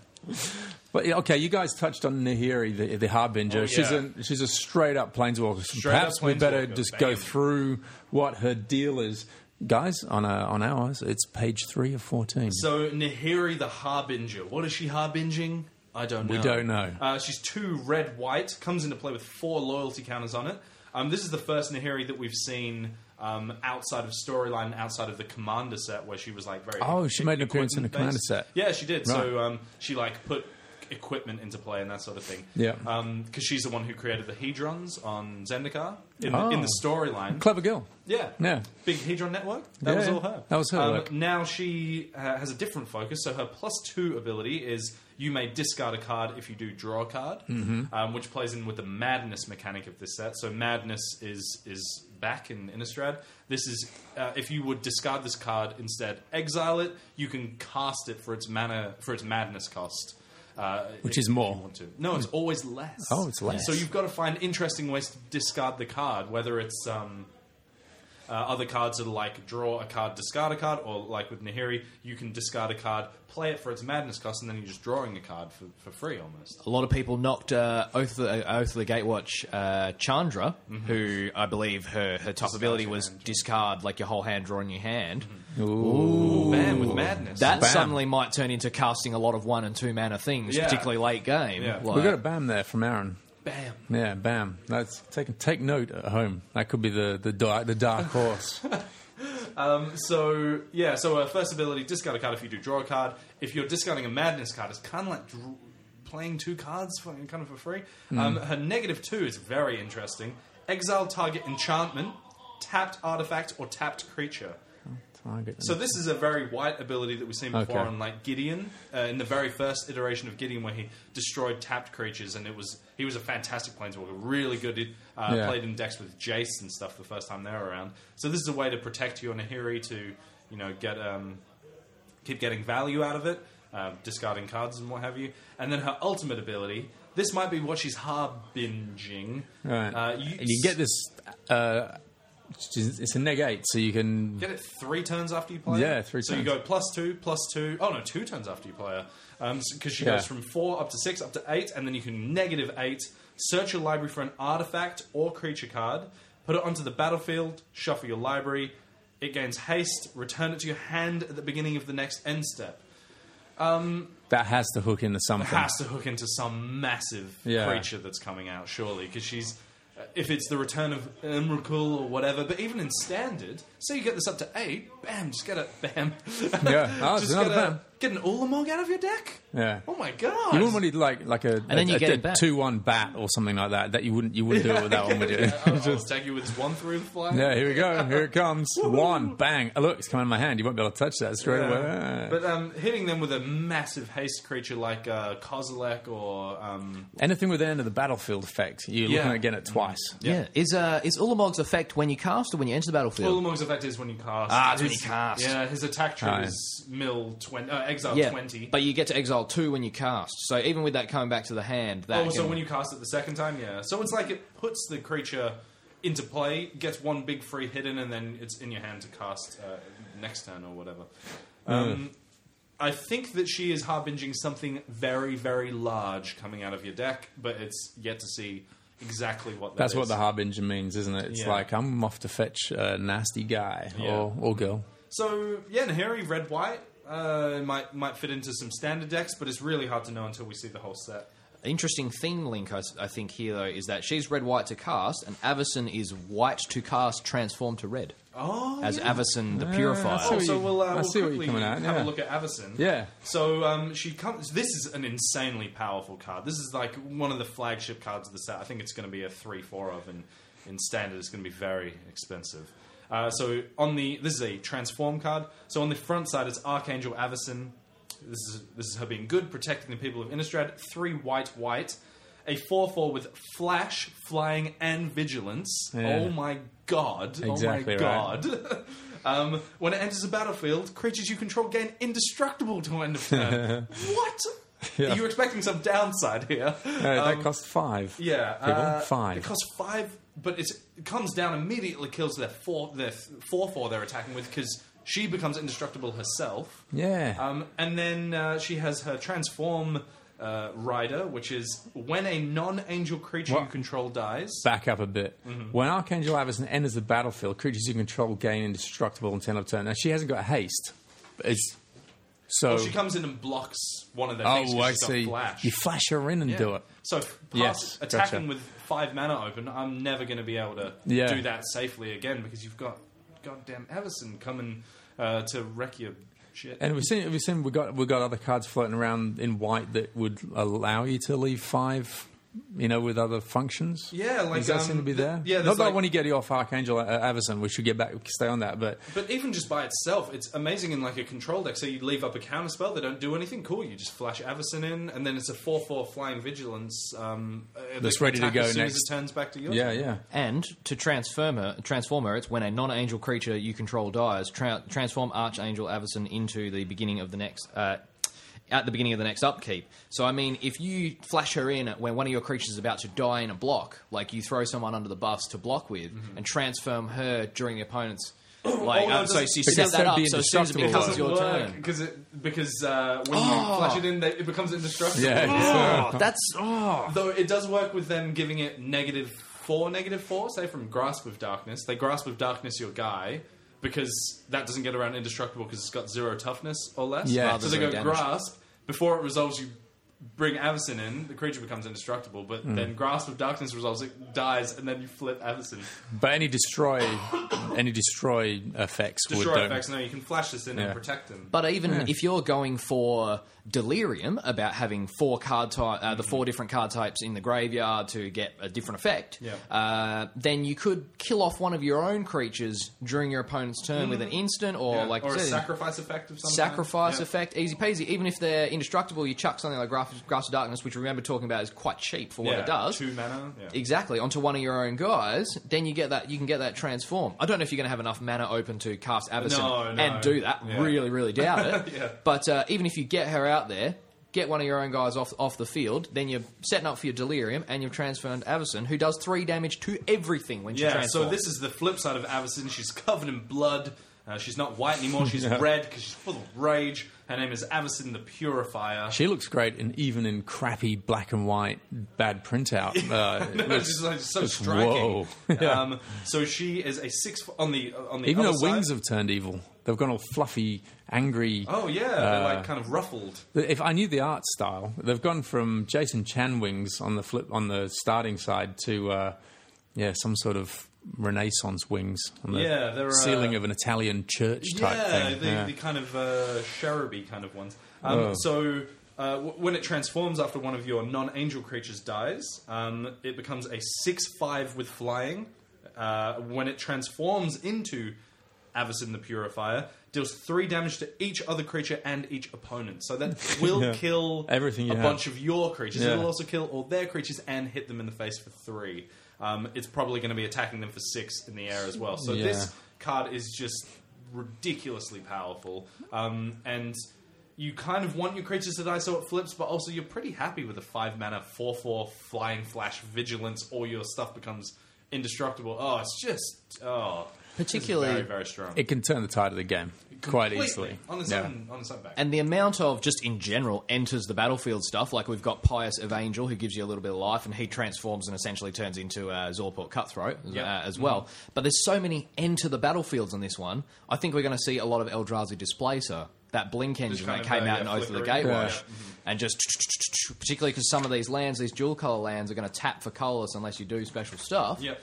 Speaker 4: But yeah, okay, you guys touched on Nahiri, the, the harbinger.
Speaker 3: Oh,
Speaker 4: She's
Speaker 3: yeah.
Speaker 4: a she's a straight up planeswalker.
Speaker 3: Straight up
Speaker 4: Perhaps we better
Speaker 3: planeswalker,
Speaker 4: just
Speaker 3: bam.
Speaker 4: go through what her deal is, guys. On uh, on ours, it's page three of fourteen.
Speaker 3: Um, So Nahiri the Harbinger. What is she harbinging? I don't know.
Speaker 4: We don't know.
Speaker 3: Uh, she's two red white. Comes into play with four loyalty counters on it. Um, this is the first Nahiri that we've seen um, outside of storyline, outside of the commander set, where she was like very.
Speaker 4: Oh, she made an appearance in the
Speaker 3: equipment
Speaker 4: commander set.
Speaker 3: Yeah, she did. So
Speaker 4: Right.
Speaker 3: um, she like put equipment into play and that sort of thing.
Speaker 4: Yeah.
Speaker 3: Because she's the one who created the hedrons on Zendikar in,
Speaker 4: Oh.
Speaker 3: the, in the storyline.
Speaker 4: clever girl.
Speaker 3: Yeah.
Speaker 4: Yeah.
Speaker 3: Big Hedron Network. That
Speaker 4: Yeah,
Speaker 3: was
Speaker 4: yeah.
Speaker 3: all her.
Speaker 4: That was her
Speaker 3: Um,
Speaker 4: work.
Speaker 3: Now she uh, has a different focus. So her plus two ability is you may discard a card if you do draw a card,
Speaker 4: Mm-hmm.
Speaker 3: um, which plays in with the madness mechanic of this set. So madness is is back in Innistrad. This is uh, if you would discard this card instead, exile it. You can cast it for its mana for its madness cost. Uh,
Speaker 4: Which
Speaker 3: if
Speaker 4: is more.
Speaker 3: you want to. No, it's always less.
Speaker 4: Oh, it's less.
Speaker 3: So you've got to find interesting ways to discard the card, whether it's um, uh, other cards that are like draw a card, discard a card, or like with Nahiri, you can discard a card, play it for its madness cost, and then you're just drawing a card for, for free almost.
Speaker 5: A lot of people knocked uh, Oath, of the, Oath of the Gatewatch uh, Chandra, who I believe her, her top ability
Speaker 3: Mm-hmm. your
Speaker 5: was
Speaker 3: hand.
Speaker 5: discard like your whole hand, draw in your hand.
Speaker 3: Ooh, Oh, man, with madness.
Speaker 5: That
Speaker 4: Bam.
Speaker 5: suddenly might turn into casting a lot of one and two mana things,
Speaker 3: Yeah.
Speaker 5: particularly late game.
Speaker 3: Yeah.
Speaker 5: Like-
Speaker 4: We got a bam there from Aaron.
Speaker 3: Bam.
Speaker 4: Yeah, bam. That's take take note at home. That could be the the dark the dark horse.
Speaker 3: So yeah, so uh, first ability, discard a card if you do draw a card. If you're discarding a madness card, it's kind of like dr- playing two cards for, kind of for free. Um, her negative two is very interesting. Exile target enchantment, tapped artifact or tapped creature.
Speaker 4: Target.
Speaker 3: So this is a very white ability that we've seen before
Speaker 4: Okay.
Speaker 3: on like Gideon uh, in the very first iteration of Gideon, where he destroyed tapped creatures, and it was he was a fantastic planeswalker, really good. Uh,
Speaker 4: Yeah.
Speaker 3: Played in decks with Jace and stuff the first time they were around. So this is a way to protect you on a Nahiri to you know get um, keep getting value out of it, uh, discarding cards and what have you. And then her ultimate ability. This might be what she's harbinging.
Speaker 4: Right.
Speaker 3: Uh,
Speaker 4: you, you get this. Uh, it's it's a negate, so you can
Speaker 3: Get it three turns after you play.
Speaker 4: Um, Yeah,
Speaker 3: her?
Speaker 4: three
Speaker 3: So you
Speaker 4: turns.
Speaker 3: go plus two, plus two. Oh no, two turns after you play her, because she
Speaker 4: Yeah.
Speaker 3: goes from four up to six, up to eight, and then you can negative eight. Search your library for an artifact or creature card. Put it onto the battlefield. Shuffle your library. It gains haste. Return it to your hand at the beginning of the next end step.
Speaker 4: that has to hook into something.
Speaker 3: Has to hook into some massive
Speaker 4: Yeah.
Speaker 3: creature that's coming out, surely, because she's. uh, If it's the return of Emrakul or whatever, but even in standard, say you get this up to eight, bam, just get it, bam.
Speaker 4: Yeah, oh, it's
Speaker 3: just
Speaker 4: another
Speaker 3: get,
Speaker 4: bam.
Speaker 3: a, get an Ulamog out of your deck?
Speaker 4: Yeah.
Speaker 3: Oh my god.
Speaker 4: You wouldn't want to like like a,
Speaker 5: And then you
Speaker 4: a,
Speaker 5: get
Speaker 4: a,
Speaker 5: it back.
Speaker 4: two one bat or something like that. That you wouldn't you wouldn't do it with that one, would you?
Speaker 3: Yeah, I'll, I'll tag Oh, you with this one through the fly.
Speaker 4: yeah, here we go. Here it comes. one bang. Oh, look, it's coming in my hand. You won't be able to touch that straight away.
Speaker 3: But um, hitting them with a massive haste creature like uh, Kozilek or. Um,
Speaker 4: Anything with an end of the battlefield effect, you're
Speaker 3: Yeah.
Speaker 4: looking again at twice.
Speaker 5: yeah. Is uh, is Ulamog's effect when you cast or when you enter the battlefield?
Speaker 3: Ulamog's effect is when you cast.
Speaker 5: Ah, it's when
Speaker 3: His-
Speaker 5: you cast.
Speaker 3: Yeah, his attack trigger
Speaker 4: Right.
Speaker 3: is mill 20, uh, exile
Speaker 5: yeah,
Speaker 3: 20.
Speaker 5: but you get to exile two when you cast. So even with that coming back to the hand, that
Speaker 3: Oh, so
Speaker 5: can-
Speaker 3: when you cast it the second time, yeah. So it's like it puts the creature into play, gets one big free hit in, and then it's in your hand to cast uh, next turn or whatever. Um, I think that she is harbinging something very, very large coming out of your deck, but it's yet to see exactly what that
Speaker 4: That's what
Speaker 3: is.
Speaker 4: the harbinger means, isn't it? It's
Speaker 3: Yeah.
Speaker 4: like I'm off to fetch a nasty guy
Speaker 3: Yeah.
Speaker 4: or or girl.
Speaker 3: So yeah, Nahiri red white uh, might might fit into some standard decks, but it's really hard to know until we see the whole set.
Speaker 5: Interesting theme link, I, s- I think, here, though, is that she's red white to cast, and Avison is white to cast, transformed to red.
Speaker 3: Oh,
Speaker 5: As
Speaker 3: yeah.
Speaker 5: Avison the
Speaker 4: I see
Speaker 5: Purifier.
Speaker 3: Oh,
Speaker 4: what
Speaker 3: so
Speaker 4: you-
Speaker 3: we'll, uh,
Speaker 4: I
Speaker 3: we'll
Speaker 4: see what you're
Speaker 3: quickly
Speaker 4: coming at,
Speaker 3: have
Speaker 4: yeah.
Speaker 3: a look at Avison.
Speaker 4: Yeah.
Speaker 3: So um, she comes. This is an insanely powerful card. This is like one of the flagship cards of the set. I think it's going to be a three four of, and in standard, it's going to be very expensive. Uh, so on the this is a transform card. So on the front side, it's Archangel Avison. This is this is her being good, protecting the people of Innistrad. Three white white, a four four with flash, flying, and vigilance.
Speaker 4: Yeah.
Speaker 3: Oh my god!
Speaker 4: Exactly
Speaker 3: oh
Speaker 4: right.
Speaker 3: my god! um, when it enters the battlefield, creatures you control gain indestructible to end of turn. what?
Speaker 4: Yeah.
Speaker 3: You were expecting some downside here.
Speaker 4: No, Uh, that
Speaker 3: Um,
Speaker 4: costs five.
Speaker 3: yeah,
Speaker 4: people.
Speaker 3: uh,
Speaker 4: five.
Speaker 3: It costs five, but it's, it comes down immediately, kills their four, their th- four four they're attacking with because she becomes indestructible herself.
Speaker 4: Yeah.
Speaker 3: Um, and then uh, she has her transform uh, rider, which is when a non-angel creature you
Speaker 4: What?
Speaker 3: control dies.
Speaker 4: Back up a bit.
Speaker 3: mm-hmm.
Speaker 4: When Archangel Avison enters the battlefield, creatures you control gain indestructible and turn up turn. Now she hasn't got haste. But It's so.
Speaker 3: She comes in and blocks one of their things.
Speaker 4: oh,
Speaker 3: 'cause
Speaker 4: I
Speaker 3: she's got
Speaker 4: see.
Speaker 3: Flash.
Speaker 4: You flash her in and
Speaker 3: Yeah.
Speaker 4: do it.
Speaker 3: So f- pass,
Speaker 4: Yes,
Speaker 3: attacking
Speaker 4: gotcha.
Speaker 3: with five mana open, I'm never going to be able to
Speaker 4: Yeah.
Speaker 3: do that safely again because you've got goddamn Everson coming uh, to wreck your shit.
Speaker 4: And we've seen we've seen we got we got other cards floating around in white that would allow you to leave five. You know, with other functions.
Speaker 3: Yeah, like,
Speaker 4: does that
Speaker 3: um,
Speaker 4: seem to be
Speaker 3: the-
Speaker 4: there?
Speaker 3: yeah,
Speaker 4: not
Speaker 3: there's
Speaker 4: that
Speaker 3: like-
Speaker 4: when you get off Archangel uh, Avison, we should get back stay on that, but
Speaker 3: but even just by itself, it's amazing in like a control deck. So you leave up a counter spell, they don't do anything cool. You just flash Everson in, and then it's a four-four flying vigilance um, uh, that
Speaker 4: That's
Speaker 3: can
Speaker 4: ready to
Speaker 3: attack
Speaker 4: go
Speaker 3: as soon
Speaker 4: next-
Speaker 3: As it turns back to you.
Speaker 4: yeah, yeah.
Speaker 5: And to transform her, transform her, it's when a non-angel creature you control dies. Tra- transform Archangel Avison into the beginning of the next. Uh, at the beginning of the next upkeep. So I mean, if you flash her in when one of your creatures is about to die in a block, like you throw someone under the bus to block with, and transform her during the opponent's. Like,
Speaker 3: Mm-hmm. Oh, no,
Speaker 5: um, so
Speaker 3: doesn't-
Speaker 5: she
Speaker 4: Because
Speaker 5: set
Speaker 4: that'd
Speaker 5: that up
Speaker 4: be
Speaker 5: so as soon as it
Speaker 4: indestructible.
Speaker 5: becomes
Speaker 3: Doesn't
Speaker 5: your
Speaker 3: work
Speaker 5: turn.
Speaker 3: because it, because uh, when you flash it in, they, it becomes indestructible.
Speaker 4: Oh! Yeah, uh,
Speaker 5: Oh, that's oh.
Speaker 3: Though it does work with them giving it negative four, negative four, say from Grasp of Darkness. They Grasp of Darkness your guy because that doesn't get around indestructible because it's got zero toughness or less.
Speaker 4: Yeah.
Speaker 3: so they
Speaker 5: Rather
Speaker 3: go
Speaker 5: than damage.
Speaker 3: Grasp. Before it resolves, you bring Avison in, the creature becomes indestructible, but
Speaker 4: Hmm.
Speaker 3: then Grasp of Darkness resolves, it dies, and then you flip Avison.
Speaker 4: But any destroy, any destroy effects would
Speaker 3: Destroy
Speaker 4: don't.
Speaker 3: effects, no, you can flash this in
Speaker 4: Yeah.
Speaker 3: and protect them.
Speaker 5: But even if you're going for delirium about having four card type, uh, the
Speaker 3: Mm-hmm.
Speaker 5: four different card types in the graveyard to get a different effect,
Speaker 3: Yeah.
Speaker 5: uh, then you could kill off one of your own creatures during your opponent's turn with an instant or
Speaker 3: Mm-hmm. Yeah,
Speaker 5: like
Speaker 3: or
Speaker 5: you
Speaker 3: a
Speaker 5: said,
Speaker 3: sacrifice effect of some kind.
Speaker 5: sacrifice
Speaker 3: Yeah.
Speaker 5: effect, easy peasy. Even if they're indestructible, you chuck something like Grasp, Grasp of Darkness, which we remember talking about is quite cheap for what
Speaker 3: Yeah,
Speaker 5: it does.
Speaker 3: Two mana. Yeah.
Speaker 5: Exactly onto one of your own guys, then you get that you can get that transform. I don't know if you're going to have enough mana open to cast Avison
Speaker 3: No, no.
Speaker 5: and do that.
Speaker 3: Yeah.
Speaker 5: Really, really doubt it.
Speaker 3: Yeah.
Speaker 5: But uh, even if you get her out there, get one of your own guys off off the field, then you're setting up for your delirium and you've transformed Avison, who does three damage to everything when she
Speaker 3: Yeah,
Speaker 5: transforms.
Speaker 3: so this is the flip side of Avison. She's covered in blood. Uh, she's not white anymore. She's red because she's full of rage. Her name is Avison the Purifier.
Speaker 4: She looks great, and even in crappy black and white bad printout, uh, it
Speaker 3: No,
Speaker 4: looks-
Speaker 3: she's like so
Speaker 4: looks-
Speaker 3: striking.
Speaker 4: Whoa! Yeah.
Speaker 3: Um, so she is a six on the uh, on the
Speaker 4: even her
Speaker 3: other side-
Speaker 4: wings have turned evil. They've gone all fluffy, angry.
Speaker 3: Oh yeah, they're
Speaker 4: uh,
Speaker 3: like kind of ruffled.
Speaker 4: If I knew the art style, they've gone from Jason Chan wings on the flip on the starting side to uh, yeah, some sort of Renaissance wings on the
Speaker 3: Yeah, they're, uh,
Speaker 4: ceiling of an Italian church type
Speaker 3: yeah,
Speaker 4: thing.
Speaker 3: The,
Speaker 4: Yeah. Oh.
Speaker 3: the kind of uh, cheruby kind of ones. Um, So uh, w- when it transforms after one of your non-angel creatures dies, um, it becomes a six-five with flying. Uh, when it transforms into Avison the Purifier, deals three damage to each other creature and each opponent. So that will
Speaker 4: Yeah.
Speaker 3: kill
Speaker 4: Everything you
Speaker 3: a
Speaker 4: have.
Speaker 3: bunch of your creatures.
Speaker 4: Yeah.
Speaker 3: It'll also kill all their creatures and hit them in the face for three. Um, it's probably going to be attacking them for six in the air as well. So
Speaker 4: Yeah.
Speaker 3: this card is just ridiculously powerful. Um, and you kind of want your creatures to die so it flips, but also you're pretty happy with a 5 mana 4 4 flying flash vigilance. All your stuff becomes indestructible. Oh, it's just. Oh. this is
Speaker 5: Particularly-
Speaker 3: Very, very strong.
Speaker 4: it can turn the tide of the game quite
Speaker 3: Completely,
Speaker 4: easily.
Speaker 3: On its,
Speaker 4: Yeah.
Speaker 3: own, on its own back.
Speaker 5: and the amount of just in general enters the battlefield stuff, like we've got Pious of Angel who gives you a little bit of life, and he transforms and essentially turns into uh, Zorport Cutthroat
Speaker 3: Yep.
Speaker 5: uh, as well. But there's so many enter the battlefields on this one. I think we're going to see a lot of Eldrazi Displacer, that blink engine
Speaker 3: kind
Speaker 5: that
Speaker 3: of,
Speaker 5: came
Speaker 3: uh,
Speaker 5: out
Speaker 3: yeah,
Speaker 5: in Oath of the
Speaker 3: flickering.
Speaker 5: Gatewash,
Speaker 3: Yeah.
Speaker 5: and just particularly because some of these lands, these dual color lands, are going to tap for colorless unless you do special stuff
Speaker 3: yep.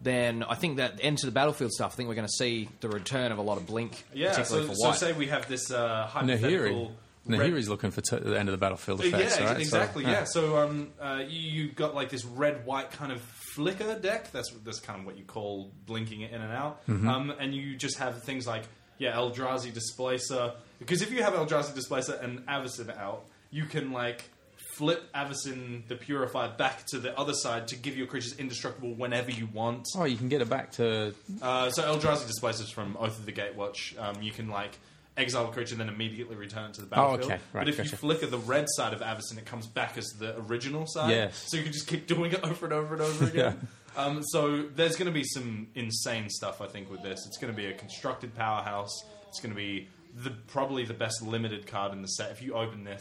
Speaker 5: then I think that enter the battlefield stuff. I think we're going to see the return of a lot of blink,
Speaker 3: Yeah,
Speaker 5: particularly
Speaker 3: so,
Speaker 5: for
Speaker 3: so
Speaker 5: white.
Speaker 3: say we have this uh,
Speaker 4: Nahiri.
Speaker 3: hypothetical. red-
Speaker 4: Nahiri's looking for t- the end of the battlefield
Speaker 3: Uh,
Speaker 4: effects,
Speaker 3: yeah,
Speaker 4: right?
Speaker 3: ex-
Speaker 4: So,
Speaker 3: exactly. yeah. So um, uh, you, you've got like this red-white kind of
Speaker 4: Mm-hmm.
Speaker 3: flicker deck. That's that's kind of what you call blinking it in and out. Um, and you just have things like yeah, Eldrazi Displacer. Because if you have Eldrazi Displacer and Avacyn out, you can like flip Avacyn the Purifier back to the other side to give your creatures indestructible whenever you want.
Speaker 4: Oh, you can get it back to.
Speaker 3: Uh, so Eldrazi displaces from Oath of the Gatewatch. Um, you can like exile a creature and then immediately return it to the battlefield.
Speaker 4: Oh, okay. Right,
Speaker 3: but if
Speaker 4: gotcha.
Speaker 3: you flicker the red side of Avacyn, it comes back as the original side.
Speaker 4: Yes.
Speaker 3: So you can just keep doing it over and over and over again. Um, so there's going to be some insane stuff, I think, with this. It's going to be a constructed powerhouse. It's going to be the probably the best limited card in the set. If you open this,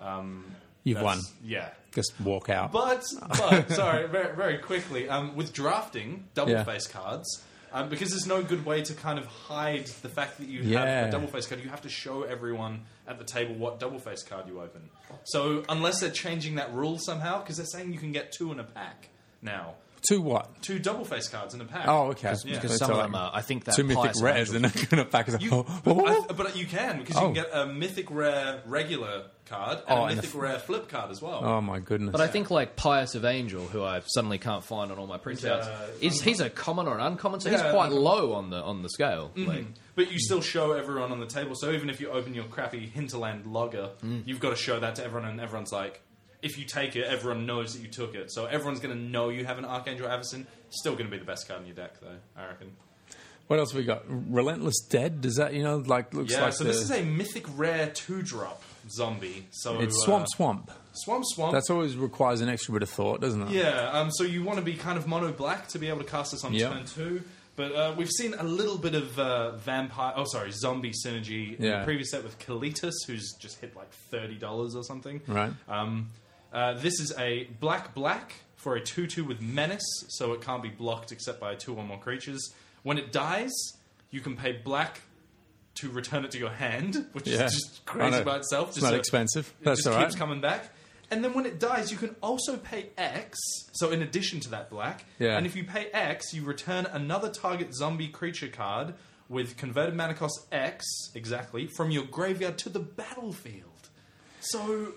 Speaker 3: um,
Speaker 4: You've
Speaker 3: that's-
Speaker 4: won.
Speaker 3: Yeah.
Speaker 4: Just walk out.
Speaker 3: But, but sorry, very, very quickly, um, with drafting double
Speaker 4: Yeah.
Speaker 3: face cards, um, because there's no good way to kind of hide the fact that you have
Speaker 4: Yeah.
Speaker 3: a double face card, you have to show everyone at the table what double face card you open. So, unless they're changing that rule somehow, because they're saying you can get two in a pack now.
Speaker 4: to what?
Speaker 3: Two double face cards in a pack.
Speaker 4: Oh, okay.
Speaker 3: Yeah.
Speaker 5: Because
Speaker 4: It's
Speaker 5: some of
Speaker 4: all
Speaker 5: them
Speaker 4: right.
Speaker 5: are, I think that
Speaker 4: Two
Speaker 5: highest
Speaker 4: mythic rares
Speaker 5: amount
Speaker 4: and they're going to back us up.
Speaker 3: You,
Speaker 4: Oh,
Speaker 3: I, but you can because
Speaker 4: Oh.
Speaker 3: you can get a mythic rare regular card and a
Speaker 4: Oh, and a
Speaker 3: mythic
Speaker 4: f-
Speaker 3: rare flip card as well.
Speaker 4: oh, my goodness.
Speaker 5: But I think like Pious of Angel, who I suddenly can't find on all my printouts,
Speaker 3: uh,
Speaker 5: is he's a common or an uncommon, so he's
Speaker 3: Yeah,
Speaker 5: quite
Speaker 3: uncommon.
Speaker 5: low on the on the scale. Like,
Speaker 3: But you still show everyone on the table. So even if you open your crappy hinterland logger,
Speaker 4: Mm.
Speaker 3: you've got to show that to everyone, and everyone's like, if you take it, everyone knows that you took it. So everyone's going to know you have an Archangel Avacyn. Still going to be the best card in your deck, though. I reckon.
Speaker 4: What else have we got? Relentless Dead? Does that, you know, like, looks
Speaker 3: yeah.
Speaker 4: like.
Speaker 3: so
Speaker 4: the-
Speaker 3: this is a mythic rare two drop zombie. So
Speaker 4: It's
Speaker 3: uh,
Speaker 4: Swamp Swamp.
Speaker 3: swamp, swamp.
Speaker 4: That's always requires an extra bit of thought, doesn't it?
Speaker 3: Yeah, um, so you want to be kind of mono black to be able to cast this on
Speaker 4: Yeah.
Speaker 3: turn two. But uh, we've seen a little bit of uh, vampire, oh sorry, zombie synergy in
Speaker 4: Yeah.
Speaker 3: the previous set with Kalitas, who's just hit like thirty dollars or something.
Speaker 4: Right.
Speaker 3: Um, uh, this is a black black for a two two with menace, so it can't be blocked except by two or more creatures. When it dies, you can pay black to return it to your hand, which
Speaker 4: Yeah.
Speaker 3: is just
Speaker 4: I
Speaker 3: crazy
Speaker 4: know.
Speaker 3: by itself.
Speaker 4: It's
Speaker 3: just
Speaker 4: not
Speaker 3: so-
Speaker 4: expensive.
Speaker 3: It
Speaker 4: That's
Speaker 3: just
Speaker 4: all right.
Speaker 3: keeps coming back. And then when it dies, you can also pay X. So in addition to that black,
Speaker 4: Yeah.
Speaker 3: and if you pay X, you return another target zombie creature card with converted mana cost X exactly from your graveyard to the battlefield. So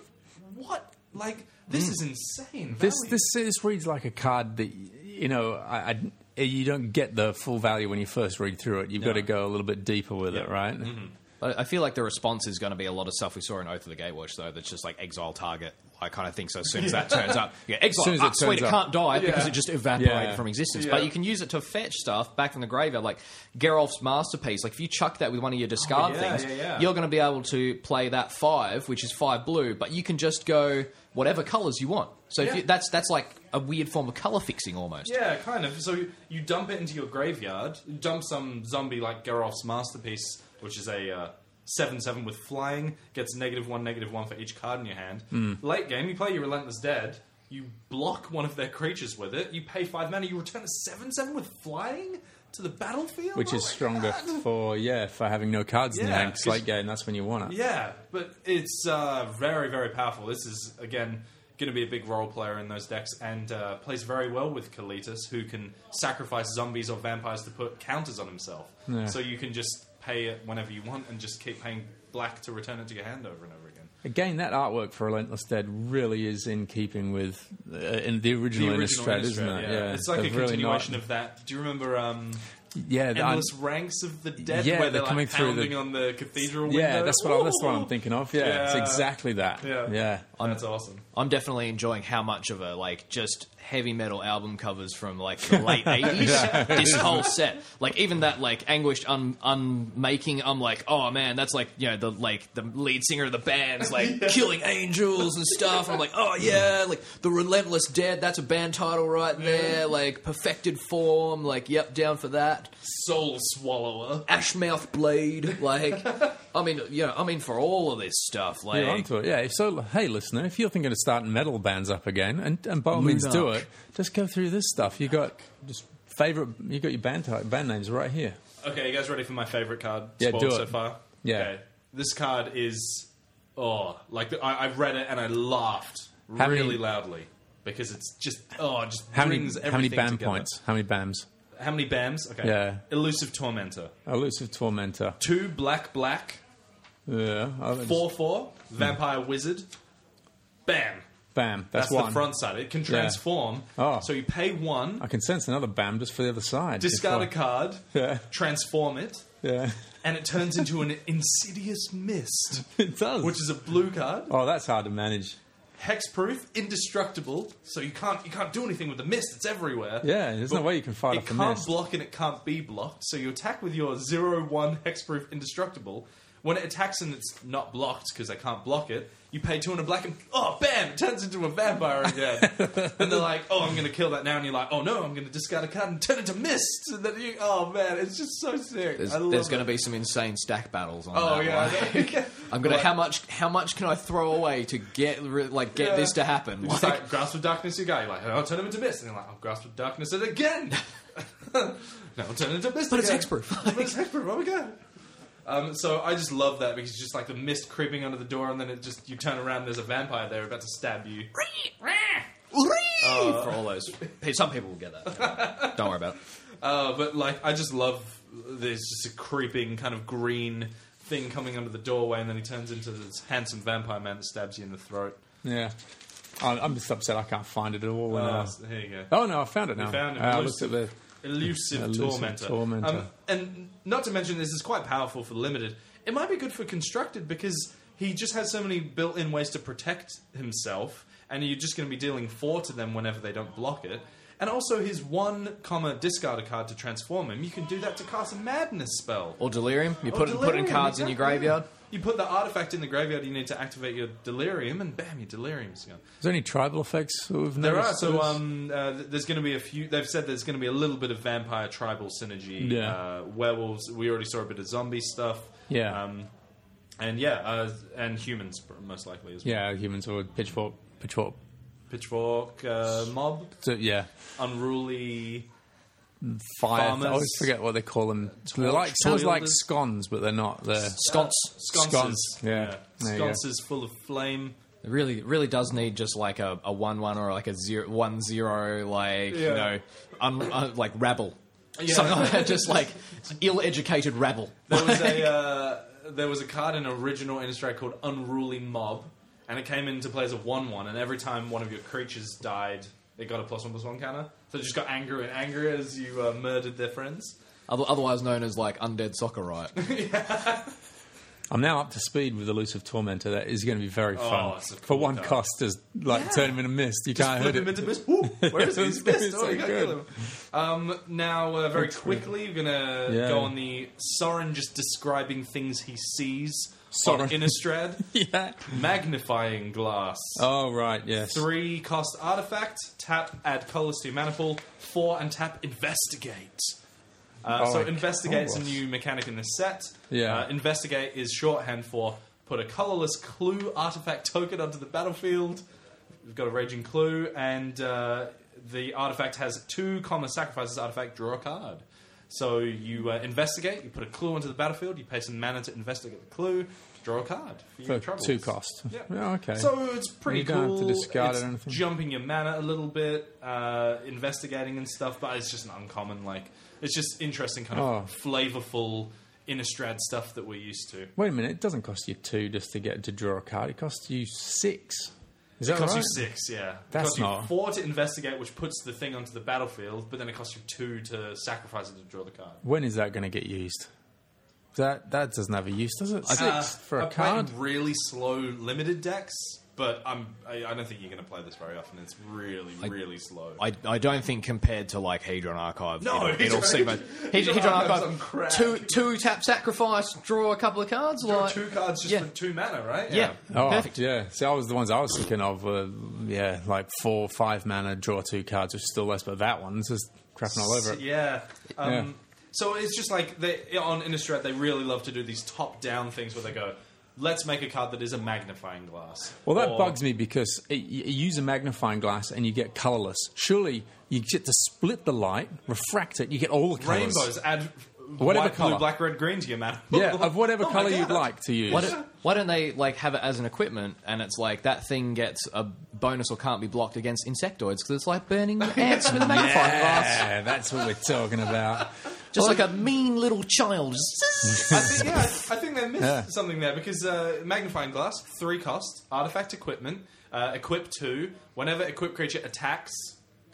Speaker 3: what? Like this is insane.
Speaker 4: Hmm. This,
Speaker 3: value.
Speaker 4: this this reads like a card that you know I, I- you don't get the full value when you first read through it. You've got to go a little bit deeper with it, right?
Speaker 3: Mm-hmm.
Speaker 5: I I feel like the response is going to be a lot of stuff we saw in Oath of the Gatewatch, though. That's just like exile target. I kind of think so. As soon as that turns up, yeah, exile.
Speaker 4: As soon as it
Speaker 5: ah, sweet,
Speaker 4: turns
Speaker 5: it
Speaker 4: up.
Speaker 5: can't die because
Speaker 3: Yeah.
Speaker 5: it just evaporated
Speaker 4: Yeah.
Speaker 5: from existence.
Speaker 3: Yeah.
Speaker 5: But you can use it to fetch stuff back from the graveyard, like Geralt's masterpiece. Like if you chuck that with one of your discard
Speaker 3: yeah,
Speaker 5: things,
Speaker 3: yeah, yeah.
Speaker 5: you're going to be able to play that five, which is five blue. But you can just go whatever colors you want. So if
Speaker 3: Yeah.
Speaker 5: you, that's that's like a weird form of color fixing almost.
Speaker 3: Yeah, kind of. So you dump it into your graveyard, dump some zombie like Garroff's masterpiece, which is a uh, seven seven with flying, gets negative one, negative one for each card in your hand.
Speaker 4: Hmm.
Speaker 3: Late game, you play your Relentless Dead. You block one of their creatures with it. You pay five mana. You return a seven seven with flying to the battlefield,
Speaker 4: Which
Speaker 3: Oh
Speaker 4: is
Speaker 3: my
Speaker 4: stronger
Speaker 3: God.
Speaker 4: for yeah for having no cards in the
Speaker 3: Yeah,
Speaker 4: hand. 'cause late
Speaker 3: it's-
Speaker 4: game, that's when you want it.
Speaker 3: Yeah, but it's uh, very, very powerful. This is, again, going to be a big role player in those decks and uh, plays very well with Kalitas, who can sacrifice zombies or vampires to put counters on himself.
Speaker 4: Yeah.
Speaker 3: So you can just pay it whenever you want and just keep paying black to return it to your hand over and over again.
Speaker 4: Again, that artwork for Relentless Dead really is in keeping with uh, in the original, Innistrad, isn't
Speaker 3: Innistrad,
Speaker 4: it? Yeah,
Speaker 3: It's like a
Speaker 4: They've really not-
Speaker 3: continuation of that. Do you remember um,
Speaker 4: yeah, the-
Speaker 3: Endless Ranks of the Dead,
Speaker 4: Yeah,
Speaker 3: where
Speaker 4: they're
Speaker 3: they're,
Speaker 4: coming
Speaker 3: like
Speaker 4: through the-
Speaker 3: pounding on the cathedral
Speaker 4: yeah.
Speaker 3: window?
Speaker 4: That's what I, that's what I'm
Speaker 3: Ooh!
Speaker 4: thinking of. Yeah, it's
Speaker 3: Yeah.
Speaker 4: exactly that.
Speaker 3: Yeah.
Speaker 4: yeah.
Speaker 3: That's awesome.
Speaker 5: I'm definitely enjoying how much of a like just heavy metal album covers from like the late eighties. This whole set, like even that like anguished un unmaking. I'm like, oh man, that's like you know the like the lead singer of the band's like killing angels and stuff. I'm like, oh yeah, like the relentless dead. That's a band title right there. Like perfected form. Like yep, down for that.
Speaker 3: Soul Swallower.
Speaker 5: Ashmouth blade. Like I mean, you know, I mean for all of this stuff. Like
Speaker 4: You're onto it, yeah. If so, hey, listener, if you're thinking of starting metal bands up again, and, and by all means do
Speaker 5: Lunak.
Speaker 4: it, just go through this stuff. You got just favorite. You got your band type, band names right here.
Speaker 3: Okay, you guys ready for my favorite card?
Speaker 4: Yeah,
Speaker 3: spoiled
Speaker 4: do it.
Speaker 3: so far.
Speaker 4: Yeah.
Speaker 3: Okay. This card is oh, like the, I, I read it and I laughed
Speaker 4: How many-
Speaker 3: really loudly because it's just oh, it just
Speaker 4: How many?
Speaker 3: brings
Speaker 4: How many
Speaker 3: everything
Speaker 4: bam
Speaker 3: together.
Speaker 4: points? How many bams?
Speaker 3: How many bams? Okay.
Speaker 4: Yeah.
Speaker 3: Elusive tormentor.
Speaker 4: Elusive tormentor.
Speaker 3: Two black black
Speaker 4: Yeah. I would- Hmm.
Speaker 3: four four vampire wizard. Bam.
Speaker 4: Bam. That's,
Speaker 3: That's
Speaker 4: one.
Speaker 3: the front side. It can transform.
Speaker 4: Oh.
Speaker 3: So you pay one,
Speaker 4: I can sense another bam just for the other side.
Speaker 3: discard a
Speaker 4: Just
Speaker 3: card,
Speaker 4: Yeah.
Speaker 3: transform it,
Speaker 4: like- Yeah.
Speaker 3: and it turns into an insidious mist,
Speaker 4: it does.
Speaker 3: which is a blue card,
Speaker 4: oh, that's hard to manage.
Speaker 3: hexproof, indestructible. So you can't you can't do anything with the mist. It's everywhere.
Speaker 4: Yeah, there's no way you can fight
Speaker 3: It
Speaker 4: off the
Speaker 3: can't
Speaker 4: mist.
Speaker 3: block and it can't be blocked. So you attack with your zero one hexproof indestructible. When it attacks and it's not blocked because I can't block it, you pay two and a black and oh bam, it turns into a vampire again. and they're like, oh, I'm going to kill that now, and you're like, oh no, I'm going to discard a card and turn it to mist. And then you, oh man, it's just so sick.
Speaker 5: There's,
Speaker 3: I love
Speaker 5: there's
Speaker 3: it.
Speaker 5: going to be some insane stack battles on
Speaker 3: Oh
Speaker 5: that
Speaker 3: yeah,
Speaker 5: one.
Speaker 3: I know.
Speaker 5: I'm gonna
Speaker 3: Like-
Speaker 5: how much how much can I throw away to get re- like get
Speaker 3: Yeah.
Speaker 5: this to happen?
Speaker 3: You're just
Speaker 5: Like-
Speaker 3: like, grasp of darkness, you got. You're like, oh, turn him into mist. And you're like, oh, grasp of darkness it again. no, turn it into mist
Speaker 5: But it's
Speaker 3: again.
Speaker 5: hexproof.
Speaker 3: but it's hexproof. Oh, my God. Um, so I just love that because it's just like the mist creeping under the door and then it just, you turn around and there's a vampire there about to stab you.
Speaker 5: for all those, some people will get that. Don't worry about it.
Speaker 3: Uh, but like, I just love there's just a creeping kind of green thing coming under the doorway and then he turns into this handsome vampire man that stabs you in the throat.
Speaker 4: Yeah. I- I'm just upset I can't find it at all. and,
Speaker 5: Ah.
Speaker 3: Uh,
Speaker 4: uh,
Speaker 3: so here you go.
Speaker 4: oh, no, I found it now.
Speaker 3: found it.
Speaker 4: Uh, I looked at the.
Speaker 3: Elusive. elusive,
Speaker 4: Elusive
Speaker 3: tormentor.
Speaker 4: Tormentor.
Speaker 3: Um, and not to mention, this is quite powerful for limited. It might be good for constructed because he just has so many built-in ways to protect himself, and you're just going to be dealing four to them whenever they don't block it. And also, his one comma discard a card to transform him. You can do that to cast a madness spell.
Speaker 5: Or delirium. You
Speaker 3: Or
Speaker 5: put put in
Speaker 3: delirium,
Speaker 5: cards in your
Speaker 3: exactly,
Speaker 5: graveyard.
Speaker 3: yeah. You put the artifact in the graveyard you need to activate your delirium, and bam, your delirium's gone.
Speaker 4: Is there any tribal effects that we've
Speaker 3: There are
Speaker 4: noticed?
Speaker 3: so um, uh, th- there's going to be a few. They've said there's going to be a little bit of vampire tribal synergy.
Speaker 4: Yeah.
Speaker 3: Uh, werewolves. We already saw a bit of zombie stuff.
Speaker 4: Yeah.
Speaker 3: Um, and yeah, uh, and humans pr- most likely as well.
Speaker 4: Yeah, humans or pitchfork. Pitchfork.
Speaker 3: Pitchfork uh, mob,
Speaker 4: So, yeah.
Speaker 3: unruly.
Speaker 4: Fire.
Speaker 3: Farmers.
Speaker 4: I always forget what they call them. They're like, sounds like
Speaker 3: Torch-wielders.
Speaker 4: scones, but they're not. They're,
Speaker 5: Sconce.
Speaker 3: Sconces.
Speaker 4: Sconce, yeah. There you go.
Speaker 3: Sconces full of flame.
Speaker 5: It really, really does need just like a, a one one or like a zero one zero like you
Speaker 3: Yeah.
Speaker 5: know un, un, like rabble.
Speaker 3: Yeah.
Speaker 5: Something like that, just like ill-educated rabble.
Speaker 3: There was a uh, there was a card in original Innistrad called Unruly Mob, and it came into play as a one-one. And every time one of your creatures died, it got a plus one plus one counter. So it just got angrier and angrier as you uh, murdered their friends.
Speaker 5: Other- Otherwise known as like undead soccer riot.
Speaker 4: I'm now up to speed with elusive tormentor. That is going to be very fun.
Speaker 3: Oh, it's a cool
Speaker 4: For one
Speaker 3: card.
Speaker 4: cost, just like turn him into mist. You can't
Speaker 3: Flip
Speaker 4: hurt
Speaker 3: him
Speaker 4: it.
Speaker 3: into mist. Woo! Where is he? He's missed.
Speaker 4: It's
Speaker 3: Oh,
Speaker 4: so
Speaker 3: you gotta kill
Speaker 4: good.
Speaker 3: him. Um, now, uh, very quickly, we're gonna
Speaker 4: Yeah.
Speaker 3: go on the Soren just describing things he sees on
Speaker 4: Sorin.
Speaker 3: Innistrad.
Speaker 4: yeah.
Speaker 3: Magnifying glass.
Speaker 4: Oh right, yes.
Speaker 3: Three cost artifact, tap, add colors to your manifold. Four and tap, investigate. Uh,
Speaker 4: Oh,
Speaker 3: so,
Speaker 4: I-
Speaker 3: investigate's
Speaker 4: oh,
Speaker 3: a new mechanic in this set.
Speaker 4: Yeah.
Speaker 3: Uh, investigate is shorthand for put a colorless clue artifact token onto the battlefield. We've got a raging clue, and uh, the artifact has two common sacrifices artifact, draw a card. So, you uh, investigate, you put a clue onto the battlefield, you pay some mana to investigate the clue, draw a card for your
Speaker 4: For
Speaker 3: troubles.
Speaker 4: two cost.
Speaker 3: Yeah.
Speaker 4: Oh, okay.
Speaker 3: So it's pretty
Speaker 4: You don't
Speaker 3: cool.
Speaker 4: have to discard
Speaker 3: it's
Speaker 4: it or anything?
Speaker 3: Jumping your mana a little bit, uh, investigating and stuff, but it's just an uncommon. Like it's just interesting, kind of
Speaker 4: Oh.
Speaker 3: flavorful Innistrad stuff that we're used to.
Speaker 4: Wait a minute. It doesn't cost you two just to get to draw a card. It costs you six. Is that
Speaker 3: It costs
Speaker 4: right?
Speaker 3: you six, yeah.
Speaker 4: That's
Speaker 3: it costs you
Speaker 4: not-
Speaker 3: four to investigate, which puts the thing onto the battlefield, but then it costs you two to sacrifice it to draw the card.
Speaker 4: When is that going to get used? That that doesn't have a use, does it? Six
Speaker 3: Uh,
Speaker 4: for
Speaker 3: I
Speaker 4: a
Speaker 3: play in
Speaker 4: card.
Speaker 3: really slow limited decks, but I'm I, I don't think you're going to play this very often. It's really, really slow.
Speaker 5: I, I don't think compared to like Hedron Archive,
Speaker 3: No,
Speaker 5: it'll, it'll
Speaker 3: Hedron-
Speaker 5: seem like Hedron,
Speaker 3: Hedron
Speaker 5: Hedron
Speaker 3: Archive's on
Speaker 5: Archive
Speaker 3: crack.
Speaker 5: two two tap sacrifice, draw a couple of cards,
Speaker 3: There are
Speaker 5: like
Speaker 3: two cards just
Speaker 5: yeah.
Speaker 3: for two mana, right?
Speaker 5: yeah,
Speaker 4: Oh
Speaker 5: perfect.
Speaker 4: yeah. See, I was the ones I was thinking of. Were, yeah, like four, five mana, draw two cards, which is still less. But that one's just crapping all over it.
Speaker 3: Yeah. Um,
Speaker 4: Yeah.
Speaker 3: So it's just like they, on Innistrad, they really love to do these top-down things where they go, "Let's make a card that is a magnifying glass."
Speaker 4: Well, that
Speaker 3: Or-
Speaker 4: bugs me because it, you you use a magnifying glass and you get colourless. Surely you get to split the light, refract it, you get all the colours.
Speaker 3: Rainbows add
Speaker 4: Whatever
Speaker 3: white, blue,
Speaker 4: colour.
Speaker 3: black, red, green to your mana.
Speaker 4: Yeah, of whatever
Speaker 3: Oh my
Speaker 4: colour
Speaker 3: God.
Speaker 4: you'd like to use.
Speaker 5: Why don't, why don't they like have it as an equipment and it's like that thing gets a bonus or can't be blocked against insectoids because it's like burning ants with a magnifying glass,
Speaker 4: Yeah, that's what we're talking about.
Speaker 5: just like a mean little child.
Speaker 3: I think, yeah, I I think they missed
Speaker 4: Yeah.
Speaker 3: something there because uh, magnifying glass, three cost, artifact equipment. Uh, equip two. Whenever equip creature attacks,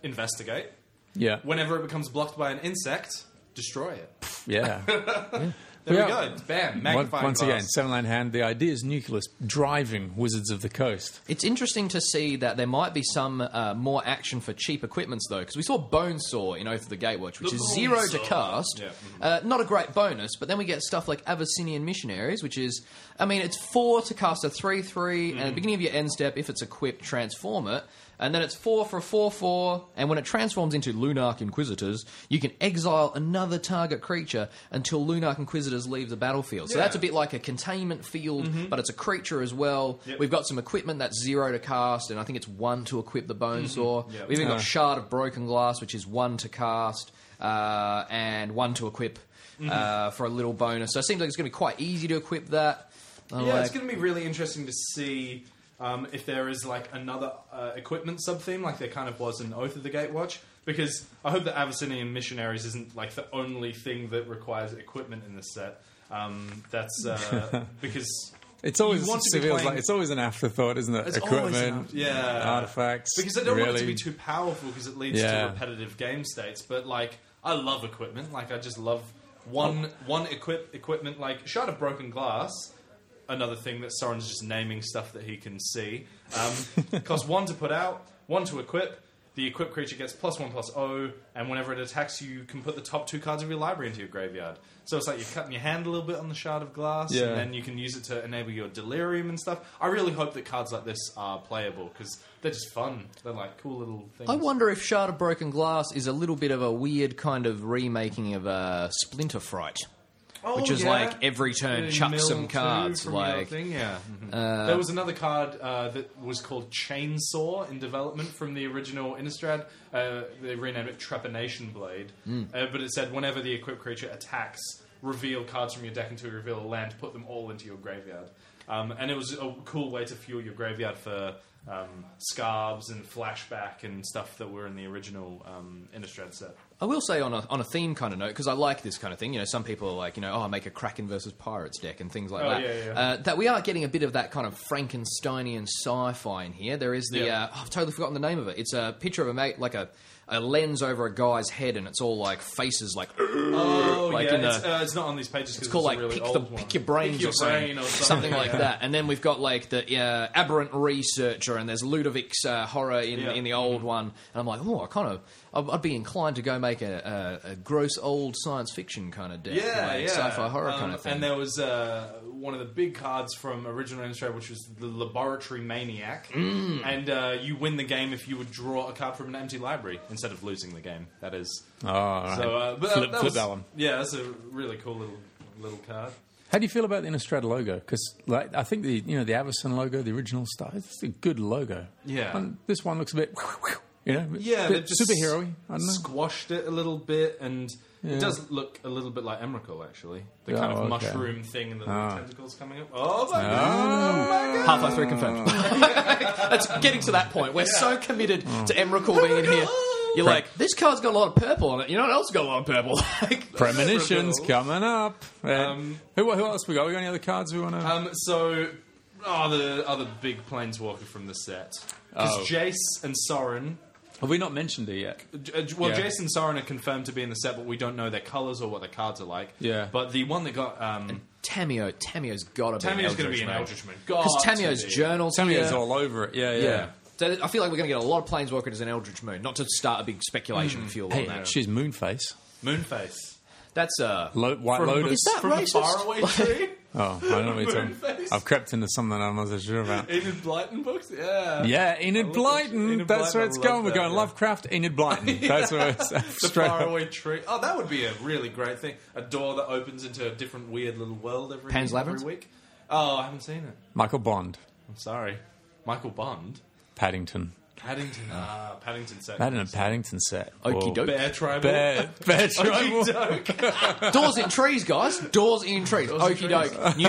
Speaker 3: investigate.
Speaker 4: Yeah.
Speaker 3: Whenever it becomes blocked by an insect, destroy it.
Speaker 4: yeah.
Speaker 3: There we
Speaker 4: Yeah.
Speaker 3: go. Bam.
Speaker 4: Once,
Speaker 3: Magnifying
Speaker 4: once again,
Speaker 3: glass.
Speaker 4: Seven Land Hand, the idea is nucleus driving Wizards of the Coast.
Speaker 5: It's interesting to see that there might be some uh, more action for cheap equipments, though, because we saw Bonesaw in Oath of the Gatewatch, which
Speaker 3: The
Speaker 5: is zero to
Speaker 3: Bonesaw.
Speaker 5: cast.
Speaker 3: Yeah, mhm.
Speaker 5: Uh, not a great bonus, but then we get stuff like Abyssinian Missionaries, which is, I mean, it's four to cast a 3 3, and at
Speaker 3: Mm-hmm.
Speaker 5: the beginning of your end step, if it's equipped, transform it. And then it's four for a 4 4, and when it transforms into Lunark Inquisitors, you can exile another target creature until Lunark Inquisitors leave the battlefield. So
Speaker 3: Yeah.
Speaker 5: that's a bit like a containment field, but it's a creature as well.
Speaker 3: Mm-hmm. Yep.
Speaker 5: We've got some equipment that's zero to cast, and I think it's one to equip the bone saw.
Speaker 3: Mm-hmm. Yep.
Speaker 5: We've even got shard of broken glass, which is one to cast uh, and one to equip
Speaker 3: Mm-hmm.
Speaker 5: uh, for a little bonus. So it seems like it's going to be quite easy to equip that. I
Speaker 3: Yeah,
Speaker 5: like-
Speaker 3: it's going to be really interesting to see um, if there is like another uh, equipment sub theme, like there kind of was in Oath of the Gatewatch. Because I hope that Abyssinian missionaries isn't like the only thing that requires equipment in this set. Um, that's uh, because
Speaker 4: It's always
Speaker 3: You want to be
Speaker 4: it feels
Speaker 3: playing-
Speaker 4: like it's always an afterthought, isn't it?
Speaker 3: It's always an
Speaker 4: Equipment,
Speaker 3: after- yeah.
Speaker 4: artifacts.
Speaker 3: because I don't
Speaker 4: really.
Speaker 3: want it to be too powerful because it leads
Speaker 4: Yeah.
Speaker 3: to repetitive game states. But like, I love equipment. Like, I just love one
Speaker 5: Oh.
Speaker 3: one equip equipment. Like, shard of broken glass. Another thing that Soren's just naming stuff that he can see. Um, costs one to put out, one to equip. The equip creature gets plus one plus O, and whenever it attacks you, you can put the top two cards of your library into your graveyard. So it's like you're cutting your hand a little bit on the shard of glass,
Speaker 4: Yeah.
Speaker 3: and then you can use it to enable your delirium and stuff. I really hope that cards like this are playable because they're just fun. They're like cool little things.
Speaker 5: I wonder if Shard of Broken Glass is a little bit of a weird kind of remaking of uh, Splinter Fright.
Speaker 3: Oh,
Speaker 5: which is
Speaker 3: yeah.
Speaker 5: like every turn
Speaker 3: Yeah,
Speaker 5: chuck
Speaker 3: mill
Speaker 5: some
Speaker 3: two
Speaker 5: cards.
Speaker 3: from your
Speaker 5: Like
Speaker 3: thing, yeah. Mm-hmm. there was another card uh, that was called Chainsaw in development from the original Innistrad. Uh, they renamed it Trepanation Blade,
Speaker 5: Hmm.
Speaker 3: uh, but it said whenever the equipped creature attacks, reveal cards from your deck until you reveal a land, put them all into your graveyard. Um, and it was a cool way to fuel your graveyard for um, scarves and flashback and stuff that were in the original um, Innistrad set.
Speaker 5: I will say on a, on a theme kind of note, because I like this kind of thing, you know, some people are like, you know, oh, I make a Kraken versus Pirates deck and things like
Speaker 3: Oh,
Speaker 5: that.
Speaker 3: yeah, yeah.
Speaker 5: Uh, that we are getting a bit of that kind of Frankensteinian sci fi in here. There is the,
Speaker 3: Yeah.
Speaker 5: uh, oh, I've totally forgotten the name of it. It's a picture of a mate, like a, a lens over a guy's head, and it's all like faces, like,
Speaker 3: Oh
Speaker 5: Like
Speaker 3: yeah,
Speaker 5: in
Speaker 3: it's,
Speaker 5: the-
Speaker 3: uh, it's not on these pages. 'cause
Speaker 5: it's called
Speaker 3: a
Speaker 5: like
Speaker 3: really
Speaker 5: pick, the,
Speaker 3: old one.
Speaker 5: pick your brains
Speaker 3: Pick Your
Speaker 5: or something,
Speaker 3: Brain or
Speaker 5: something like
Speaker 3: yeah.
Speaker 5: that. And then we've got like the uh, aberrant researcher, and there's Ludovic's uh, horror in,
Speaker 3: Yeah. Mm-hmm.
Speaker 5: in the old one. And I'm like, oh, I kind of, I'd, I'd be inclined to go make a, a, a gross old science fiction kind of deck,
Speaker 3: Yeah,
Speaker 5: like
Speaker 3: yeah,
Speaker 5: sci-fi horror
Speaker 3: Um,
Speaker 5: kind of thing.
Speaker 3: And there was uh, one of the big cards from original Innistrad, which was the Laboratory Maniac,
Speaker 5: Mm.
Speaker 3: and uh, you win the game if you would draw a card from an empty library instead of losing the game. That is.
Speaker 4: Oh, all right.
Speaker 3: So, uh, but
Speaker 4: flip,
Speaker 3: that, that
Speaker 4: flip
Speaker 3: was,
Speaker 4: that one.
Speaker 3: Yeah, that's a really cool little little card.
Speaker 4: How do you feel about the Innistrad logo? Because like I think the you know the Avison logo, the original stuff, it's a good logo.
Speaker 3: Yeah.
Speaker 4: And this one looks a bit, you know,
Speaker 3: Yeah,
Speaker 4: bit
Speaker 3: they've just
Speaker 4: superhero-y. I don't know.
Speaker 3: Squashed it a little bit, and
Speaker 4: Yeah.
Speaker 3: it does look a little bit like Emrakul, actually. The
Speaker 4: Oh,
Speaker 3: kind of
Speaker 4: okay. Ah.
Speaker 3: mushroom thing and the little tentacles coming up. Oh my god!
Speaker 5: Halfway through confirmed. That's getting to that point. We're so committed to Emrakul being in here. You're
Speaker 4: Pre-
Speaker 5: like, this card's got a lot of purple on it. You know what else got a lot of purple? like,
Speaker 4: Premonitions
Speaker 3: Supergirl.
Speaker 4: coming up. Um, who, who else we got? We got any other cards we want to?
Speaker 3: Um, so, oh, the other big planeswalker from the set. Because
Speaker 4: Oh.
Speaker 3: Jace and Soren.
Speaker 4: Have we not mentioned it yet?
Speaker 3: J- uh, Well,
Speaker 4: Yeah.
Speaker 3: Jace and Soren are confirmed to be in the set, but we don't know their colours or what their cards are like.
Speaker 4: Yeah.
Speaker 3: But the one that got. Um,
Speaker 5: Tamio, Tamio's got to be.
Speaker 3: Tamio's going to be an
Speaker 5: Eldritch
Speaker 3: Eldritchman.
Speaker 5: because Tamio's journal.
Speaker 4: Somebody's all over it. Yeah, yeah.
Speaker 5: Yeah. So th- I feel like we're going to get a lot of Planeswalker as an Eldritch Moon. Not to start a big speculation
Speaker 3: Mm.
Speaker 5: fuel on
Speaker 4: Hey,
Speaker 5: that.
Speaker 4: she's Moonface.
Speaker 3: Moonface.
Speaker 5: That's uh,
Speaker 4: Lo- White
Speaker 5: From-
Speaker 4: Lotus.
Speaker 5: Is that
Speaker 3: From
Speaker 5: racist?
Speaker 3: the faraway tree?
Speaker 4: Oh, I don't know what you're talking
Speaker 3: Moonface.
Speaker 4: I've crept into something I'm not so sure about.
Speaker 3: Enid Blyton books? Yeah.
Speaker 4: Yeah,
Speaker 3: I
Speaker 4: Enid
Speaker 3: love that
Speaker 4: Blyton.
Speaker 3: shit. Enid
Speaker 4: That's
Speaker 3: Blyton,
Speaker 4: where
Speaker 3: I
Speaker 4: it's
Speaker 3: love
Speaker 4: going. We're
Speaker 3: that,
Speaker 4: going
Speaker 3: yeah.
Speaker 4: Lovecraft, Enid Blyton. That's where it's
Speaker 3: The
Speaker 4: straight up.
Speaker 3: faraway tree. Oh, that would be a really great thing. A door that opens into a different weird little world every,
Speaker 5: Pan's
Speaker 3: every
Speaker 5: Labyrinth?
Speaker 3: week. Oh, I haven't seen it.
Speaker 4: Michael Bond,
Speaker 3: I'm sorry. Michael Bond.
Speaker 4: Paddington.
Speaker 3: Paddington. Ah, Paddington set.
Speaker 4: That in a Paddington set.
Speaker 5: Okey
Speaker 4: Whoa.
Speaker 5: doke.
Speaker 3: Bear Tribal.
Speaker 4: Bear, bear tribal.
Speaker 3: Okey-doke.
Speaker 5: doors in trees, guys. Doors in trees.
Speaker 3: Doors
Speaker 5: Okey
Speaker 3: in
Speaker 5: doke. New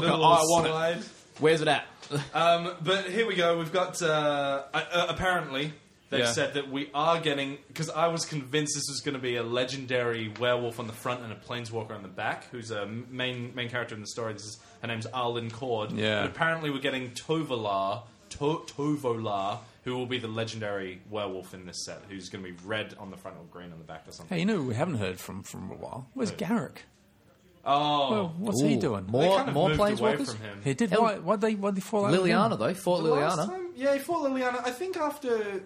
Speaker 3: Little
Speaker 5: I want it.
Speaker 3: slide.
Speaker 5: Where's it at?
Speaker 3: Um, but here we go. We've got uh, uh, uh, apparently they've
Speaker 4: Yeah.
Speaker 3: said that we are getting because I was convinced this was going to be a legendary werewolf on the front and a planeswalker on the back, who's a m- main main character in the story. This is her name's Arlen Cord.
Speaker 4: Yeah.
Speaker 3: But apparently we're getting Tovalar, to- Tovola, who will be the legendary werewolf in this set, who's going to be red on the front or green on the back or something.
Speaker 4: Hey, you know who we haven't heard from from a while? Where's Garrick?
Speaker 3: Oh,
Speaker 4: Well, what's he
Speaker 5: Ooh,
Speaker 4: doing?
Speaker 3: they
Speaker 5: More,
Speaker 3: kind of
Speaker 5: more
Speaker 3: moved away
Speaker 5: planeswalkers?
Speaker 3: from him.
Speaker 4: He did.
Speaker 5: Hell-
Speaker 4: Why? Why they? Why they fall out? with him?
Speaker 5: Liliana, though. Fought
Speaker 3: Last
Speaker 5: Liliana.
Speaker 3: time, yeah, he fought Liliana. I think after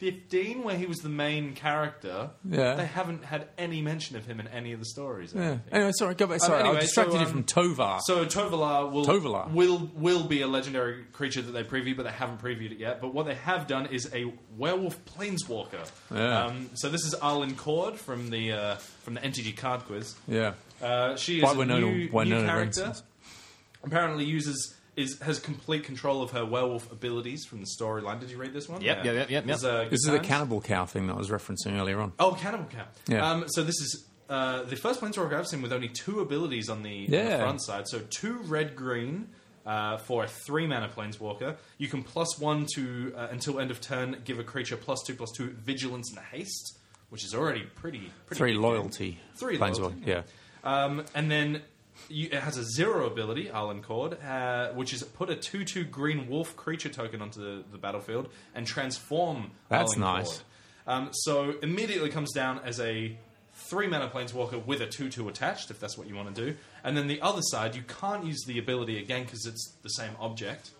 Speaker 3: M15, where he was the main character,
Speaker 4: Yeah.
Speaker 3: they haven't had any mention of him in any of the stories. I don't
Speaker 4: Yeah.
Speaker 3: think.
Speaker 4: Anyway, sorry. Go back. Sorry,
Speaker 3: anyway,
Speaker 4: I distracted
Speaker 3: so,
Speaker 4: you
Speaker 3: um,
Speaker 4: from Tovar.
Speaker 3: So Tovalar will
Speaker 4: Tovalar.
Speaker 3: will will be a legendary creature that they preview, but they haven't previewed it yet. But what they have done is a werewolf planeswalker.
Speaker 4: Yeah.
Speaker 3: Um, so this is Arlen Cord from the uh, from the NTG card quiz.
Speaker 4: yeah.
Speaker 3: Uh, she is
Speaker 4: Why
Speaker 3: a
Speaker 4: Winona-
Speaker 3: new,
Speaker 4: Winona
Speaker 3: new
Speaker 4: Ryder
Speaker 3: character.
Speaker 4: says.
Speaker 3: Apparently, uses is has complete control of her werewolf abilities from the storyline. Did you read this one?
Speaker 5: Yep, yep, yep, yep, yep.
Speaker 3: There's, uh,
Speaker 4: This is the
Speaker 3: Gatan.
Speaker 4: cannibal cow thing that I was referencing earlier on.
Speaker 3: Oh, Cannibal Cow.
Speaker 4: Yeah.
Speaker 3: Um, so this is uh, the first Planeswalker I've seen with only two abilities on the, on the
Speaker 4: Yeah.
Speaker 3: front side. So two red green uh, for a three mana Planeswalker. You can plus one to uh, until end of turn give a creature plus two plus two vigilance and haste, which is already pretty. pretty
Speaker 4: Three
Speaker 3: big.
Speaker 4: loyalty.
Speaker 3: Three
Speaker 4: planes
Speaker 3: loyalty,
Speaker 4: were- Yeah.
Speaker 3: Um, and then you, it has a zero ability, Arlen Cord, uh, which is put a 2 2 green wolf creature token onto the, the battlefield and transform
Speaker 4: That's
Speaker 3: Arlen
Speaker 4: nice.
Speaker 3: Cord. Um, so immediately comes down as a three mana planeswalker with a 2 2 attached, if that's what you want to do. And then the other side, you can't use the ability again because it's the same object.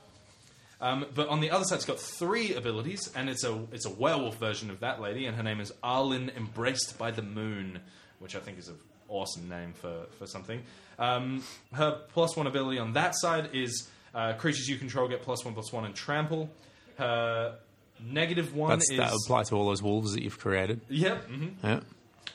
Speaker 3: Um, but on the other side, it's got three abilities, and it's a it's a werewolf version of that lady, and her name is Arlin, embraced by the moon, which I think is an awesome name for for something. Um, her plus one ability on that side is uh, creatures you control get plus one plus one and trample. Her negative one
Speaker 4: That's,
Speaker 3: is
Speaker 4: that apply to all those wolves that you've created.
Speaker 3: yep. mhm.
Speaker 4: Yeah.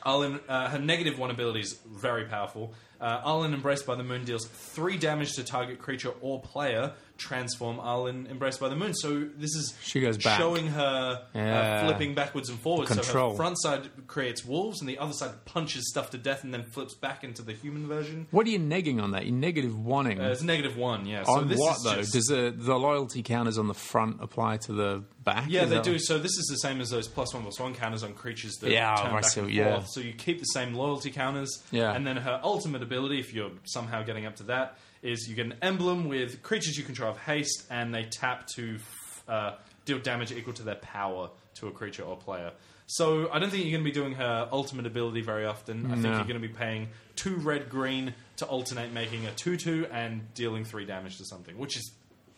Speaker 3: Arlen, uh, her negative one ability is very powerful. Uh, Arlen Embraced by the Moon deals three damage to target creature or player. Transform Arlen Embraced by the Moon. So this is
Speaker 4: She goes back.
Speaker 3: showing her
Speaker 4: Yeah.
Speaker 3: uh, flipping backwards and forwards. So
Speaker 4: Control.
Speaker 3: her front side creates wolves, and the other side punches stuff to death, and then flips back into the human version.
Speaker 4: What are you negging on that? You're negative wanting.
Speaker 3: Uh, it's negative one, yeah. So
Speaker 4: on
Speaker 3: this
Speaker 4: what
Speaker 3: is
Speaker 4: though?
Speaker 3: just-
Speaker 4: Does the, the loyalty counters on the front apply to the back?
Speaker 3: Yeah,
Speaker 4: Is
Speaker 3: they
Speaker 4: that-
Speaker 3: do. So this is the same as those plus one plus one counters on creatures that
Speaker 4: Yeah,
Speaker 3: turn
Speaker 4: I
Speaker 3: back
Speaker 4: see,
Speaker 3: and
Speaker 4: yeah.
Speaker 3: forth. So you keep the same loyalty counters.
Speaker 4: Yeah.
Speaker 3: And then her ultimate ability, if you're somehow getting up to that, is you get an emblem with creatures you control have haste, and they tap to f- uh, deal damage equal to their power to a creature or player. So I don't think you're going to be doing her ultimate ability very often. I think
Speaker 4: No.
Speaker 3: you're going to be paying two red green to alternate making a two two and dealing three damage to something, which is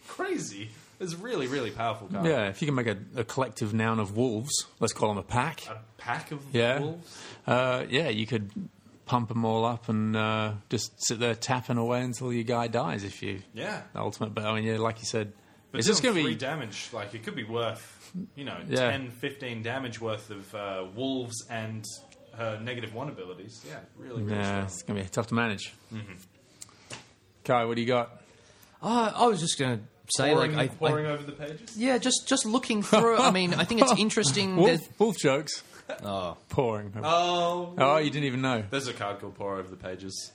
Speaker 3: crazy. It's really really powerful card.
Speaker 4: Yeah, if you can make a, a collective noun of wolves, let's call them a pack.
Speaker 3: a pack of
Speaker 4: Yeah.
Speaker 3: Uh, wolves.
Speaker 4: Uh, yeah, you could pump them all up and uh, just sit there tapping away until your guy dies if you.
Speaker 3: Yeah.
Speaker 4: The ultimate, but I mean, yeah, like you said,
Speaker 3: But
Speaker 4: it's just
Speaker 3: doing
Speaker 4: going to
Speaker 3: three
Speaker 4: be.
Speaker 3: damage. Like it could be worth, you know,
Speaker 4: Yeah.
Speaker 3: 10, 15 damage worth of uh, wolves and her negative one abilities. Yeah, really, really
Speaker 4: yeah,
Speaker 3: strong.
Speaker 4: it's going to be tough to manage. Kai, what do you got?
Speaker 5: Uh, I was just going to say,
Speaker 3: Pouring,
Speaker 5: like, I,
Speaker 3: pouring
Speaker 5: I,
Speaker 3: over the pages.
Speaker 5: yeah, just just looking through. I mean, I think it's interesting.
Speaker 4: Wolf,
Speaker 5: there's-
Speaker 4: wolf jokes. Pouring.
Speaker 3: Oh,
Speaker 4: oh, you didn't even know.
Speaker 3: there's a card called Pour Over the Pages.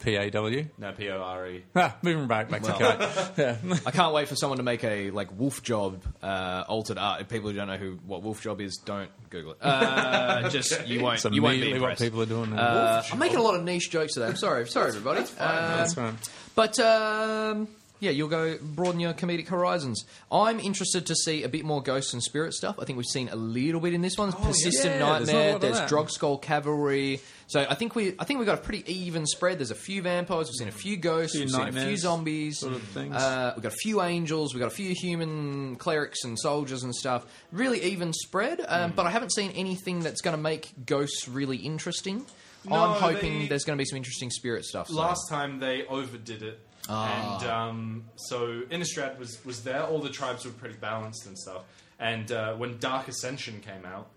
Speaker 4: P A W.
Speaker 3: No, P O R E.
Speaker 4: Ah, moving back, back to Kai.
Speaker 5: I can't wait for someone to make a like Wolf Job uh, altered art. If people who don't know who what Wolf Job is, don't Google it. Uh, just you won't.
Speaker 4: It's
Speaker 5: you won't be
Speaker 4: immediately what
Speaker 5: impressed.
Speaker 4: people are doing. now.
Speaker 5: Uh, I'm making a lot of niche jokes today. I'm sorry. Sorry, everybody. Uh,
Speaker 4: That's right.
Speaker 5: But um, yeah, you'll go broaden your comedic horizons. I'm interested to see a bit more ghosts and spirit stuff. I think we've seen a little bit in this one. Persistent
Speaker 4: Oh, yeah, there's not a lot
Speaker 5: nightmare.
Speaker 4: of
Speaker 5: There's,
Speaker 4: that.
Speaker 5: drug skull cavalry. So I think we I think we got a pretty even spread. There's a few vampires. We've seen a few ghosts.
Speaker 4: Few
Speaker 5: we've seen a few
Speaker 4: nightmares,
Speaker 5: zombies.
Speaker 4: sort of things.
Speaker 5: Uh, we've got a few angels. We've got a few human clerics and soldiers and stuff. Really even spread. Um,
Speaker 4: Hmm.
Speaker 5: But I haven't seen anything that's going to make ghosts really interesting.
Speaker 3: No,
Speaker 5: I'm hoping
Speaker 3: they-
Speaker 5: there's going to be some interesting spirit stuff. so- Ah.
Speaker 3: Last time they overdid it, and um, so Innistrad was was there. All the tribes were pretty balanced and stuff. And uh, when Dark Ascension came out,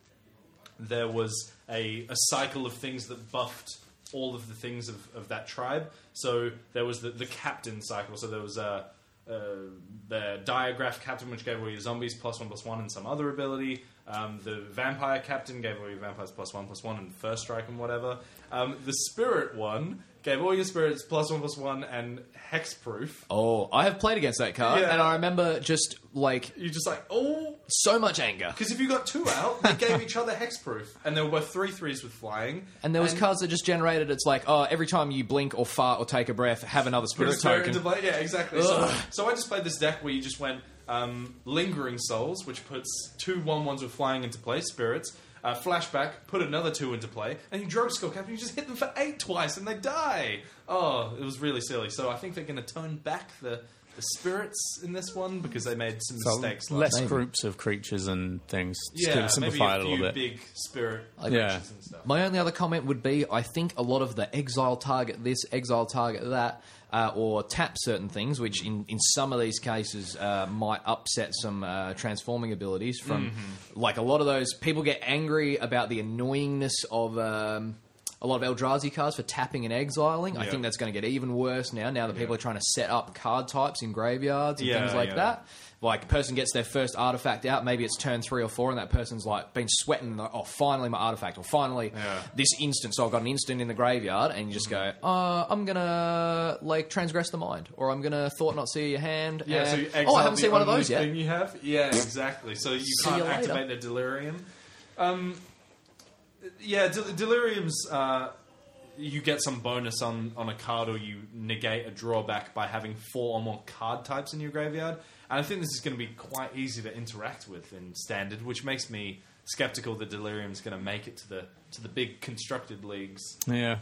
Speaker 3: there was a, a cycle of things that buffed all of the things of, of that tribe. So there was the, the captain cycle. So there was a, uh the diagraph captain, which gave away your zombies plus one plus one and some other ability. Um, the vampire captain gave away your vampires plus one plus one and first strike and whatever. Um, the spirit one gave all your spirits plus one plus one and hexproof.
Speaker 5: Oh, I Oh, have played against that card,
Speaker 3: Yeah.
Speaker 5: and I remember just like
Speaker 3: You're just like, oh,
Speaker 5: so much anger.
Speaker 3: Because if you got two out, they gave each other hexproof, and there were three threes with flying.
Speaker 5: And there was cards that just generated. It's like, oh, every time you blink or fart or take a breath, have another
Speaker 3: Put a
Speaker 5: spirit
Speaker 3: spirit
Speaker 5: token.
Speaker 3: into play- Yeah, exactly. So, so I just played this deck where you just went um, Lingering Souls, which puts two one ones with flying into play, spirits. Uh, flashback, put another two into play, and you drop Skull Cap and you just hit them for eight twice and they die. Oh, it was really silly. So I think they're going to tone back the, the spirits in this one because they made some
Speaker 4: So
Speaker 3: mistakes. last
Speaker 4: less
Speaker 3: time.
Speaker 4: groups of creatures and things. Just
Speaker 3: yeah,
Speaker 4: to
Speaker 3: maybe
Speaker 4: simplify
Speaker 3: a
Speaker 4: it a
Speaker 3: few
Speaker 4: little bit.
Speaker 3: big spirit
Speaker 4: Yeah.
Speaker 3: creatures and stuff.
Speaker 5: My only other comment would be I think a lot of the exile target this, exile target that, uh, or tap certain things, which in, in some of these cases uh, might upset some uh, transforming abilities from,
Speaker 3: Mm-hmm.
Speaker 5: like, a lot of those people get angry about the annoyingness of. Um, a lot of Eldrazi cards for tapping and exiling. I
Speaker 3: Yeah.
Speaker 5: think that's going to get even worse now. Now that people are trying to set up card types in graveyards and
Speaker 3: Yeah,
Speaker 5: things like
Speaker 3: yeah.
Speaker 5: that, like a person gets their first artifact out, maybe it's turn three or four, and that person's like been sweating. Like, oh, finally my artifact, or finally
Speaker 3: Yeah. Mm-hmm.
Speaker 5: this instant. So I've got an instant in the graveyard, and you just go, uh, I'm gonna like transgress the mind, or I'm gonna thought not see your hand.
Speaker 3: Yeah,
Speaker 5: and-
Speaker 3: so you
Speaker 5: oh, I
Speaker 3: exile
Speaker 5: haven't
Speaker 3: the
Speaker 5: seen one of
Speaker 3: only
Speaker 5: those yet.
Speaker 3: Thing you have, yeah, exactly. So you
Speaker 5: See
Speaker 3: can't
Speaker 5: you later.
Speaker 3: activate the delirium. Um, yeah, del- deliriums. Uh, you get some bonus on on a card, or you negate a drawback by having four or more card types in your graveyard. And I think this is going to be quite easy to interact with in standard, which makes me skeptical that delirium's going to make it to the to the big constructed leagues.
Speaker 4: Yeah.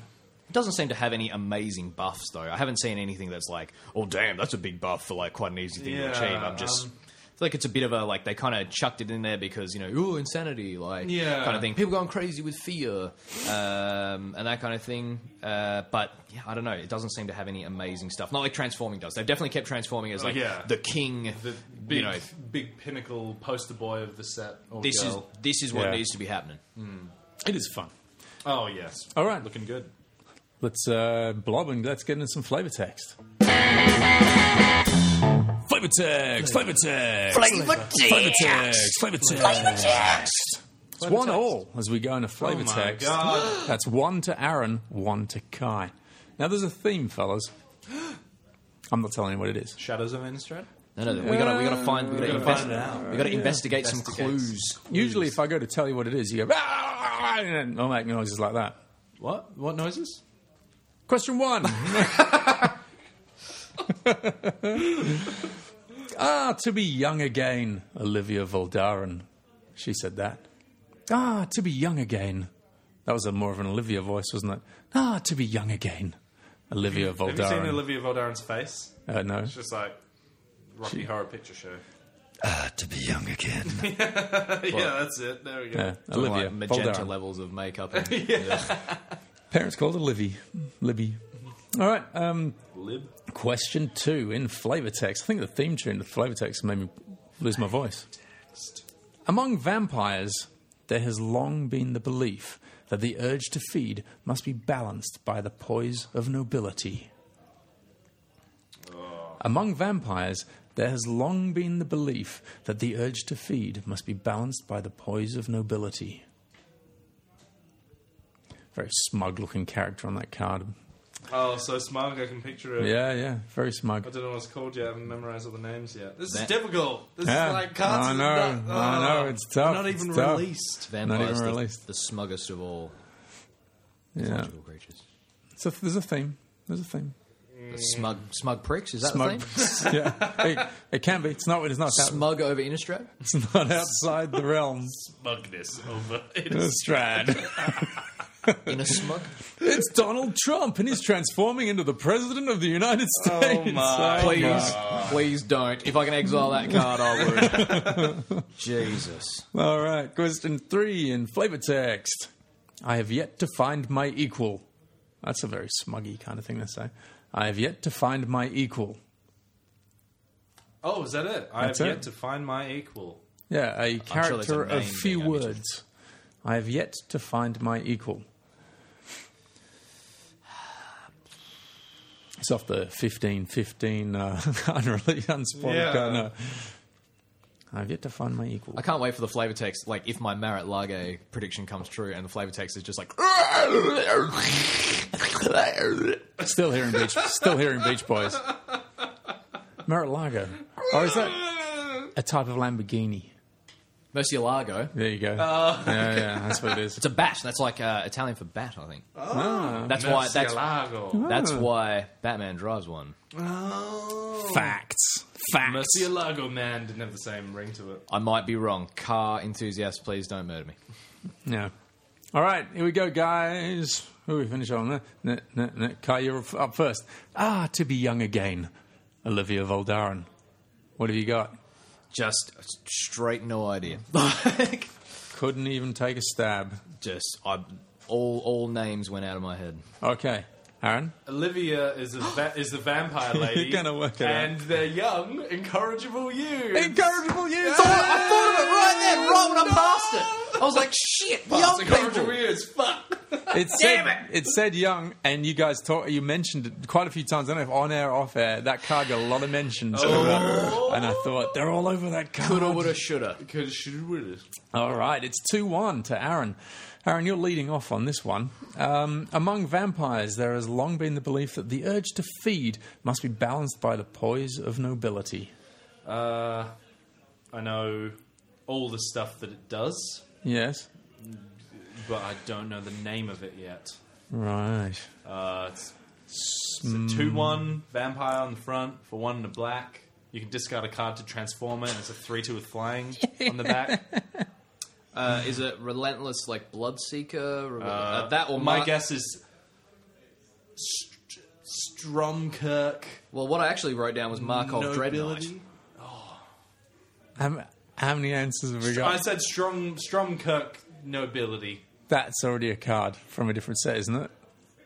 Speaker 5: It doesn't seem to have any amazing buffs though. I haven't seen anything that's like, oh damn, that's a big buff for like quite an easy thing
Speaker 3: Yeah,
Speaker 5: to achieve. I'm just.
Speaker 3: um,
Speaker 5: I feel like it's a bit of a like they kind of chucked it in there because you know ooh insanity like
Speaker 3: Yeah.
Speaker 5: kind of thing people going crazy with fear um, and that kind of thing uh, but yeah I don't know it doesn't seem to have any amazing stuff not like transforming does they've definitely kept transforming as like
Speaker 3: yeah.
Speaker 5: the king
Speaker 3: The big
Speaker 5: you know
Speaker 3: big pinnacle poster boy of the set. Or
Speaker 5: this is
Speaker 3: girl.
Speaker 5: this is what
Speaker 4: Yeah.
Speaker 5: needs to be happening
Speaker 4: It is fun.
Speaker 3: oh yes.
Speaker 4: All right.
Speaker 3: looking good.
Speaker 4: Let's uh, blob and let's get into some flavor text. Flavor text, flavor text,
Speaker 6: Flavor
Speaker 4: flavor text, flavor text. It's one all as we go into flavor
Speaker 3: Oh my
Speaker 4: text.
Speaker 3: God.
Speaker 4: That's one to Aaron, one to Kai. Now there's a theme, fellas. I'm not telling you what it is.
Speaker 3: Shadows of Innistrad?
Speaker 5: no no we gotta we gotta find we gotta, invest,
Speaker 3: find it out.
Speaker 5: we gotta investigate some
Speaker 3: Investigate.
Speaker 5: clues
Speaker 4: Usually, if I go to tell you what it is, you go, "Ah," and I'll make noises like that.
Speaker 3: What? What noises?
Speaker 4: Question one. ah, to be young again, Olivia Voldaren. She said that. Ah, to be young again. That was a more of an Olivia voice, wasn't it? Ah, to be young again, Olivia
Speaker 3: Have you seen
Speaker 4: Voldaren.
Speaker 3: Olivia Voldaren's face?
Speaker 4: uh, no.
Speaker 3: It's just like Rocky Horror Picture Show.
Speaker 4: Ah, to be young again.
Speaker 3: yeah, that's it. There we go.
Speaker 4: Yeah, Olivia
Speaker 5: like magenta
Speaker 4: Voldaren.
Speaker 5: levels of makeup. And, yeah.
Speaker 4: Parents called her Livy. Libby. All right. Um,
Speaker 3: Lib.
Speaker 4: question two in flavor text. I think the theme tune to flavor text made me lose my voice. Among vampires, there has long been the belief that the urge to feed must be balanced by the poise of nobility. Among vampires, there has long been the belief that the urge to feed must be balanced by the poise of nobility. Very smug looking character on that card.
Speaker 3: Oh, so smug. I can picture it.
Speaker 4: Yeah, yeah, very smug.
Speaker 3: I don't know what it's called yet. I haven't memorized all the names yet. This is
Speaker 5: That-
Speaker 3: difficult. This
Speaker 4: Yeah.
Speaker 3: is like cards.
Speaker 4: I
Speaker 3: is
Speaker 4: know.
Speaker 3: not-
Speaker 4: I
Speaker 3: oh.
Speaker 4: know. It's tough.
Speaker 3: Not
Speaker 4: It's
Speaker 3: even
Speaker 4: tough.
Speaker 3: released.
Speaker 5: Vampires,
Speaker 4: even
Speaker 5: the,
Speaker 4: released.
Speaker 5: the smuggest of all
Speaker 4: Yeah.
Speaker 5: magical creatures.
Speaker 4: So there's a theme. There's a theme.
Speaker 5: The smug, smug pricks. Is that
Speaker 4: Smug.
Speaker 5: the thing?
Speaker 4: yeah. It, it can be. It's not. It's not. Out,
Speaker 5: Smug over Innistrad.
Speaker 4: it's not outside the realm.
Speaker 3: Smugness over.
Speaker 4: Strad.
Speaker 5: In a smug.
Speaker 4: it's Donald Trump, and he's transforming into the president of the United States.
Speaker 3: my
Speaker 4: Oh,
Speaker 5: Please,
Speaker 4: my.
Speaker 5: please don't. If I can exile that card, I would. Jesus.
Speaker 4: All right. Question three in flavor text. I have yet to find my equal. That's a very smuggy kind of thing to say. I have yet to find my equal.
Speaker 3: Oh, is that it? I have
Speaker 4: That's it.
Speaker 3: yet to find my equal.
Speaker 4: Yeah, a
Speaker 5: sure there's a
Speaker 4: character of
Speaker 5: name
Speaker 4: few
Speaker 5: thing, I need to-
Speaker 4: words. I have yet to find my equal. It's off the fifteen fifteen uh, unreleased, unspoiled
Speaker 3: Yeah.
Speaker 4: card, no. I have yet to find my equal.
Speaker 5: I can't wait for the flavor text. Like, if my Marat Lager prediction comes true, and the flavor text is just like,
Speaker 4: Still hearing Beach. still hearing Beach Boys. Oh, Marilago, or is that a type of Lamborghini? Oh.
Speaker 5: Murcielago.
Speaker 4: There you go. yeah, yeah, that's what it is.
Speaker 5: It's a bat. That's like uh, Italian for bat, I think.
Speaker 4: Ah,
Speaker 5: that's why. That's
Speaker 3: Murcielago.
Speaker 5: that's why Batman drives one.
Speaker 4: facts. Facts.
Speaker 3: Murcielago man didn't have the same ring to it.
Speaker 5: I might be wrong. Car enthusiasts, please don't murder me.
Speaker 4: Yeah. All right, here we go, guys. Who we finish on? No, no, no. Kai, you're up first. Ah, to be young again. Olivia Voldaren. What have you got?
Speaker 5: Just straight no idea. Like
Speaker 4: Couldn't even take a stab.
Speaker 5: just I all all names went out of my head.
Speaker 4: Okay, Aaron.
Speaker 3: Olivia is a va- is the vampire lady.
Speaker 4: You're gonna work it out.
Speaker 3: And they're young, incorrigible youth.
Speaker 4: Incorrigible years.
Speaker 5: I thought of it right then, right when I passed it. I was like, shit, young
Speaker 3: incorrigible
Speaker 5: people.
Speaker 3: years. Fuck.
Speaker 4: It said, it. said young, and you guys talk, you mentioned it quite a few times. I don't know if on air, or off air. That card got a lot of mentions,
Speaker 5: Oh.
Speaker 4: and I thought they're all over that card.
Speaker 5: Coulda, woulda, shoulda.
Speaker 3: Because she would.
Speaker 4: All right, it's 2 1 to Aaron. Aaron, you're leading off on this one. Um, among vampires, there has long been the belief that the urge to feed must be balanced by the poise of nobility.
Speaker 3: Uh, I know all the stuff that it does,
Speaker 4: Yes?
Speaker 3: but I don't know the name of it yet.
Speaker 4: Right.
Speaker 3: Uh, it's,
Speaker 5: Hmm.
Speaker 3: it's a 2 1 vampire on the front for one in the black. You can discard a card to transform it, and it's a 3 2 with flying on the back.
Speaker 5: Uh, is it relentless like Bloodseeker? Or, uh, that or
Speaker 3: my
Speaker 5: Mar-
Speaker 3: guess is St- Stromkirk
Speaker 5: Well, what I actually wrote down was Markov Dreadnought.
Speaker 3: nobility.
Speaker 4: How, m- how many answers have we
Speaker 3: I
Speaker 4: got?
Speaker 3: said Strom Stromkirk nobility.
Speaker 4: That's already a card from a different set, isn't it?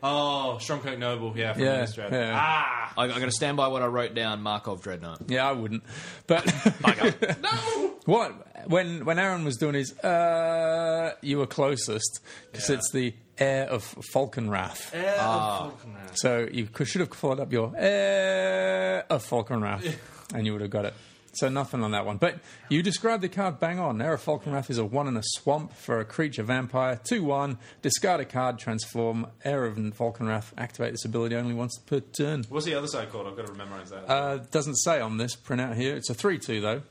Speaker 3: Oh, Stromkirk noble. Yeah, from
Speaker 4: Yeah,
Speaker 3: Innistrad.
Speaker 4: yeah.
Speaker 3: Ah,
Speaker 5: I, I'm going to stand by what I wrote down. Markov Dreadnought.
Speaker 4: Yeah, I wouldn't. But what when when Aaron was doing his uh, you were closest because
Speaker 3: Yeah.
Speaker 4: it's the heir of Falconrath.
Speaker 3: Air of Falconrath.
Speaker 4: So you could, should have followed up your eh, heir of Falconrath, and you would have got it. So nothing on that one. But you described the card bang on. Heir of Falconrath is a one in a swamp for a creature vampire. Two one. Discard a card. Transform. Heir of Falconrath. Activate this ability only once per turn.
Speaker 3: What's the other side called? I've got to memorize that.
Speaker 4: Uh, doesn't say on this printout here. It's a three two though.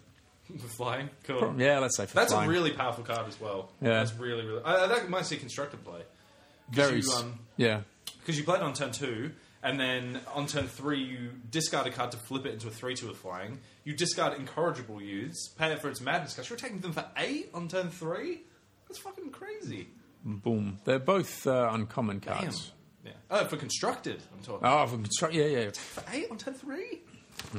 Speaker 3: For flying, cool.
Speaker 4: Yeah, let's say for
Speaker 3: That's
Speaker 4: flying.
Speaker 3: a really powerful card as well.
Speaker 4: Yeah.
Speaker 3: that's really really. I, I that might see constructed play you,
Speaker 4: very s-
Speaker 3: um,
Speaker 4: yeah.
Speaker 3: because you played on turn two, and then on turn three you discard a card to flip it into a three two with flying. You discard incorrigible youths, pay it for its madness card. You're taking them for eight on turn three. That's fucking crazy.
Speaker 4: Boom. They're both uh, uncommon cards.
Speaker 3: Yeah. Oh, for constructed, I'm talking.
Speaker 4: Oh, for construct. Yeah, yeah,
Speaker 3: For eight on turn three.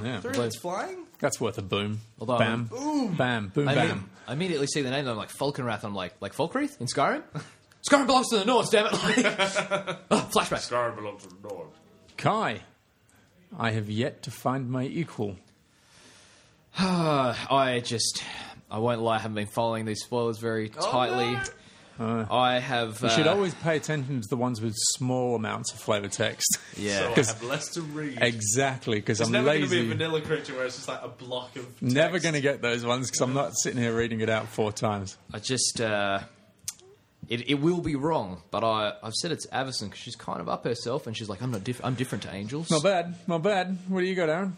Speaker 4: yeah.
Speaker 3: Three that's flying.
Speaker 4: That's worth a boom.
Speaker 5: Although-
Speaker 4: bam, boom, bam, boom,
Speaker 5: I, imme-
Speaker 4: bam.
Speaker 5: I immediately see the name. and I'm like Falkenrath. I'm like like Falkreath in Skyrim. Skyrim belongs to the Norse. Damn it! oh, flashback.
Speaker 3: Scar belongs to the North.
Speaker 4: Kai, I have yet to find my equal.
Speaker 5: Uh, I just I won't lie. I haven't been following these spoilers very tightly. I have.
Speaker 4: You
Speaker 5: uh,
Speaker 4: should always pay attention to the ones with small amounts of flavor text.
Speaker 5: Yeah.
Speaker 3: So Oh, I
Speaker 4: 'Cause-
Speaker 3: have less to read.
Speaker 4: exactly, because
Speaker 3: It's
Speaker 4: I'm
Speaker 3: never going to be
Speaker 4: lazy.
Speaker 3: a vanilla creature where it's just like a block of. Text.
Speaker 4: never going to get those ones because I'm not sitting here reading it out four times.
Speaker 5: I just. Uh, it, it will be wrong, but I, I've said it's Avison because she's kind of up herself, and she's like, "I'm not. Diff- I'm different to angels."
Speaker 4: Not bad, not bad. What do you got, Aaron?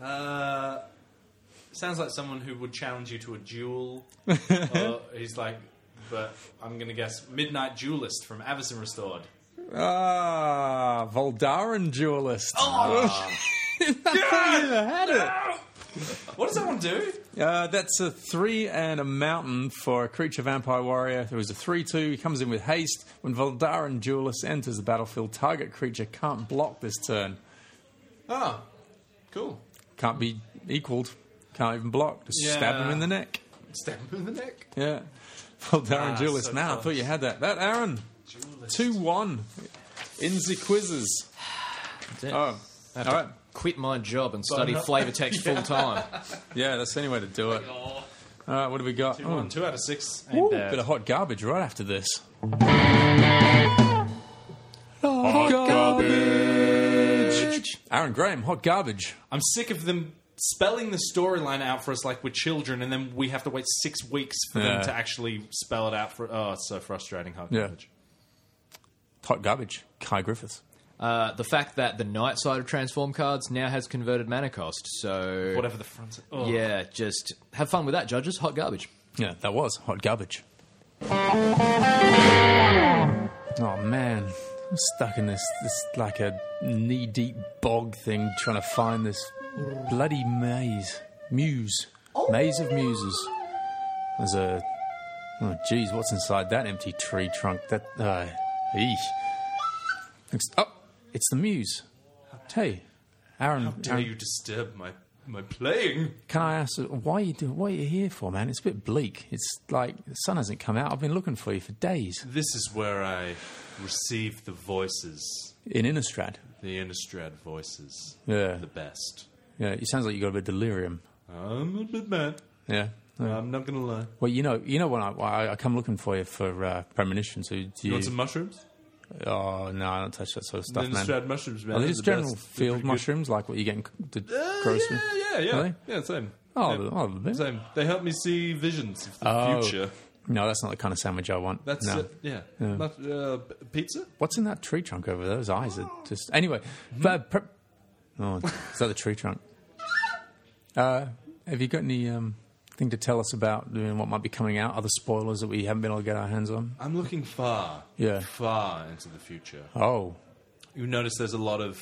Speaker 3: Uh, sounds like someone who would challenge you to a duel. or he's like, but I'm going to guess Midnight Duelist from Avison Restored.
Speaker 4: Ah, Voldaren Duelist. Oh, had it.
Speaker 3: What does that one do?
Speaker 4: Uh, that's a three and a mountain for a creature vampire warrior. There was a three-two. He comes in with haste. When Voldaren Duelist enters the battlefield, target creature can't block this turn. Ah,
Speaker 3: Oh, cool.
Speaker 4: Can't be equaled. Can't even block. Just stab
Speaker 3: Yeah.
Speaker 4: him in the neck.
Speaker 3: Stab him in the neck.
Speaker 4: Yeah. Voldaren
Speaker 3: Ah,
Speaker 4: Duelist.
Speaker 3: so
Speaker 4: now I
Speaker 3: close.
Speaker 4: thought you had that. That Aaron.
Speaker 3: Duelist.
Speaker 4: Two-one. Inzi quizzes.
Speaker 5: That's it.
Speaker 4: Oh, all right.
Speaker 5: Quit my job and study
Speaker 3: not-
Speaker 5: flavor text full time.
Speaker 4: Yeah, that's the only way to do it. All right, what have we got?
Speaker 3: Two,
Speaker 4: Oh,
Speaker 3: one, two out of six.
Speaker 4: Ooh,
Speaker 3: Ain't bad.
Speaker 4: bit of hot garbage right after this. Aaron Graham, hot garbage.
Speaker 3: I'm sick of them spelling the storyline out for us like we're children, and then we have to wait six weeks for
Speaker 4: Yeah.
Speaker 3: them to actually spell it out for. Oh, it's so frustrating. Hard
Speaker 4: Yeah.
Speaker 3: knowledge.
Speaker 4: Hot garbage. Kai Griffiths.
Speaker 5: Uh, the fact that the night side of transform cards now has converted mana cost, so
Speaker 3: Whatever the front. Oh.
Speaker 5: yeah, just have fun with that, judges. Hot garbage.
Speaker 4: Yeah, that was hot garbage. Oh man, I'm stuck in this this like a knee deep bog thing, trying to find this bloody maze, muse, maze of muses. There's a oh geez, what's inside that empty tree trunk? That uh, eesh. Looks oh, it's the muse. Hey, Aaron,
Speaker 3: Dare
Speaker 4: Aaron
Speaker 3: you disturb my my playing?
Speaker 4: can I ask uh, why you do, what are you here for, man? It's a bit bleak. It's like the sun hasn't come out. I've been looking for you for days
Speaker 3: This is where I receive the voices,
Speaker 4: in Innistrad.
Speaker 3: the Innistrad voices,
Speaker 4: Yeah,
Speaker 3: the best.
Speaker 4: yeah. It sounds like you got a bit of delirium.
Speaker 3: I'm a bit mad.
Speaker 4: Yeah. Uh,
Speaker 3: I'm not gonna lie.
Speaker 4: Well, you know, you know when I, I, I come looking for you for uh, premonitions. Do, do
Speaker 3: You
Speaker 4: you,
Speaker 3: want some mushrooms?
Speaker 4: oh no, I don't touch that sort of stuff, man.
Speaker 3: Innistrad mushrooms, man.
Speaker 4: Are they
Speaker 3: They're
Speaker 4: just
Speaker 3: the
Speaker 4: general
Speaker 3: best. They're
Speaker 4: field
Speaker 3: pretty good.
Speaker 4: mushrooms, like what you get in c- the
Speaker 3: Uh,
Speaker 4: grocery?
Speaker 3: Yeah, yeah, yeah.
Speaker 4: Are they?
Speaker 3: Yeah, same.
Speaker 4: Oh,
Speaker 3: yeah.
Speaker 4: I'll have a bit.
Speaker 3: Same. They help me see visions of the
Speaker 4: Oh.
Speaker 3: future.
Speaker 4: No, that's not the kind of sandwich I want.
Speaker 3: That's
Speaker 4: no.
Speaker 3: it. Yeah. Mush- uh, p- pizza?
Speaker 4: What's in that tree trunk over there? Those eyes are just. Anyway,
Speaker 3: Mm-hmm.
Speaker 4: but pre- oh, is that the tree trunk? Uh, have you got any um, thing to tell us about you know, what might be coming out? Other spoilers that we haven't been able to get our hands on?
Speaker 3: I'm looking far.
Speaker 4: Yeah.
Speaker 3: Far into the future.
Speaker 4: Oh,
Speaker 3: You notice there's a lot of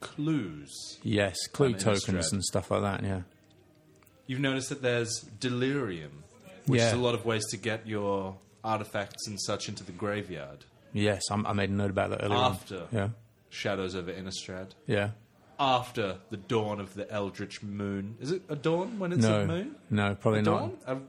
Speaker 3: clues.
Speaker 4: yes, clue
Speaker 3: I'm in
Speaker 4: tokens
Speaker 3: Australia.
Speaker 4: and stuff like that. Yeah.
Speaker 3: You've noticed that there's delirium, which
Speaker 4: Yeah.
Speaker 3: is a lot of ways to get your artifacts and such into the graveyard.
Speaker 4: Yes, I'm, I made a note about that earlier. on.
Speaker 3: After
Speaker 4: Yeah.
Speaker 3: Shadows over Innistrad.
Speaker 4: Yeah.
Speaker 3: After the dawn of the Eldritch Moon. Is it a dawn when it's
Speaker 4: No.
Speaker 3: a moon?
Speaker 4: No, probably not.
Speaker 3: Dawn?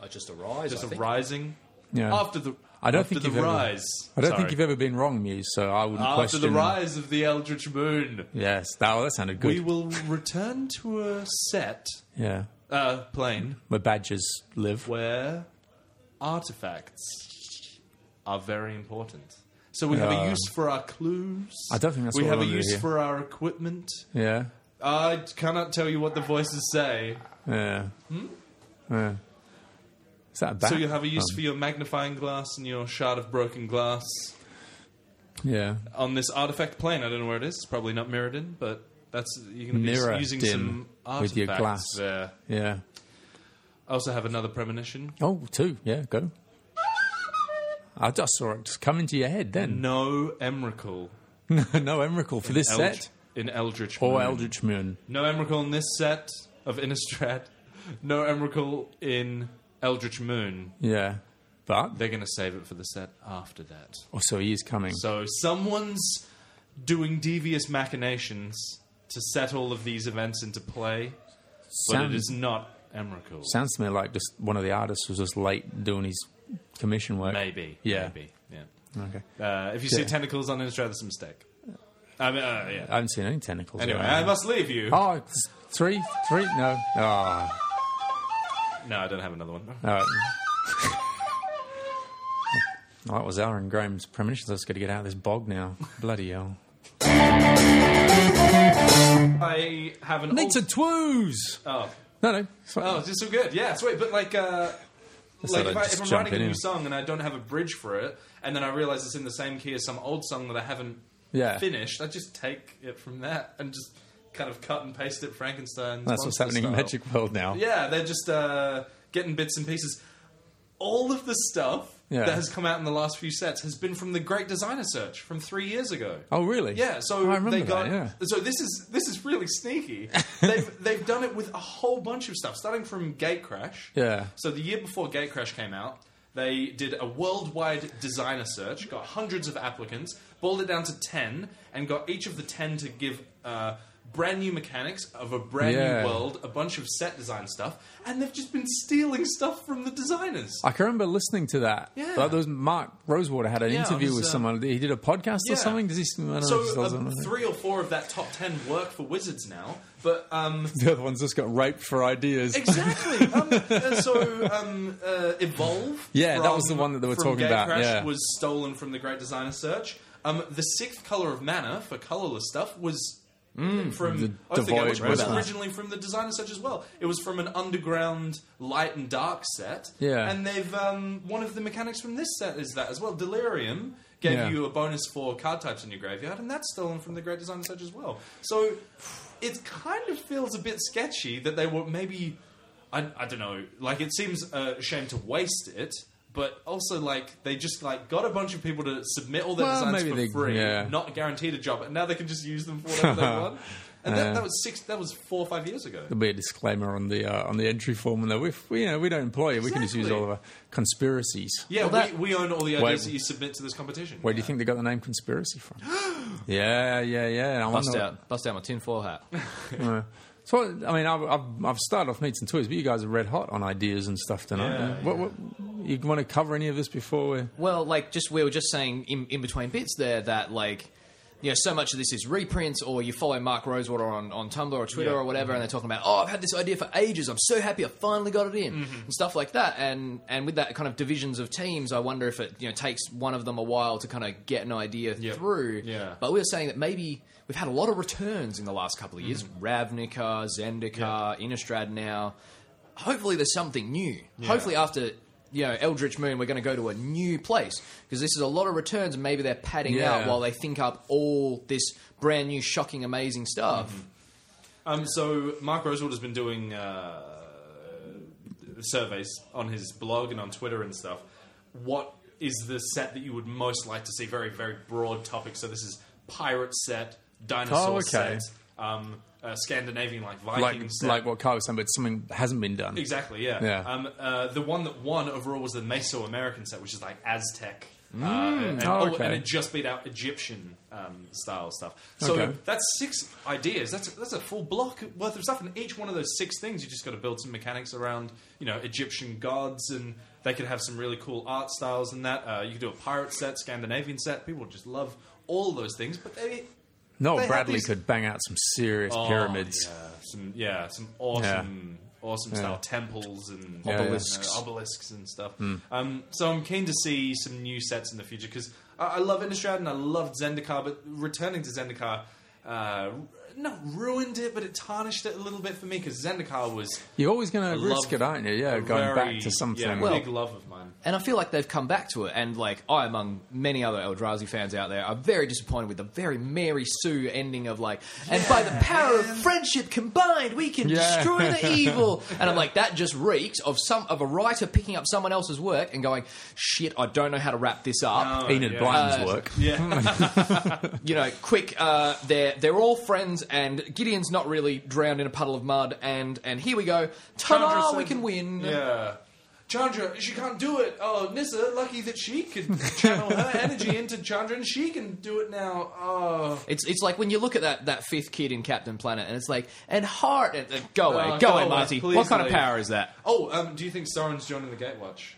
Speaker 3: A,
Speaker 5: I just arise.
Speaker 3: just
Speaker 5: I
Speaker 3: a
Speaker 5: think.
Speaker 3: rising?
Speaker 4: Yeah.
Speaker 3: After the
Speaker 4: I don't
Speaker 3: after
Speaker 4: think
Speaker 3: the
Speaker 4: you've ever-
Speaker 3: rise.
Speaker 4: I don't
Speaker 3: Sorry.
Speaker 4: think you've ever been wrong, Muse, so I wouldn't
Speaker 3: After
Speaker 4: question.
Speaker 3: the rise of the Eldritch Moon,
Speaker 4: Yes, that, that sounded good.
Speaker 3: we will return to a set,
Speaker 4: yeah.
Speaker 3: uh, plane,
Speaker 4: Where badgers live.
Speaker 3: where artifacts are very important. So we have
Speaker 4: Yeah.
Speaker 3: a use for our clues.
Speaker 4: I don't think that's
Speaker 3: we
Speaker 4: what
Speaker 3: have
Speaker 4: I
Speaker 3: a
Speaker 4: wanted to
Speaker 3: use
Speaker 4: hear.
Speaker 3: for our equipment.
Speaker 4: Yeah.
Speaker 3: I cannot tell you what the voices say.
Speaker 4: Yeah. Yeah. Is that a bat?
Speaker 3: Hmm? So you have a use for your magnifying glass and your shard of broken glass
Speaker 4: Oh, Yeah.
Speaker 3: on this artifact plane. I don't know where it is. It's probably not Mirrodin, but that's you're going to
Speaker 4: Mirror
Speaker 3: be using
Speaker 4: dim
Speaker 3: some artifacts
Speaker 4: with your glass.
Speaker 3: there.
Speaker 4: Yeah.
Speaker 3: I also have another premonition.
Speaker 4: Oh, two. Yeah, go. I just saw it just come into your head then.
Speaker 3: No Emrakul.
Speaker 4: No, no Emrakul for this
Speaker 3: Eldritch-
Speaker 4: set.
Speaker 3: In Eldritch
Speaker 4: Or
Speaker 3: Moon.
Speaker 4: Eldritch Moon.
Speaker 3: No Emrakul in this set of Innistrad. No Emrakul in Eldritch Moon.
Speaker 4: Yeah. But,
Speaker 3: They're going to save it for the set after that.
Speaker 4: oh, so he is coming.
Speaker 3: So someone's doing devious machinations to set all of these events into play, but
Speaker 4: Sounds-
Speaker 3: it is not Emrakul.
Speaker 4: Sounds to me like just one of the artists was just late doing his commission work.
Speaker 3: maybe.
Speaker 4: Yeah.
Speaker 3: Maybe. Yeah.
Speaker 4: Okay.
Speaker 3: Uh, if you see tentacles on Innistrad, that's a mistake. I mean, uh, yeah.
Speaker 4: I haven't seen any tentacles.
Speaker 3: Anyway, I
Speaker 4: around.
Speaker 3: must leave you.
Speaker 4: Oh, it's three, three, no. Oh,
Speaker 3: No, I don't have another one.
Speaker 4: all right. Well, that was Aaron Graham's premonitions. I was going to get out of this bog now. Bloody hell.
Speaker 3: I have an.
Speaker 4: Needs a twos!
Speaker 3: oh.
Speaker 4: No, no. it's fine.
Speaker 3: Oh, it's just so good. Yeah, sweet. But like, uh, like
Speaker 4: thought
Speaker 3: if,
Speaker 4: I'd
Speaker 3: I,
Speaker 4: just
Speaker 3: if I'm
Speaker 4: jump
Speaker 3: writing a
Speaker 4: in
Speaker 3: new
Speaker 4: here.
Speaker 3: song and I don't have a bridge for it, and then I realize it's in the same key as some old song that I haven't
Speaker 4: Yeah.
Speaker 3: finished, I just take it from that and just kind of cut and paste it Frankenstein.
Speaker 4: That's what's happening in Magic World now.
Speaker 3: Yeah, they're just uh, getting bits and pieces. All of the stuff
Speaker 4: Yeah.
Speaker 3: that has come out in the last few sets has been from the Great Designer Search from three years ago.
Speaker 4: Oh, really?
Speaker 3: Yeah,
Speaker 4: Oh,
Speaker 3: so
Speaker 4: I remember
Speaker 3: they got
Speaker 4: that, yeah.
Speaker 3: so this is this is really sneaky. they've they've done it with a whole bunch of stuff, starting from Gate Crash.
Speaker 4: Yeah.
Speaker 3: So the year before Gate Crash came out, they did a worldwide designer search, got hundreds of applicants, boiled it down to ten, and got each of the ten to give. Uh, Brand new mechanics of a brand
Speaker 4: Yeah.
Speaker 3: new world, a bunch of set design stuff, and they've just been stealing stuff from the designers.
Speaker 4: I can remember listening to that.
Speaker 3: Yeah.
Speaker 4: Like, there was Mark Rosewater had an
Speaker 3: Yeah,
Speaker 4: interview
Speaker 3: it was,
Speaker 4: with
Speaker 3: uh,
Speaker 4: someone. He did a podcast
Speaker 3: Yeah.
Speaker 4: or something. Does he? I don't know if he
Speaker 3: So
Speaker 4: still does
Speaker 3: um,
Speaker 4: it.
Speaker 3: three or four of that top ten work for Wizards now, but um,
Speaker 4: The other one's just got raped for ideas.
Speaker 3: Exactly. um, uh, so, um, uh, Evolve.
Speaker 4: Yeah, that was the one that they were
Speaker 3: from
Speaker 4: talking
Speaker 3: Gate
Speaker 4: about,
Speaker 3: Crash
Speaker 4: yeah.
Speaker 3: was stolen from the Great Designer Search. Um, the sixth color of mana for colorless stuff was. from
Speaker 4: Mm, the
Speaker 3: I forget
Speaker 4: Devoid
Speaker 3: which was
Speaker 4: Renaissance.
Speaker 3: originally from the designer search as well. It was from an underground light and dark set.
Speaker 4: Yeah.
Speaker 3: and they've um, one of the mechanics from this set is that as well. Delirium gave
Speaker 4: Yeah.
Speaker 3: you a bonus for card types in your graveyard, and that's stolen from the Great Design Search as well. So it kind of feels a bit sketchy that they were maybe I, I don't know. Like, it seems uh, a shame to waste it, but also like they just like got a bunch of people to submit all their
Speaker 4: Well,
Speaker 3: designs
Speaker 4: maybe
Speaker 3: for
Speaker 4: they-
Speaker 3: free,
Speaker 4: yeah.
Speaker 3: not guaranteed a job, and now they can just use them for whatever they want. And that, that was six. That was four or five years ago.
Speaker 4: There'll be a disclaimer on the uh, on the entry form, and though if we you know we don't employ you, we can just use all
Speaker 3: Exactly.
Speaker 4: of our conspiracies.
Speaker 3: Yeah,
Speaker 5: Well, that-
Speaker 3: we, we own all the ideas
Speaker 4: Wait.
Speaker 3: that you submit to this competition.
Speaker 4: Where do you think they got the name conspiracy from? yeah, yeah, yeah. I
Speaker 5: Bust
Speaker 4: wonder-
Speaker 5: out, bust out my tinfoil hat.
Speaker 4: So I mean, I've, I've, I've started off meats and toys, but you guys are red hot on ideas and stuff tonight.
Speaker 3: Yeah,
Speaker 4: what, what, you want to cover any of this before we?
Speaker 5: Well, like just we were just saying in, in between bits there that like you know so much of this is reprints or you follow Mark Rosewater on, on Tumblr or Twitter
Speaker 3: Yeah. Mm-hmm.
Speaker 5: or whatever and they're talking about oh I've had this idea for ages I'm so happy I finally got it in
Speaker 3: Mm-hmm.
Speaker 5: and stuff like that and and with that kind of divisions of teams I wonder if it you know takes one of them a while to kind of get an idea
Speaker 3: Yep.
Speaker 5: through
Speaker 3: Yeah.
Speaker 5: but we were saying that maybe we've had a lot of returns in the last couple of years Ravnica Zendikar Innistrad now hopefully there's something new. Hopefully after you know Eldritch Moon, we're going to go to a new place because this is a lot of returns, and maybe they're padding
Speaker 4: Yeah.
Speaker 5: out while they think up all this brand new, shocking, amazing stuff.
Speaker 3: Um, so Mark Rosewood has been doing uh, surveys on his blog and on Twitter and stuff. What is the set that you would most like to see? Very very broad topic. So this is pirate set, dinosaur
Speaker 4: Oh, okay.
Speaker 3: set, um, uh, Scandinavian like Viking
Speaker 4: Like
Speaker 3: set.
Speaker 4: like what Kyle was saying, but something hasn't been done.
Speaker 3: Exactly, yeah.
Speaker 4: Yeah.
Speaker 3: Um, uh, the one that won overall was the Mesoamerican set, which is like Aztec. uh, and,
Speaker 4: oh,
Speaker 3: oh,
Speaker 4: okay.
Speaker 3: and it just beat out Egyptian um, style stuff. So
Speaker 4: Okay.
Speaker 3: that's six ideas. That's a, that's a full block worth of stuff. And each one of those six things, you just got to build some mechanics around. You know, Egyptian gods, and they could have some really cool art styles and that. Uh, you could do a pirate set, Scandinavian set. People just love all those things, but they
Speaker 4: Noel
Speaker 3: They had
Speaker 4: Bradley
Speaker 3: these-
Speaker 4: could bang out some serious
Speaker 3: Oh,
Speaker 4: pyramids.
Speaker 3: Yeah, some, yeah, some awesome, awesome style temples and
Speaker 4: yeah.
Speaker 5: Obelisks.
Speaker 3: uh, obelisks and stuff. Um, so I'm keen to see some new sets in the future because I, I love Innistrad and I loved Zendikar, but returning to Zendikar, uh, not ruined it, but it tarnished it a little bit for me because Zendikar was
Speaker 4: You're always going to
Speaker 3: love-
Speaker 4: risk it, aren't you? Yeah,
Speaker 3: a very-
Speaker 4: going back to something.
Speaker 3: Yeah,
Speaker 5: Well-
Speaker 3: big love of mine.
Speaker 5: And I feel like they've come back to it, and like I, among many other Eldrazi fans out there, are very disappointed with the very Mary Sue ending of like, and by the power of friendship combined, we can
Speaker 4: Yeah.
Speaker 5: destroy the evil. And I'm like, that just reeks of some of a writer picking up someone else's work and going, shit, I don't know how to wrap this up.
Speaker 4: Enid
Speaker 3: yeah.
Speaker 4: Blyton's
Speaker 5: Uh,
Speaker 4: work.
Speaker 5: you know, quick. Uh, they're they're all friends, and Gideon's not really drowned in a puddle of mud. And and here we go.
Speaker 3: Chandra
Speaker 5: Ta-da!
Speaker 3: said-
Speaker 5: We can win.
Speaker 3: Yeah. Chandra, she can't do it. Oh, Nissa, lucky that she could channel her energy into Chandra and she can do it now. Oh.
Speaker 5: It's it's like when you look at that, that fifth kid in Captain Planet, and it's like, and heart. And, and go away,
Speaker 3: Oh,
Speaker 5: go,
Speaker 3: go
Speaker 5: away,
Speaker 3: away,
Speaker 5: Marty.
Speaker 3: please
Speaker 5: What kind of
Speaker 3: leave.
Speaker 5: power is that?
Speaker 3: Oh, um, do you think Sauron's joining the Gatewatch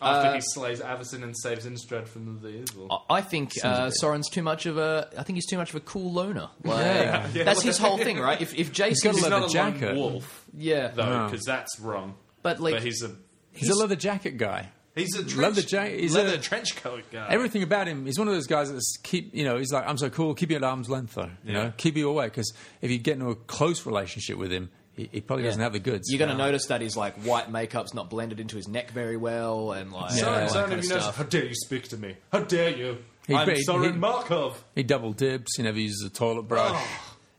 Speaker 3: after
Speaker 4: Uh,
Speaker 3: he slays Avison and saves Instrad from the evil?
Speaker 5: I- I think uh, Soren's too much of a. I think he's too much of a cool loner. Like,
Speaker 4: Yeah.
Speaker 5: that's his whole thing, right? If if Jason's
Speaker 4: He's
Speaker 3: he's
Speaker 4: got a
Speaker 3: not
Speaker 4: leather
Speaker 3: a lone
Speaker 4: jacket.
Speaker 3: wolf,
Speaker 5: yeah,
Speaker 3: though, because that's wrong.
Speaker 5: But, like-
Speaker 3: he's a
Speaker 4: He's a leather jacket guy.
Speaker 3: he's a trench,
Speaker 4: Leather jacket- he's
Speaker 3: leather
Speaker 4: a-
Speaker 3: trench coat guy.
Speaker 4: Everything about him, he's one of those guys that's keep, you know, he's like, I'm so cool, keep you at arm's length, though. You know, keep you away, because if you get into a close relationship with him, he, he probably doesn't have the goods.
Speaker 5: You're going to notice that his like white makeup's not blended into his neck very well, and like
Speaker 3: Sauron,
Speaker 5: all that
Speaker 3: Sauron,
Speaker 5: kind of
Speaker 3: if you notice-
Speaker 5: stuff.
Speaker 3: how dare you speak to me? How dare you?
Speaker 4: He-
Speaker 3: I'm
Speaker 4: he-
Speaker 3: Sauron
Speaker 4: he-
Speaker 3: Markov.
Speaker 4: He double dips. He never uses a toilet brush.
Speaker 3: Oh,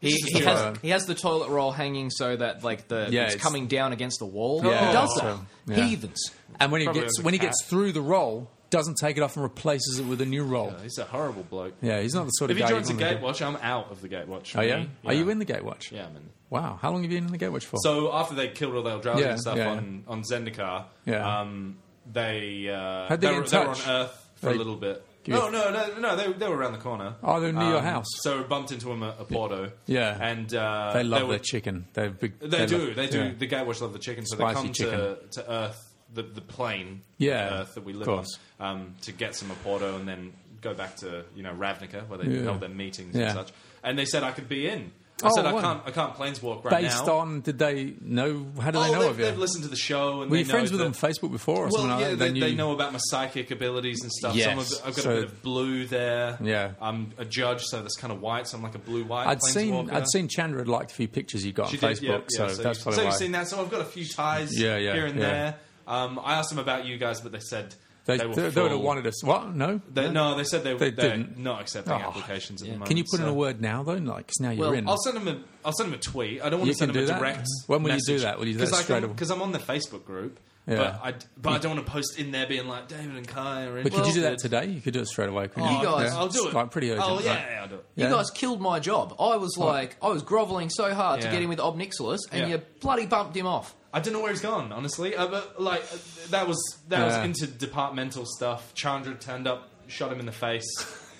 Speaker 5: He, he
Speaker 4: Yeah.
Speaker 5: has he has the toilet roll hanging so that like the
Speaker 4: Yeah,
Speaker 5: it's,
Speaker 4: it's-
Speaker 5: coming down against the wall.
Speaker 4: Yeah,
Speaker 5: he does that.
Speaker 4: so, yeah.
Speaker 5: Heathens.
Speaker 4: And when he
Speaker 3: Probably
Speaker 4: gets
Speaker 3: has a
Speaker 4: when he
Speaker 3: cat.
Speaker 4: gets through the roll, doesn't take it off and replaces it with a new roll. Yeah,
Speaker 3: He's a horrible bloke.
Speaker 4: he's not the
Speaker 3: Oh.
Speaker 4: sort
Speaker 3: If
Speaker 4: of
Speaker 3: he
Speaker 4: guy. you
Speaker 3: joins the
Speaker 4: wanna get-
Speaker 3: Gatewatch, I'm out of the Gatewatch.
Speaker 4: Oh yeah?
Speaker 3: Me?
Speaker 4: Are you in the Gatewatch?
Speaker 3: Yeah, I'm in.
Speaker 4: Wow. How long have you been in the Gatewatch for?
Speaker 3: So after they killed all the Eldrazi
Speaker 4: Yeah,
Speaker 3: and stuff
Speaker 4: yeah,
Speaker 3: on on Zendikar,
Speaker 4: Yeah.
Speaker 3: um, they uh,
Speaker 4: How'd they
Speaker 3: they,
Speaker 4: get
Speaker 3: were,
Speaker 4: in
Speaker 3: they were on
Speaker 4: touch?
Speaker 3: Earth for
Speaker 4: They-
Speaker 3: a little bit.
Speaker 4: Give
Speaker 3: No,
Speaker 4: you-
Speaker 3: no, no, no. They, they were around the corner. Um,
Speaker 4: Oh, they were near your house.
Speaker 3: So we bumped into him at a Porto.
Speaker 4: Yeah.
Speaker 3: and uh,
Speaker 4: they love
Speaker 3: were-
Speaker 4: their chicken. They're big.
Speaker 3: They, do.
Speaker 4: love-
Speaker 3: they do.
Speaker 4: yeah.
Speaker 3: The Gatewatch love the chicken, so
Speaker 4: Spicy
Speaker 3: they come to,
Speaker 4: chicken.
Speaker 3: to Earth, the the plane,
Speaker 4: Yeah,
Speaker 3: Earth that we
Speaker 4: of
Speaker 3: live on,
Speaker 4: course.
Speaker 3: um, to get some Oporto and then go back to you know Ravnica where they
Speaker 4: Yeah.
Speaker 3: held their meetings
Speaker 4: Yeah.
Speaker 3: and such. And they said I could be in. I
Speaker 4: Oh,
Speaker 3: said
Speaker 4: wow.
Speaker 3: I can't. I can't planeswalk right now.
Speaker 4: Based on, did they know? How do they
Speaker 3: oh,
Speaker 4: know
Speaker 3: they've,
Speaker 4: of you?
Speaker 3: they've listened to the show and
Speaker 4: Were
Speaker 3: they
Speaker 4: you friends
Speaker 3: know
Speaker 4: with them on
Speaker 3: that-
Speaker 4: Facebook before or something
Speaker 3: Well,
Speaker 4: like
Speaker 3: yeah,
Speaker 4: that?
Speaker 3: they,
Speaker 4: Then
Speaker 3: they
Speaker 4: you-
Speaker 3: know about my psychic abilities and stuff. So I'm
Speaker 4: Yes.
Speaker 3: a, I've got
Speaker 4: So-
Speaker 3: a bit of blue there.
Speaker 4: Yeah.
Speaker 3: I'm a judge, so that's kind of white. So I'm like a blue white.
Speaker 4: I'd seen.
Speaker 3: planeswalker.
Speaker 4: I'd seen Chandra had liked a few pictures you got
Speaker 3: She
Speaker 4: on
Speaker 3: did,
Speaker 4: Facebook,
Speaker 3: yeah, yeah,
Speaker 4: so, that's
Speaker 3: you-
Speaker 4: probably
Speaker 3: so
Speaker 4: why.
Speaker 3: you've seen that. So I've got a few ties
Speaker 4: Yeah, yeah,
Speaker 3: here and
Speaker 4: yeah.
Speaker 3: there. Um, I asked them about you guys, but they said
Speaker 4: They,
Speaker 3: They
Speaker 4: they,
Speaker 3: were
Speaker 4: they would have
Speaker 3: full.
Speaker 4: wanted us. What? No.
Speaker 3: They, no, they said they,
Speaker 4: They
Speaker 3: they are
Speaker 4: didn't.
Speaker 3: not accepting
Speaker 4: Oh.
Speaker 3: applications at the moment.
Speaker 4: Can you put in
Speaker 3: so-
Speaker 4: a word now though? Like, 'cause now you're
Speaker 5: Well,
Speaker 4: in.
Speaker 3: I'll send him a. I'll send him a tweet. I don't want
Speaker 4: You
Speaker 3: to send
Speaker 4: can
Speaker 3: him a
Speaker 4: do that?
Speaker 3: direct.
Speaker 4: When will you do that? Will you do that straight away?
Speaker 3: Because I'm on the Facebook group.
Speaker 4: Yeah.
Speaker 3: But I. d- But I don't want to post in there being like David and Kai are.
Speaker 4: but could you do that
Speaker 3: interested."
Speaker 4: today? You could do it straight away. Couldn't
Speaker 5: You
Speaker 4: you?
Speaker 5: guys-
Speaker 4: Yeah.
Speaker 3: Oh, I'll do it.
Speaker 4: It's like pretty urgent.
Speaker 3: Oh yeah,
Speaker 4: right?
Speaker 3: yeah, I'll do it.
Speaker 4: Yeah.
Speaker 5: You guys killed my job. I was like, I was groveling so hard to
Speaker 3: Yeah.
Speaker 5: get in with Obnixilus, and
Speaker 3: Yeah.
Speaker 5: you bloody bumped him off.
Speaker 3: I don't know where he's gone, honestly. Uh, but like uh, that was that
Speaker 4: Yeah.
Speaker 3: was interdepartmental stuff. Chandra turned up, shot him in the face.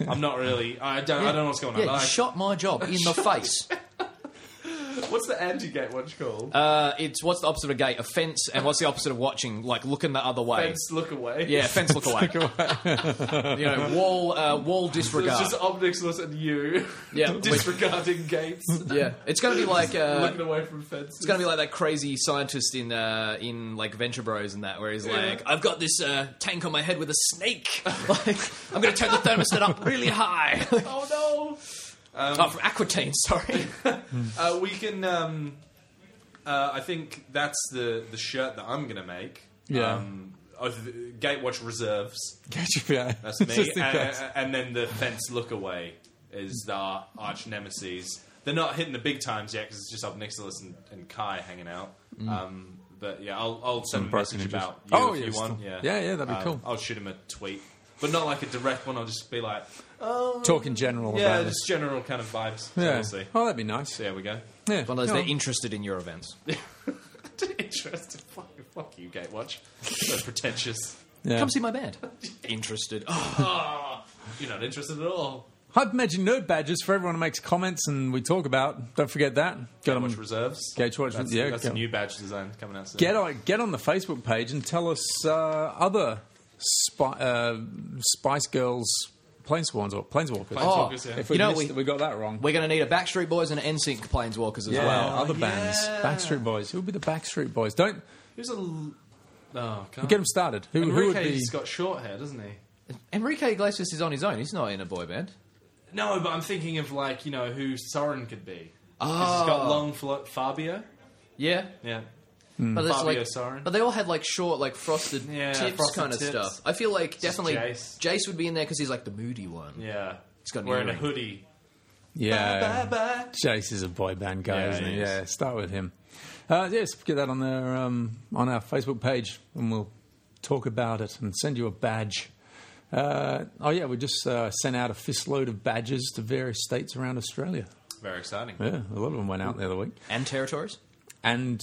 Speaker 3: I'm not really. I don't. I don't know what's going on.
Speaker 5: Yeah, you
Speaker 3: Like,
Speaker 5: shot my job in the face.
Speaker 3: What's the anti-gate watch called?
Speaker 5: Uh, it's what's the opposite of gay? Offense, and what's the opposite of watching? Like looking the other way.
Speaker 3: Fence look away.
Speaker 5: Yeah, fence look away. you know, wall uh,
Speaker 3: So
Speaker 5: wall
Speaker 3: it's
Speaker 5: disregard.
Speaker 3: just Obnixilus and you
Speaker 5: Yeah, which-
Speaker 3: disregarding gates,
Speaker 5: yeah, it's gonna be like uh,
Speaker 3: looking away from fences.
Speaker 5: It's gonna be like that crazy scientist in uh, in like Venture Bros and that, where he's like, "I've got this uh, tank on my head with a snake. like, I'm gonna turn the thermostat up really high.
Speaker 3: oh no! Um,
Speaker 5: oh, from Aquitaine, sorry.
Speaker 3: uh, we can. Um, uh, I think that's the the shirt that I'm gonna make.
Speaker 4: Yeah.
Speaker 3: Um, of the Gatewatch reserves.
Speaker 4: Catch you, yeah.
Speaker 3: That's me. Uh,
Speaker 4: Just in
Speaker 3: and,
Speaker 4: case.
Speaker 3: and- and then the fence look away is our arch nemesis. They're not hitting the big times yet because it's just up Nixilus and, and Kai hanging out.
Speaker 4: Mm.
Speaker 3: Um, but yeah, I'll, I'll send a
Speaker 4: bright
Speaker 3: message
Speaker 4: images.
Speaker 3: about you
Speaker 4: Oh,
Speaker 3: if
Speaker 4: yes.
Speaker 3: you want. Yeah,
Speaker 4: Yeah, yeah, that'd be
Speaker 3: Um,
Speaker 4: cool.
Speaker 3: I'll shoot him a tweet, but not like a direct one. I'll just be like,
Speaker 4: Talk in general
Speaker 3: uh, yeah,
Speaker 4: about
Speaker 3: just general kind of vibes. So
Speaker 4: this.
Speaker 3: we'll see.
Speaker 4: Oh, that'd be nice.
Speaker 3: So there we go.
Speaker 4: Yeah.
Speaker 5: One of those
Speaker 4: Go
Speaker 5: they're
Speaker 4: on.
Speaker 5: interested in your events.
Speaker 3: Interesting. Fuck, fuck you, Gatewatch. So pretentious.
Speaker 4: Yeah.
Speaker 5: Come see my band. Interested. Oh,
Speaker 3: You're not interested at all.
Speaker 4: I've imagined nerd badges for everyone who makes comments and we talk about. Don't forget that. Got
Speaker 3: Gatewatch
Speaker 4: them.
Speaker 3: reserves.
Speaker 4: Gatewatch,
Speaker 3: That's,
Speaker 4: yeah,
Speaker 3: that's
Speaker 4: go-
Speaker 3: a new badge design coming out soon.
Speaker 4: Get on, get on the Facebook page and tell us uh, other spy, uh, Spice Girls planeswalkers or planeswalkers.
Speaker 3: Oh, yeah.
Speaker 4: if we,
Speaker 5: You know,
Speaker 4: missed
Speaker 5: we-
Speaker 4: it, we got that wrong.
Speaker 5: we're gonna need a Backstreet Boys and an NSYNC planeswalkers as
Speaker 4: yeah,
Speaker 5: well.
Speaker 4: other bands.
Speaker 3: Oh, yeah.
Speaker 4: Backstreet Boys. Who would be the Backstreet Boys? Don't
Speaker 3: Who's a. l- Oh, can't.
Speaker 4: get them started. Who, who would be?
Speaker 3: Enrique's got short hair, doesn't he?
Speaker 5: Enrique Iglesias is on his own. He's not in a boy band.
Speaker 3: No, but I'm thinking of, like, you know, who Soren could be. Oh. He's
Speaker 4: Ah.
Speaker 3: got long fl- Fabio.
Speaker 5: Yeah,
Speaker 3: Yeah.
Speaker 5: but it's
Speaker 3: Fabio
Speaker 5: like,
Speaker 3: Sarin.
Speaker 5: but they all had like short, like frosted
Speaker 3: Yeah,
Speaker 5: tips
Speaker 3: frosted
Speaker 5: kind of
Speaker 3: tips.
Speaker 5: stuff. I feel like definitely
Speaker 3: Jace.
Speaker 5: Jace. would be in there because he's like the moody one.
Speaker 3: Yeah. He's
Speaker 5: got an
Speaker 3: Wearing a
Speaker 5: earring.
Speaker 3: hoodie.
Speaker 4: Yeah,
Speaker 3: Bye-bye.
Speaker 4: Jace is a boy band guy,
Speaker 3: Yeah,
Speaker 4: isn't he?
Speaker 3: he is.
Speaker 4: Yeah, start with him. Uh, yes, get that on their um, on our Facebook page, and we'll talk about it and send you a badge. Uh, oh yeah, we just uh, sent out a fistload of badges to various states around Australia.
Speaker 3: Very exciting.
Speaker 4: Yeah, a lot of them went out the other week.
Speaker 5: And territories,
Speaker 4: And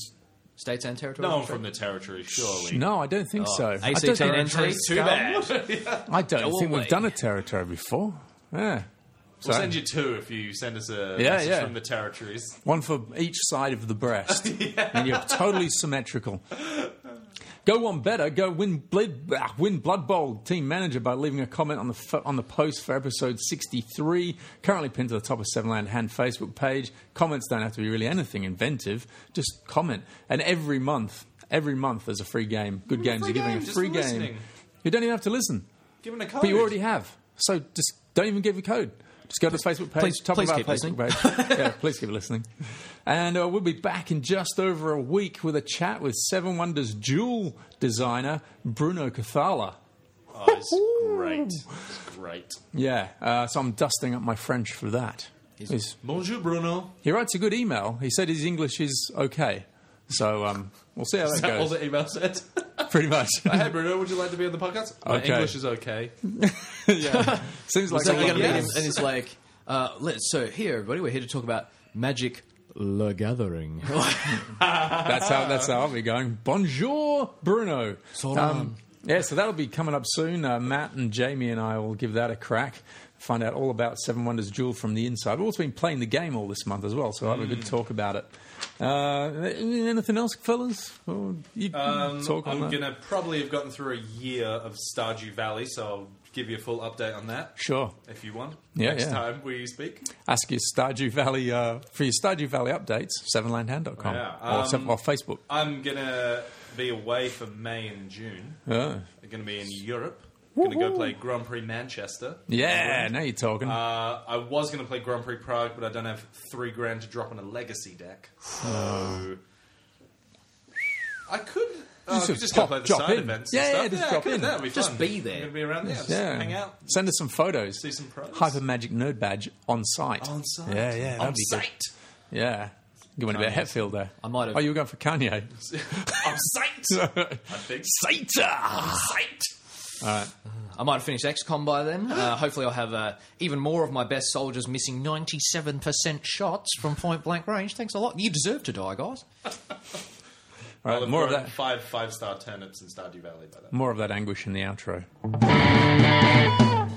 Speaker 5: states and territories.
Speaker 3: No one from the territory, surely.
Speaker 4: no, I don't
Speaker 5: Oh,
Speaker 4: think so. I
Speaker 5: ACT
Speaker 4: don't, think-
Speaker 5: entries.
Speaker 3: Too bad.
Speaker 4: I don't
Speaker 5: Go
Speaker 4: think
Speaker 5: away.
Speaker 4: we've done a territory before. Yeah,
Speaker 3: We'll
Speaker 4: So-
Speaker 3: send you two if you send us a
Speaker 4: Yeah,
Speaker 3: message
Speaker 4: yeah.
Speaker 3: from the territories.
Speaker 4: One for each side of the breast. And you're totally symmetrical. Go one better. Go win Blood, ah, win Blood Bowl team manager by leaving a comment on the fo- on the post for episode 63. Currently pinned to the top of Seven Land Hand Facebook page. Comments don't have to be really anything inventive. Just comment. And every month, every month there's a free game. Good games.
Speaker 3: free
Speaker 4: You're giving
Speaker 3: game,
Speaker 4: a
Speaker 3: just
Speaker 4: free
Speaker 3: for
Speaker 4: game.
Speaker 3: listening.
Speaker 4: You don't even have to listen,
Speaker 3: Give him a code.
Speaker 4: but you already have. So just don't even give a code. Just go to the Facebook page.
Speaker 5: please-
Speaker 4: top
Speaker 5: please
Speaker 4: of our
Speaker 5: keep
Speaker 4: Facebook
Speaker 5: listening.
Speaker 4: page page. yeah, please keep listening. And uh, we'll be back in just over a week with a chat with Seven Wonders jewel designer Bruno Cathala.
Speaker 3: Oh, it's great. It's great.
Speaker 4: Yeah, uh, so I'm dusting up my French for that. He's-
Speaker 3: Bonjour, Bruno.
Speaker 4: he writes a good email. He said his English is okay. So um, we'll see how that
Speaker 3: Is that all
Speaker 4: goes.
Speaker 3: the email said?
Speaker 4: Pretty much.
Speaker 3: hey, Bruno, would you like to be on the podcast? My
Speaker 4: Okay.
Speaker 3: English is okay.
Speaker 4: yeah. Seems like
Speaker 5: So
Speaker 4: a
Speaker 5: we're
Speaker 4: lot
Speaker 5: gonna
Speaker 4: of-
Speaker 5: meet him,
Speaker 3: Yes.
Speaker 5: and it's like, uh, let's, so here, everybody, we're here to talk about magic. La Gathering.
Speaker 4: That's how that's how I'll be going. Bonjour, Bruno. Um,
Speaker 5: So long.
Speaker 4: yeah, so that'll be coming up soon. Uh, Matt and Jamie and I will give that a crack. Find out all about Seven Wonders Jewel from the inside. We've also been playing the game all this month as well, so I'll have a good talk about it. Uh, anything else, fellas? Or you
Speaker 3: Um,
Speaker 4: talk on
Speaker 3: I'm
Speaker 4: that?
Speaker 3: going to probably have gotten through a year of Stardew Valley, so I'll give you a full update on that
Speaker 4: Sure.
Speaker 3: if you want.
Speaker 4: Yeah,
Speaker 3: Next
Speaker 4: yeah.
Speaker 3: time we speak.
Speaker 4: Ask your Stardew Valley uh, for your Stardew Valley updates. Sevenlandhand.com
Speaker 3: Yeah,
Speaker 4: or, se-
Speaker 3: um,
Speaker 4: or Facebook.
Speaker 3: I'm going to be away for May and June.
Speaker 4: Uh,
Speaker 3: I'm going to be in Europe. I'm going to go play Grand Prix Manchester.
Speaker 4: yeah, now you're talking.
Speaker 3: Uh, I was going to play Grand Prix Prague, but I don't have three grand to drop on a legacy deck. So I could. Oh,
Speaker 4: sort of
Speaker 3: just go
Speaker 4: pop-
Speaker 3: play the
Speaker 4: drop
Speaker 3: side
Speaker 4: in.
Speaker 3: events.
Speaker 4: Yeah,
Speaker 3: and
Speaker 4: yeah,
Speaker 3: stuff.
Speaker 4: just drop
Speaker 3: cool,
Speaker 4: in.
Speaker 3: That'd be
Speaker 5: Just
Speaker 3: fun.
Speaker 5: be there.
Speaker 3: You're gonna be around there.
Speaker 4: Yeah.
Speaker 3: Just hang out.
Speaker 4: Send us some photos.
Speaker 3: See some pros.
Speaker 4: Hyper Magic Nerd Badge on site.
Speaker 3: On site.
Speaker 4: Yeah, yeah.
Speaker 5: On
Speaker 4: that'd be good.
Speaker 5: site.
Speaker 4: Yeah. You went a bit Hetfield there.
Speaker 5: I might have.
Speaker 4: Oh, you were going for Kanye.
Speaker 3: On site. I think.
Speaker 4: Satan!
Speaker 3: Site.
Speaker 5: I might have finished XCOM by then. Uh, hopefully, I'll have uh, even more of my best soldiers missing 97% shots from point blank range. Thanks a lot. You deserve to die, guys.
Speaker 4: All right, more of that.
Speaker 3: Five five star turnips in Stardew Valley by then.
Speaker 4: More of that anguish in the outro. All right,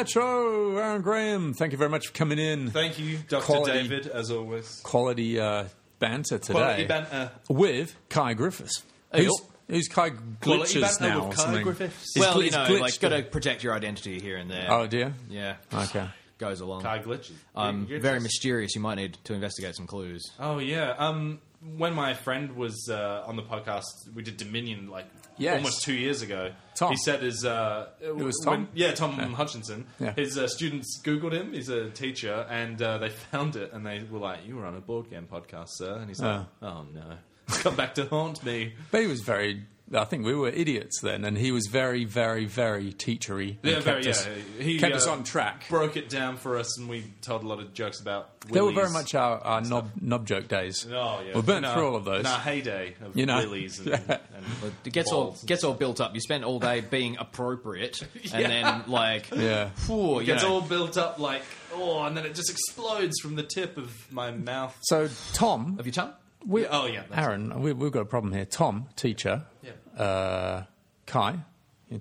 Speaker 4: outro. Aaron Graham, thank you very much for coming in.
Speaker 3: Thank you, Doctor
Speaker 4: Quality.
Speaker 3: David, as always.
Speaker 4: Quality uh, banter today
Speaker 3: Quality banter.
Speaker 4: with Kai Griffiths.
Speaker 5: Hey,
Speaker 4: who's, who's Kai
Speaker 3: Quality
Speaker 4: Glitches
Speaker 3: banter
Speaker 4: now?
Speaker 3: with
Speaker 4: or
Speaker 3: Kai
Speaker 4: something?
Speaker 3: Griffiths.
Speaker 4: Is
Speaker 5: well,
Speaker 4: gl-
Speaker 5: you
Speaker 4: is
Speaker 5: know,
Speaker 4: glitched
Speaker 5: like,
Speaker 4: or-
Speaker 5: got to protect your identity here and there.
Speaker 4: Oh dear.
Speaker 5: Yeah.
Speaker 4: Okay.
Speaker 5: Goes along.
Speaker 3: Kai glitches.
Speaker 5: Um,
Speaker 3: You're
Speaker 5: very
Speaker 3: just-
Speaker 5: mysterious. You might need to investigate some clues.
Speaker 3: Oh yeah. Um, when my friend was uh, on the podcast, we did Dominion like
Speaker 4: Yes.
Speaker 3: almost two years ago.
Speaker 4: Tom.
Speaker 3: He said his uh, it
Speaker 4: was Tom?
Speaker 3: yeah, Tom Hutchinson.
Speaker 4: Yeah.
Speaker 3: His uh, students Googled him. He's a teacher, and uh, they found it, and they were like, "You were on a board game podcast, sir." And he's like, "Oh no, it's come back to haunt me."
Speaker 4: But he was very. I think we were idiots then, and he was very, very, very teachery. and
Speaker 3: Yeah,
Speaker 4: kept
Speaker 3: very,
Speaker 4: us,
Speaker 3: yeah. He
Speaker 4: kept
Speaker 3: uh,
Speaker 4: us on track.
Speaker 3: Broke it down for us, and we told a lot of jokes about.
Speaker 4: They were
Speaker 3: willies.
Speaker 4: very much our, our knob knob joke days.
Speaker 3: Oh yeah,
Speaker 4: we
Speaker 3: In
Speaker 4: burnt
Speaker 3: our-
Speaker 4: through all of those.
Speaker 3: In our heyday of
Speaker 4: You know.
Speaker 3: willies and, and
Speaker 5: It gets
Speaker 3: balls.
Speaker 5: all gets all built up. You spend all day being appropriate, and
Speaker 3: Yeah.
Speaker 5: then like,
Speaker 4: Yeah.
Speaker 5: phew, you
Speaker 3: gets
Speaker 5: know.
Speaker 3: all built up like oh, and then it just explodes from the tip of my mouth.
Speaker 4: So Tom,
Speaker 5: of your tongue.
Speaker 4: we,
Speaker 3: Oh yeah, that's
Speaker 4: Aaron, we, we've got a problem here. Tom, teacher,
Speaker 3: it. Yeah.
Speaker 4: uh, Kai,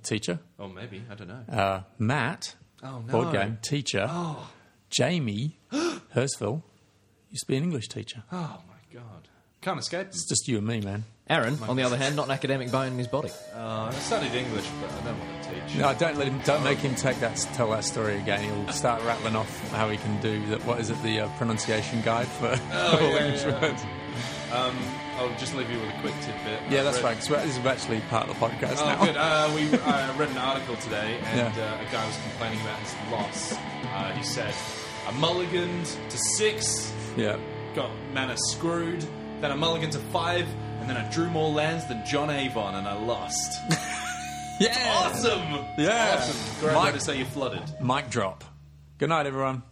Speaker 4: teacher,
Speaker 3: oh maybe I don't know.
Speaker 4: uh, Matt,
Speaker 3: Oh, no. Oh.
Speaker 4: board game teacher, Jamie, Hurstville, used to be an English teacher.
Speaker 3: oh my god, can't escape.
Speaker 4: It's just you and me, man.
Speaker 5: Aaron, on the other hand, not an academic bone in his body.
Speaker 3: Uh, I studied English, but I don't want to teach.
Speaker 4: No, don't let him. Don't make him take that. Tell that story again. He'll start rattling off how he can do that. What is it? The uh, pronunciation guide for all
Speaker 3: Oh, yeah,
Speaker 4: English
Speaker 3: yeah.
Speaker 4: words.
Speaker 3: I'll just leave you with a quick tidbit.
Speaker 4: Yeah,
Speaker 3: I
Speaker 4: that's
Speaker 3: read-
Speaker 4: right. 'cause we're- this is actually part of the podcast
Speaker 3: Oh,
Speaker 4: now.
Speaker 3: good. Uh, we, I read an article today, and
Speaker 4: Yeah.
Speaker 3: uh, a guy was complaining about his loss. Uh, he said, "I mulliganed to six,
Speaker 4: Yeah,
Speaker 3: got mana screwed, then I mulliganed to five, and then I drew more lands than John Avon, and I lost."
Speaker 4: yeah.
Speaker 3: awesome.
Speaker 4: Yeah.
Speaker 3: Awesome. Great
Speaker 4: Mike-
Speaker 3: way to say you flooded.
Speaker 4: Mic drop. Good night, everyone.